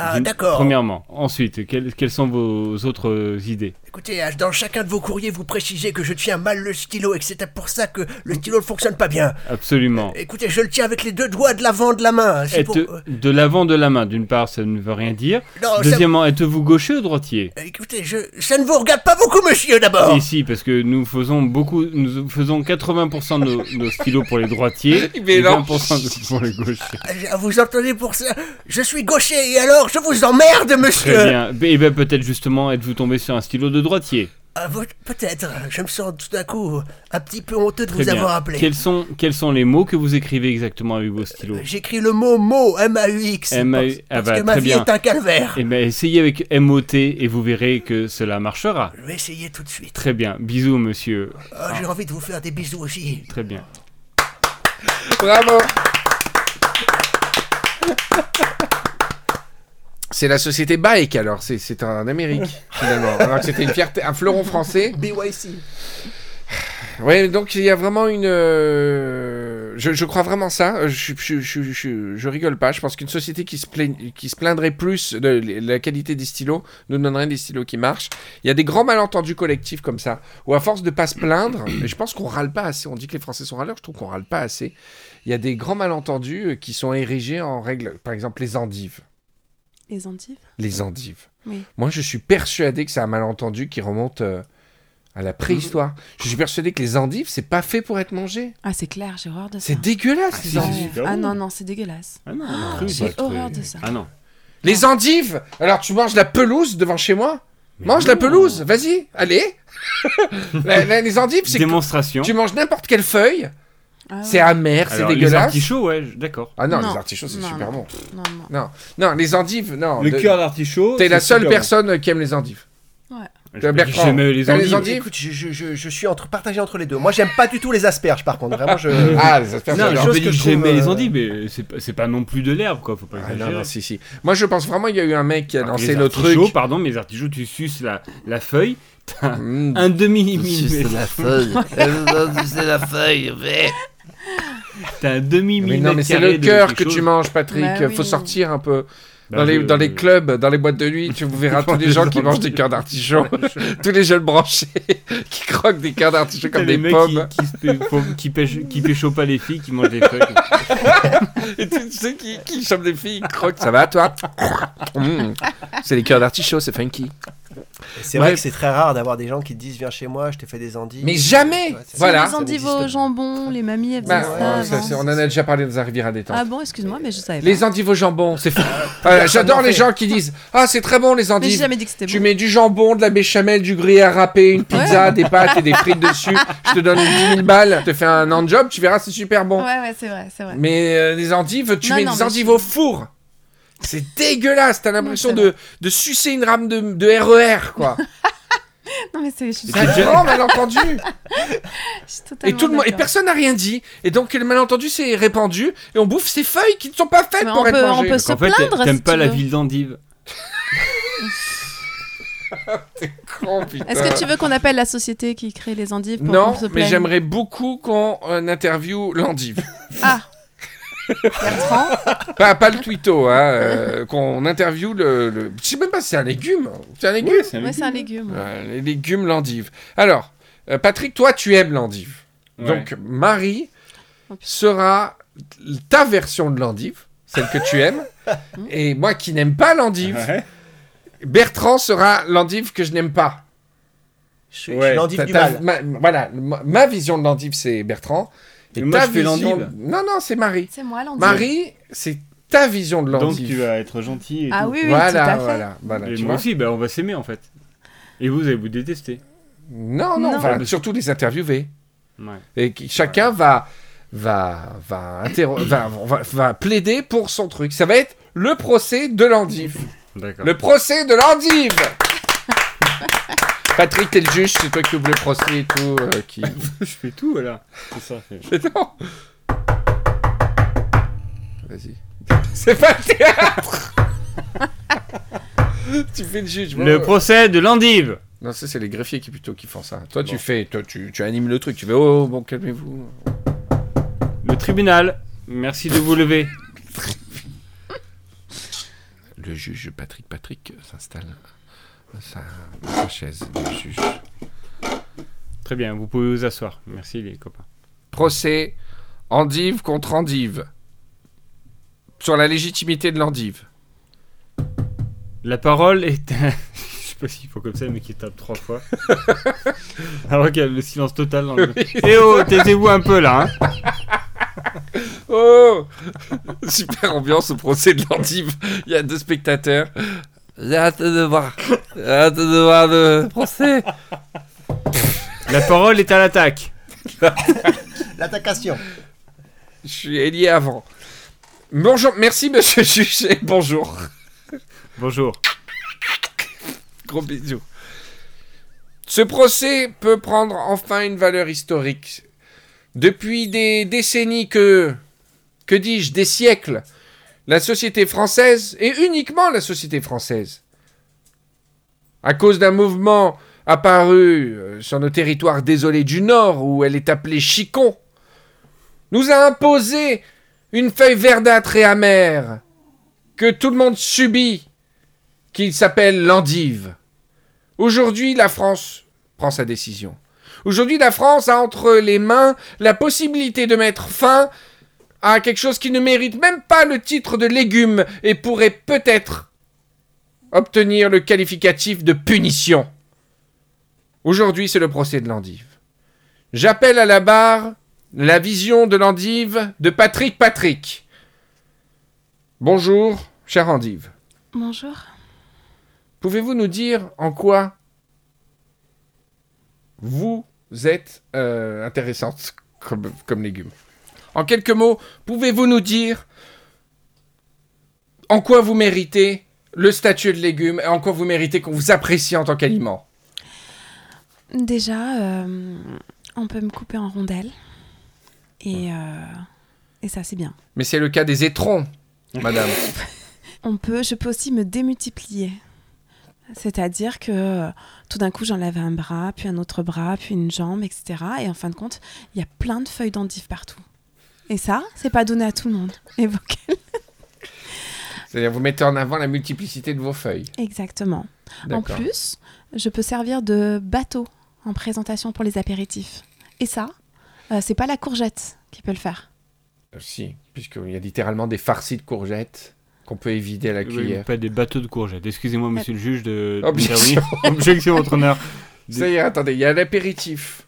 C: ah,
A: D'une-
C: d'accord.
A: Premièrement. Ensuite, quelles- quelles sont vos autres euh, idées
C: Écoutez, ah, dans chacun de vos courriers, vous précisez que je tiens mal le stylo et que c'est pour ça que le stylo ne fonctionne pas bien.
A: Absolument.
C: Écoutez, je le tiens avec les deux doigts de l'avant de la main. Euh, C'est
A: Êtes-
C: pour... euh,
A: De l'avant de la main, d'une part, ça ne veut rien dire.
C: Non, Oh, ça-
A: Deuxièmement, êtes-vous gaucher ou droitier
C: Écoutez, je... ça ne vous regarde pas beaucoup, monsieur,
D: Ah.
C: d'abord.
A: Si, si, parce que nous faisons beaucoup, nous faisons 80% de nos, nos stylos pour les droitiers
D: Il
A: et
D: mélange.
A: 20% de- pour les gauchers.
C: Ah, je- Vous entendez pour ça Je suis gaucher, et alors je vous emmerde, monsieur.
A: Très bien. Et bien peut-être justement êtes-vous tombé sur un stylo de droitier.
C: Ah, vous- Peut-être. Je me sens tout d'un coup un petit peu honteux de
A: Très
C: vous
A: bien.
C: avoir appelé.
A: Quels sont, quels sont les mots que vous écrivez exactement avec vos stylos
C: J'écris le mot mot, M-A-U-X.
A: M.A.U..
C: parce-
A: Ah
C: parce
A: bah,
C: que ma
A: très
C: vie
A: bien.
C: est un calvaire.
A: Eh bien essayez avec MOT et vous verrez que cela marchera.
C: Je vais essayer tout de suite.
A: Très bien. Bisous monsieur.
C: Ah, J'ai envie de vous faire des bisous aussi.
A: Très bien.
D: Bravo C'est la société Bike alors, c'est- c'est en Amérique finalement. Alors que c'était une fierté, un fleuron français.
E: BYC
D: Ouais, donc il y a vraiment une. euh, Je, je crois vraiment ça. euh, Je, je, je, je- je- je rigole pas. Je pense qu'une société qui se, plaigne- qui se plaindrait plus de l- la qualité des stylos nous donnerait des stylos qui marchent. Il y a des grands malentendus collectifs comme ça, où à force de pas se plaindre, et je pense qu'on râle pas assez. On dit que les Français sont râleurs, je trouve qu'on râle pas assez. Il y a des grands malentendus euh, qui sont érigés en règle. Par exemple, les endives.
B: Les Antilles
D: Les endives.
B: Oui.
D: Moi, je suis persuadé que c'est un malentendu qui remonte. euh, à la
B: Mm.
D: préhistoire. Je suis persuadé que les endives, c'est pas fait pour être mangé.
B: Ah, c'est clair, j'ai horreur de ça.
D: C'est dégueulasse,
A: Ah,
D: les
A: si, si,
B: Ah,
D: endives.
A: si. super
B: Ah
A: bon.
B: non, non, c'est dégueulasse.
A: Ah non, cru,
B: J'ai
A: votre-
B: horreur de ça.
A: Ah non.
D: Les endives Alors, tu manges la pelouse devant chez moi Mange la
A: non.
D: pelouse, vas-y, allez La- la- Les endives, c'est que
A: Démonstration.
D: tu manges n'importe quelle feuille,
B: Ah,
D: c'est amer, c'est
A: Alors, les
D: dégueulasse.
A: artichauts, ouais, je- d'accord.
D: Ah non,
B: Non.
D: les artichauts, c'est
B: Non,
D: super
B: non.
D: bon.
B: Non, non.
D: Non, non, les endives, non.
A: Le
D: de-
A: cœur d'artichaut.
D: T'es la
A: c'est
D: seule
A: super bon.
D: personne qui aime les endives.
B: Ouais.
A: J'ai pas dit que
D: Bertrand,
A: j'aimais les
D: t'as les
A: endives.
D: endives
C: Écoute, je, je- je- je suis entre, partagé entre les deux. Moi, j'aime pas du tout les asperges, par contre. Vraiment, je.
D: Ah, les asperges,
A: Euh, Non,
C: la
D: j'adore.
A: j'ai pas
C: chose
A: dit
C: que
A: que
C: je trouve,
A: j'aimais les
C: euh,
A: endives, mais c'est pas, c'est pas non plus de l'herbe, quoi. Faut pas
D: Ah, non,
A: exagérer.
D: non, si, si. Moi, je pense vraiment qu'il y a eu un mec qui a
A: Alors que
D: lancé
A: Ah, les
D: le truc.
A: artichauts, pardon, mais les artichauts, tu suces la, la feuille, t'as
D: Mm.
E: Je
A: un
E: suis
A: demi-millimètre.
E: la feuille. C'est la feuille. mais-
A: T'as un
D: Mais
A: demi-millimètre.
D: non, mais c'est
A: carré
D: le
A: de
D: cœur
A: quelque
D: que tu
A: chose.
D: manges, Patrick.
B: Bah oui.
D: Faut sortir un peu.
A: Bah,
D: dans, les,
A: je-
D: dans les clubs, dans les boîtes de nuit, tu verras tous les gens qui mangent des cœurs d'artichaut. tous les jeunes branchés qui croquent des cœurs d'artichaut
A: T'as
D: comme
A: les
D: des
A: mecs
D: pommes.
A: Qui, qui, se pê- pom- qui, pêchent, qui pêchent pas les filles, qui mangent des feuilles.
D: Et tu sais qui, qui chopent des filles, qui croquent. Ça va, toi Mm. C'est les cœurs d'artichaut, c'est funky.
C: Et C'est
D: Ouais.
C: vrai que c'est très rare d'avoir des gens qui te disent Viens chez moi, je t'ai fait des endives.
D: Mais jamais
C: Ouais, c'est-
D: Voilà.
B: Les endives
C: Ça
B: au
C: n'existe
B: jambon, les mamies, elles
D: Bah,
B: faisaient
C: ouais,
B: ça.
C: ouais,
B: avant.
D: ça, c'est- on en a déjà parlé dans un rivière à détente.
B: Ah bon, excuse-moi, mais je savais pas.
D: Les endives au jambon, c'est fou.
B: Ah,
D: Euh, J'adore
C: n'en
D: les
C: fait.
D: gens qui disent Ah, c'est très bon les
B: Mais j'ai
D: endives.
B: jamais dit que c'était
D: Tu
B: bon.
D: mets du jambon, de la béchamel, du gruyère râpé, une pizza, des pâtes et des frites dessus. Je te donne 10 000 balles, je te fais un hand-job, tu verras, c'est super bon.
B: Ouais, ouais, c'est vrai, c'est vrai.
D: Mais euh, les endives, tu
B: Non,
D: mets
B: non,
D: des
B: mais
D: endives
B: je-
D: au four. C'est dégueulasse, t'as l'impression
B: c'est
D: de, de sucer une rame de, de RER, quoi.
B: Non, mais c'est. Je suis,
D: C'est un grand malentendu.
B: je suis
D: Et,
B: totalement.
D: tout le monde, et
B: d'accord.
D: personne n'a rien dit. Et donc le malentendu s'est répandu et on bouffe ces feuilles qui ne sont pas faites
B: Mais
D: pour
B: on
D: être
B: peut, on
D: mangées.
B: peut se
A: En fait,
B: plaindre.
A: t'aimes
B: si
A: pas
B: tu
A: la
B: veux.
A: ville d'endive.
D: Oh, putain.
B: Est-ce que tu veux qu'on appelle la société qui crée les endives pour
D: Non,
B: qu'on se
D: mais
B: plaigne
D: j'aimerais beaucoup qu'on euh, interviewe l'endive.
B: Ah Bertrand
D: pas, pas le twito, hein, euh, qu'on interviewe le, le... Je sais même pas si c'est un légume. C'est un légume
B: Ouais, c'est un légume.
D: Euh, Les légumes, l'endive. Alors, euh, Patrick, toi, tu aimes l'endive. Donc, Marie
B: Oh, putain.
D: sera ta version de l'endive, celle que tu aimes. et moi qui n'aime pas l'endive, Bertrand sera l'endive que je n'aime pas.
C: Je suis je
A: Ouais.
C: suis l'endive
D: Ta-
C: du
D: ta-
C: mal.
D: ma- voilà, ma, ma vision de l'endive, c'est Bertrand. Et
A: Mais moi,
D: ta
A: je fais
D: vision...
A: l'endive.
D: Non, non, c'est Marie.
B: C'est moi l'endive.
D: Marie, c'est ta vision de
A: Donc
D: l'endive.
A: tu vas être gentil. Et
B: Ah
A: tout.
B: oui, oui,
D: voilà,
B: tout à fait.
D: voilà, voilà,
A: Et
D: tu vois.
A: moi aussi, bah, on va s'aimer en fait. Et vous allez vous détester.
D: Non, non,
B: Non.
D: enfin, surtout les interviewer.
A: Ouais.
D: Et qui- chacun va, va, va, interro- va, va, va plaider pour son truc. Ça va être le procès de l'endive.
A: D'accord.
D: Le procès de l'endive Patrick, t'es le juge, c'est toi qui ouvre le procès et tout. euh, qui...
A: je fais tout voilà. C'est ça. c'est-
D: Mais non Vas-y. C'est pas le théâtre Tu fais le juge. moi,
A: Le
D: euh,
A: procès de l'endive.
D: Non, ça, c'est les greffiers qui plutôt qui font ça. Toi, tu
A: Bon.
D: fais, toi, tu, tu animes le truc. Tu fais, oh, bon, calmez-vous.
A: Le tribunal. Merci de vous lever.
D: Le juge Patrick Patrick s'installe dans sa, dans sa chaise de juge.
A: Très bien, vous pouvez vous asseoir. Merci les copains.
D: Procès endive contre endive. Sur la légitimité de l'endive.
A: La parole est à... Je sais pas s'il faut comme ça, mais qui tape trois fois. Alors qu'il y a le silence total dans le... Eh oh, taisez-vous un peu là. hein.
D: Oh Super ambiance au procès de l'endive. Il y a deux spectateurs.
E: J'ai hâte de voir. J'ai hâte de voir le procès.
A: La parole est à l'attaque.
C: L'attacation.
D: Je suis Elie avant. Bonjour, merci monsieur le juge et bonjour.
A: Bonjour.
D: Gros bisous. Ce procès peut prendre enfin une valeur historique. Depuis des décennies que... Que dis-je Des siècles. La société française, et uniquement la société française, à cause d'un mouvement apparu euh, sur nos territoires désolés du Nord, où elle est appelée Chicon, nous a imposé une feuille verdâtre et amère que tout le monde subit qu'il s'appelle l'endive. Aujourd'hui, la France prend sa décision. Aujourd'hui, la France a entre les mains la possibilité de mettre fin à quelque chose qui ne mérite même pas le titre de légume et pourrait peut-être obtenir le qualificatif de punition. Aujourd'hui, c'est le procès de l'endive. J'appelle à la barre la vision de l'endive de Patrick Patrick. Bonjour, chère endive.
B: Bonjour.
D: Pouvez-vous nous dire en quoi vous êtes euh, intéressante comme, comme légume En quelques mots, pouvez-vous nous dire en quoi vous méritez le statut de légume et en quoi vous méritez qu'on vous apprécie en tant qu'aliment
B: Déjà, euh, on peut me couper en rondelles. Et, euh, et ça, c'est bien.
D: Mais c'est le cas des étrons, madame.
B: On peut, je peux aussi me démultiplier. C'est-à-dire que euh, tout d'un coup, j'enlève un bras, puis un autre bras, puis une jambe, etc. Et en fin de compte, il y a plein de feuilles d'endives partout. Et ça, c'est pas donné à tout le monde. Évoqué.
D: C'est-à-dire, vous mettez en avant la multiplicité de vos feuilles.
B: Exactement. En
D: D'accord.
B: plus, je peux servir de bateau en présentation pour les apéritifs. Et ça, euh, c'est pas la courgette qui peut le faire.
D: Euh, Si, puisqu'il y a littéralement des farcis de courgettes qu'on peut éviter à la
A: Oui,
D: cuillère.
A: pas des bateaux de courgettes. Excusez-moi, monsieur le juge, de.
D: Objection.
A: d'intervenir. Objection, votre honneur.
D: C'est-à-dire, attendez, il y a l'apéritif.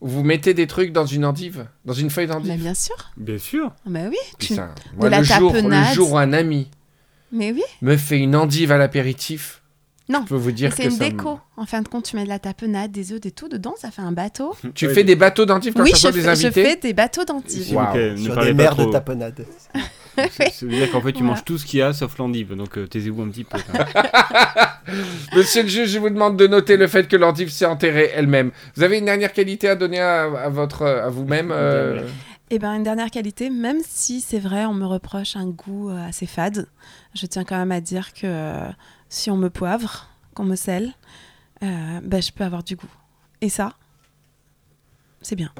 D: où Vous mettez des trucs dans une endive, dans une feuille
B: Mais
D: d'endive.
B: bien sûr.
A: Bien sûr.
B: Mais oui. tu-
D: Putain, moi,
B: la
D: le, jour, le
B: tapenade.
D: jour où un ami
B: Mais oui.
D: me fait une endive à l'apéritif,
B: Non,
D: je peux vous dire que
B: C'est une
D: ça me-
B: déco. En fin de compte, tu mets de la tapenade, des œufs, des tout dedans, ça fait un bateau.
D: Tu
A: Ouais,
D: fais des bateaux d'endives quand
B: oui,
D: tu
B: je,
D: reçois des
B: fais- je
D: invités
B: fais des bateaux
A: S'il
B: d'endives.
A: vous
D: Wow.
A: plaît, ne
J: Sur
A: parlez
J: des
A: pas
J: mers de
A: trop.
J: tapenade.
A: C'est- C'est-à-dire qu'en fait, tu
B: Voilà.
A: manges tout ce qu'il y a sauf l'endive. Donc, euh, taisez-vous un petit peu. quand même.
D: Monsieur le juge, je vous demande de noter le fait que l'endive s'est enterrée elle-même. Vous avez une dernière qualité à donner à, à votre, à vous-même euh,
B: Et bien, Eh ben, une dernière qualité, même si c'est vrai, on me reproche un goût euh, assez fade, je tiens quand même à dire que euh, si on me poivre, qu'on me selle, euh, ben, je peux avoir du goût. Et ça, c'est bien.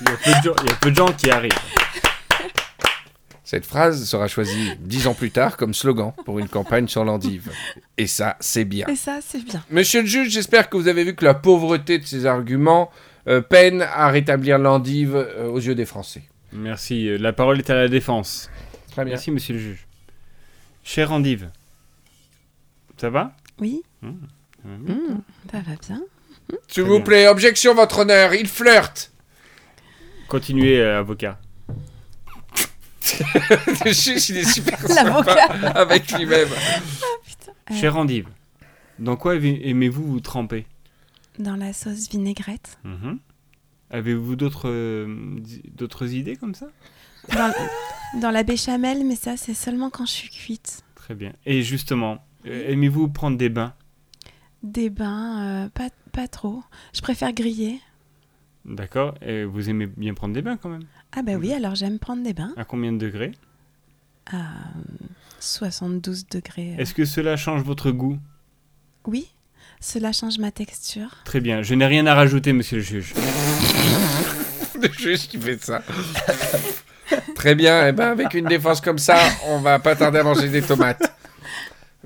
A: Il y, a peu de gens- il y a peu de gens qui arrivent.
D: Cette phrase sera choisie dix ans plus tard comme slogan pour une campagne sur l'endive. Et ça, c'est bien.
B: Et ça, c'est bien.
D: Monsieur le juge, j'espère que vous avez vu que la pauvreté de ces arguments euh, peine à rétablir l'endive euh, aux yeux des Français.
A: Merci. euh, La parole est à la défense.
D: Très
A: Merci, monsieur le juge. Chère endive, ça va
B: Oui,
A: Ça va bien
B: Mmh, ça va bien.
D: S'il
A: Très
D: vous
A: bien.
D: plaît, objection, votre honneur, il flirte.
A: Continuez, euh, avocat.
D: le juge, il est super
B: L'avocat.
D: avec lui-même.
B: Euh.
A: Chère endive, dans quoi aimez- aimez-vous vous tremper
B: Dans la sauce vinaigrette.
A: Mhm. Avez-vous d'autres euh, di- d'autres idées comme ça
B: Dans, dans la béchamel, mais ça, c'est seulement quand je suis cuite.
A: Très bien. Et justement, euh, aimez-vous prendre des bains
B: Des bains, euh, pas, pas trop. Je préfère griller.
A: D'accord Et Vous aimez bien prendre des bains quand même
B: Ah bah
A: Mmh.
B: oui, alors j'aime prendre des bains
A: À combien de degrés
B: à 72 degrés. euh.
A: Est-ce que cela change votre goût
B: Oui, cela change ma texture.
A: Très bien. Je n'ai rien à rajouter, monsieur le juge.
D: Le juge qui fait ça. Très bien, et ben avec une défense comme ça, on va pas tarder à manger des tomates.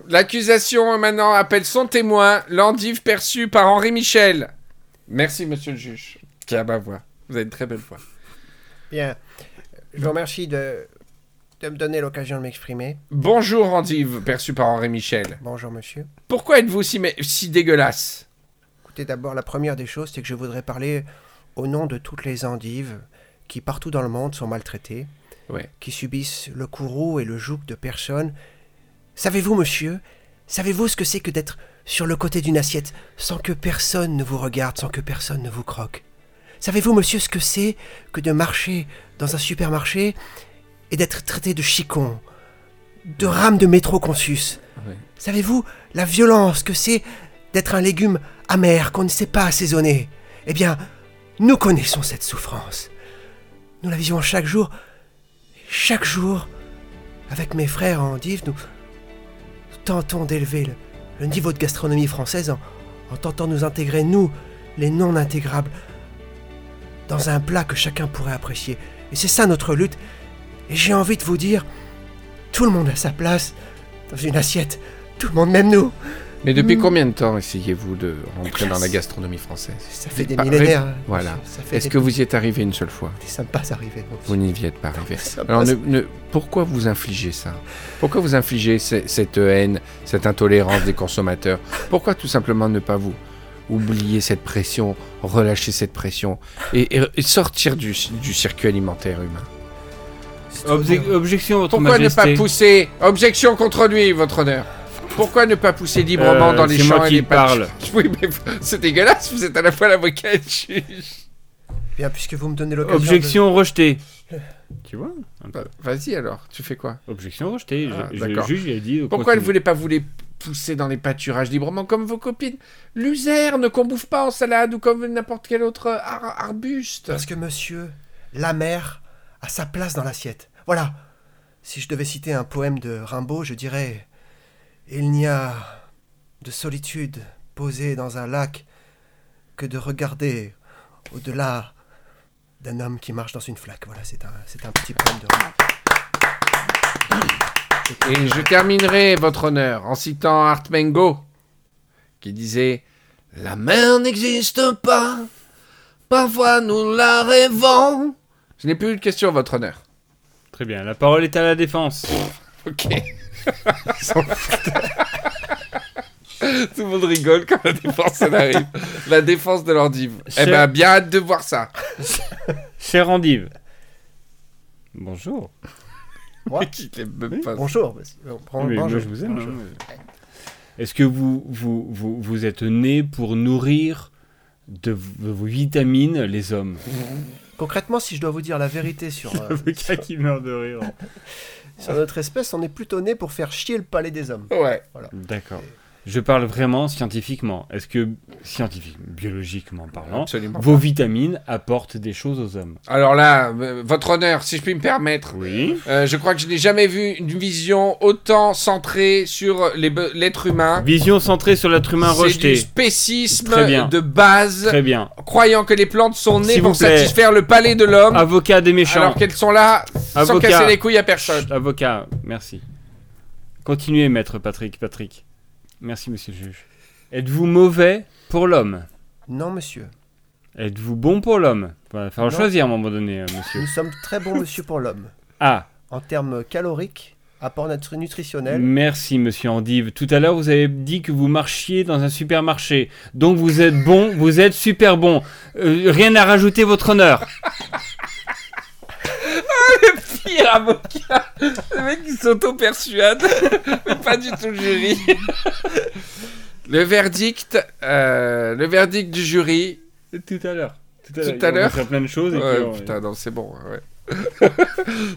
D: L'accusation maintenant appelle son témoin, l'endive perçue par Henri Michel. Merci, monsieur le juge. Tiens, ma voix. Vous avez une très belle voix.
C: Bien. Je vous remercie de, de me donner l'occasion de m'exprimer.
D: Bonjour, endive perçue par Henri Michel.
C: Bonjour, monsieur.
D: Pourquoi êtes-vous si, mé- si dégueulasse
C: Écoutez, d'abord, la première des choses, c'est que je voudrais parler au nom de toutes les endives qui, partout dans le monde, sont maltraitées,
D: Ouais.
C: qui subissent le courroux et le joug de personnes. Savez-vous, monsieur, savez-vous ce que c'est que d'être sur le côté d'une assiette sans que personne ne vous regarde, sans que personne ne vous croque Savez-vous, monsieur, ce que c'est que de marcher dans un supermarché et d'être traité de chicon, de rame de métro qu'on suce
D: Ouais.
C: Savez-vous la violence que c'est d'être un légume amer qu'on ne sait pas assaisonner Eh bien, nous connaissons cette souffrance. Nous la vivons chaque jour. Chaque jour, avec mes frères en div, nous tentons d'élever le, le niveau de gastronomie française en, en tentant de nous intégrer, nous, les non-intégrables, dans un plat que chacun pourrait apprécier. Et c'est ça notre lutte. Et j'ai envie de vous dire, tout le monde a sa place dans une assiette. Tout le monde, même nous.
D: Mais depuis
C: Hmm.
B: Mm.
D: combien de temps essayez-vous de rentrer
C: Eh bien,
D: dans la
C: c'est-
D: gastronomie française
C: Ça fait des
D: Bah,
C: millénaires. hein.
D: voilà.
C: Ça fait
D: Est-ce
C: des-
D: que vous y êtes arrivé une seule fois
C: Ça me passe arrivé. non.
D: Vous n'y êtes pas arrivé.
C: Ça me
D: Alors
C: passe-
D: ne, ne- pourquoi vous infligez ça Pourquoi vous infligez ce- cette haine, cette intolérance des consommateurs Pourquoi tout simplement ne pas vous oublier cette pression, relâcher cette pression et, et- et sortir du, du circuit alimentaire humain
C: C'est trop
A: Obje-
C: dur.
A: objection, votre
D: Pourquoi
A: majesté.
D: ne pas pousser Objection contre lui, votre honneur pourquoi ne pas pousser librement
A: Euh,
D: dans les
A: c'est moi
D: champs et
A: qui
D: les pâtes-
A: parle.
D: Oui, mais c'est dégueulasse, vous êtes à la fois l'avocat et le juge.
C: Bien, puisque vous me donnez l'occasion. de-
A: Objection rejetée. Tu vois un peu.
D: Bah, Vas-y alors, tu fais quoi
A: Objection rejetée.
D: Ah,
A: Je- je-
D: d'accord.
A: le juge il a dit. euh,
D: Pourquoi elle
A: continue.
D: voulait pas vous les pousser dans les pâturages librement comme vos copines. Luzerne qu'on bouffe pas en salade ou comme n'importe quel autre ar- arbuste.
C: Parce que monsieur, la mer a sa place dans l'assiette. Voilà. Si je devais citer un poème de Rimbaud, je dirais Il n'y a de solitude posée dans un lac que de regarder au-delà d'un homme qui marche dans une flaque. Voilà, c'est un, c'est un petit poème de Rimbaud.
D: Et je terminerai, votre honneur, en citant Artmengo, qui disait La mer n'existe pas, parfois nous la rêvons. Je n'ai plus de question, votre honneur.
I: Très bien, la parole est à la défense.
D: Ok. Tout le monde rigole quand la défense elle arrive. La défense de l'ordive. Eh
I: Chef.
D: ben, bien hâte de voir ça.
I: Cher Andive. Bonjour.
C: Moi
D: Qui t'aime même
C: Oui,
D: pas.
C: Bonjour. vas-y, on prend-
I: Mais moi,
C: bonjour.
I: je vous aime.
C: Bonjour.
I: hein. Est-ce que vous, vous, vous, vous êtes né pour nourrir de, v- de vos vitamines les hommes
C: Concrètement, si je dois vous dire la vérité sur, euh,
I: Le gars qui meurt de rire.
C: sur notre espèce, on est plutôt né pour faire chier le palais des hommes.
D: Ouais.
I: D'accord. Je parle vraiment scientifiquement. Est-ce que, scientifiquement, biologiquement parlant,
D: Absolument.
I: vos vitamines apportent des choses aux hommes
D: Alors là, euh, votre honneur, si je puis me permettre,
I: Oui.
D: euh, je crois que je n'ai jamais vu une vision autant centrée sur les be- l'être humain.
I: Vision centrée sur l'être humain
D: C'est du
I: rejeté. Très bien.
D: spécisme de base,
I: Très bien.
D: croyant que les plantes sont nées
I: S'il
D: pour
I: vous plaît.
D: satisfaire le palais de l'homme,
I: Avocat des méchants.
D: alors qu'elles sont là sans
I: Avocat.
D: casser les couilles à personne.
I: Chut, Avocat, merci. Continuez, maître Patrick. Patrick. Merci, monsieur le juge. Êtes-vous mauvais pour l'homme
C: Non, monsieur.
I: Êtes-vous bon pour l'homme Il va falloir
C: Non.
I: choisir à un moment donné, euh, monsieur.
C: Nous sommes très bons, monsieur, pour l'homme.
I: Ah,
C: En termes caloriques, apport natu- nutritionnel.
I: merci, monsieur Andive. Tout à l'heure, vous avez dit que vous marchiez dans un supermarché. Donc, vous êtes bon, vous êtes super bon. Euh, rien à rajouter, votre honneur.
D: Pire avocat Le mec qui s'auto-persuade, mais pas du tout le jury. Le verdict, euh, le verdict du jury. euh,
I: Tout à l'heure.
D: Tout à l'heure.
I: Il y plein de choses. et
D: Ouais,
I: puis on-
D: putain, non, c'est bon. ouais.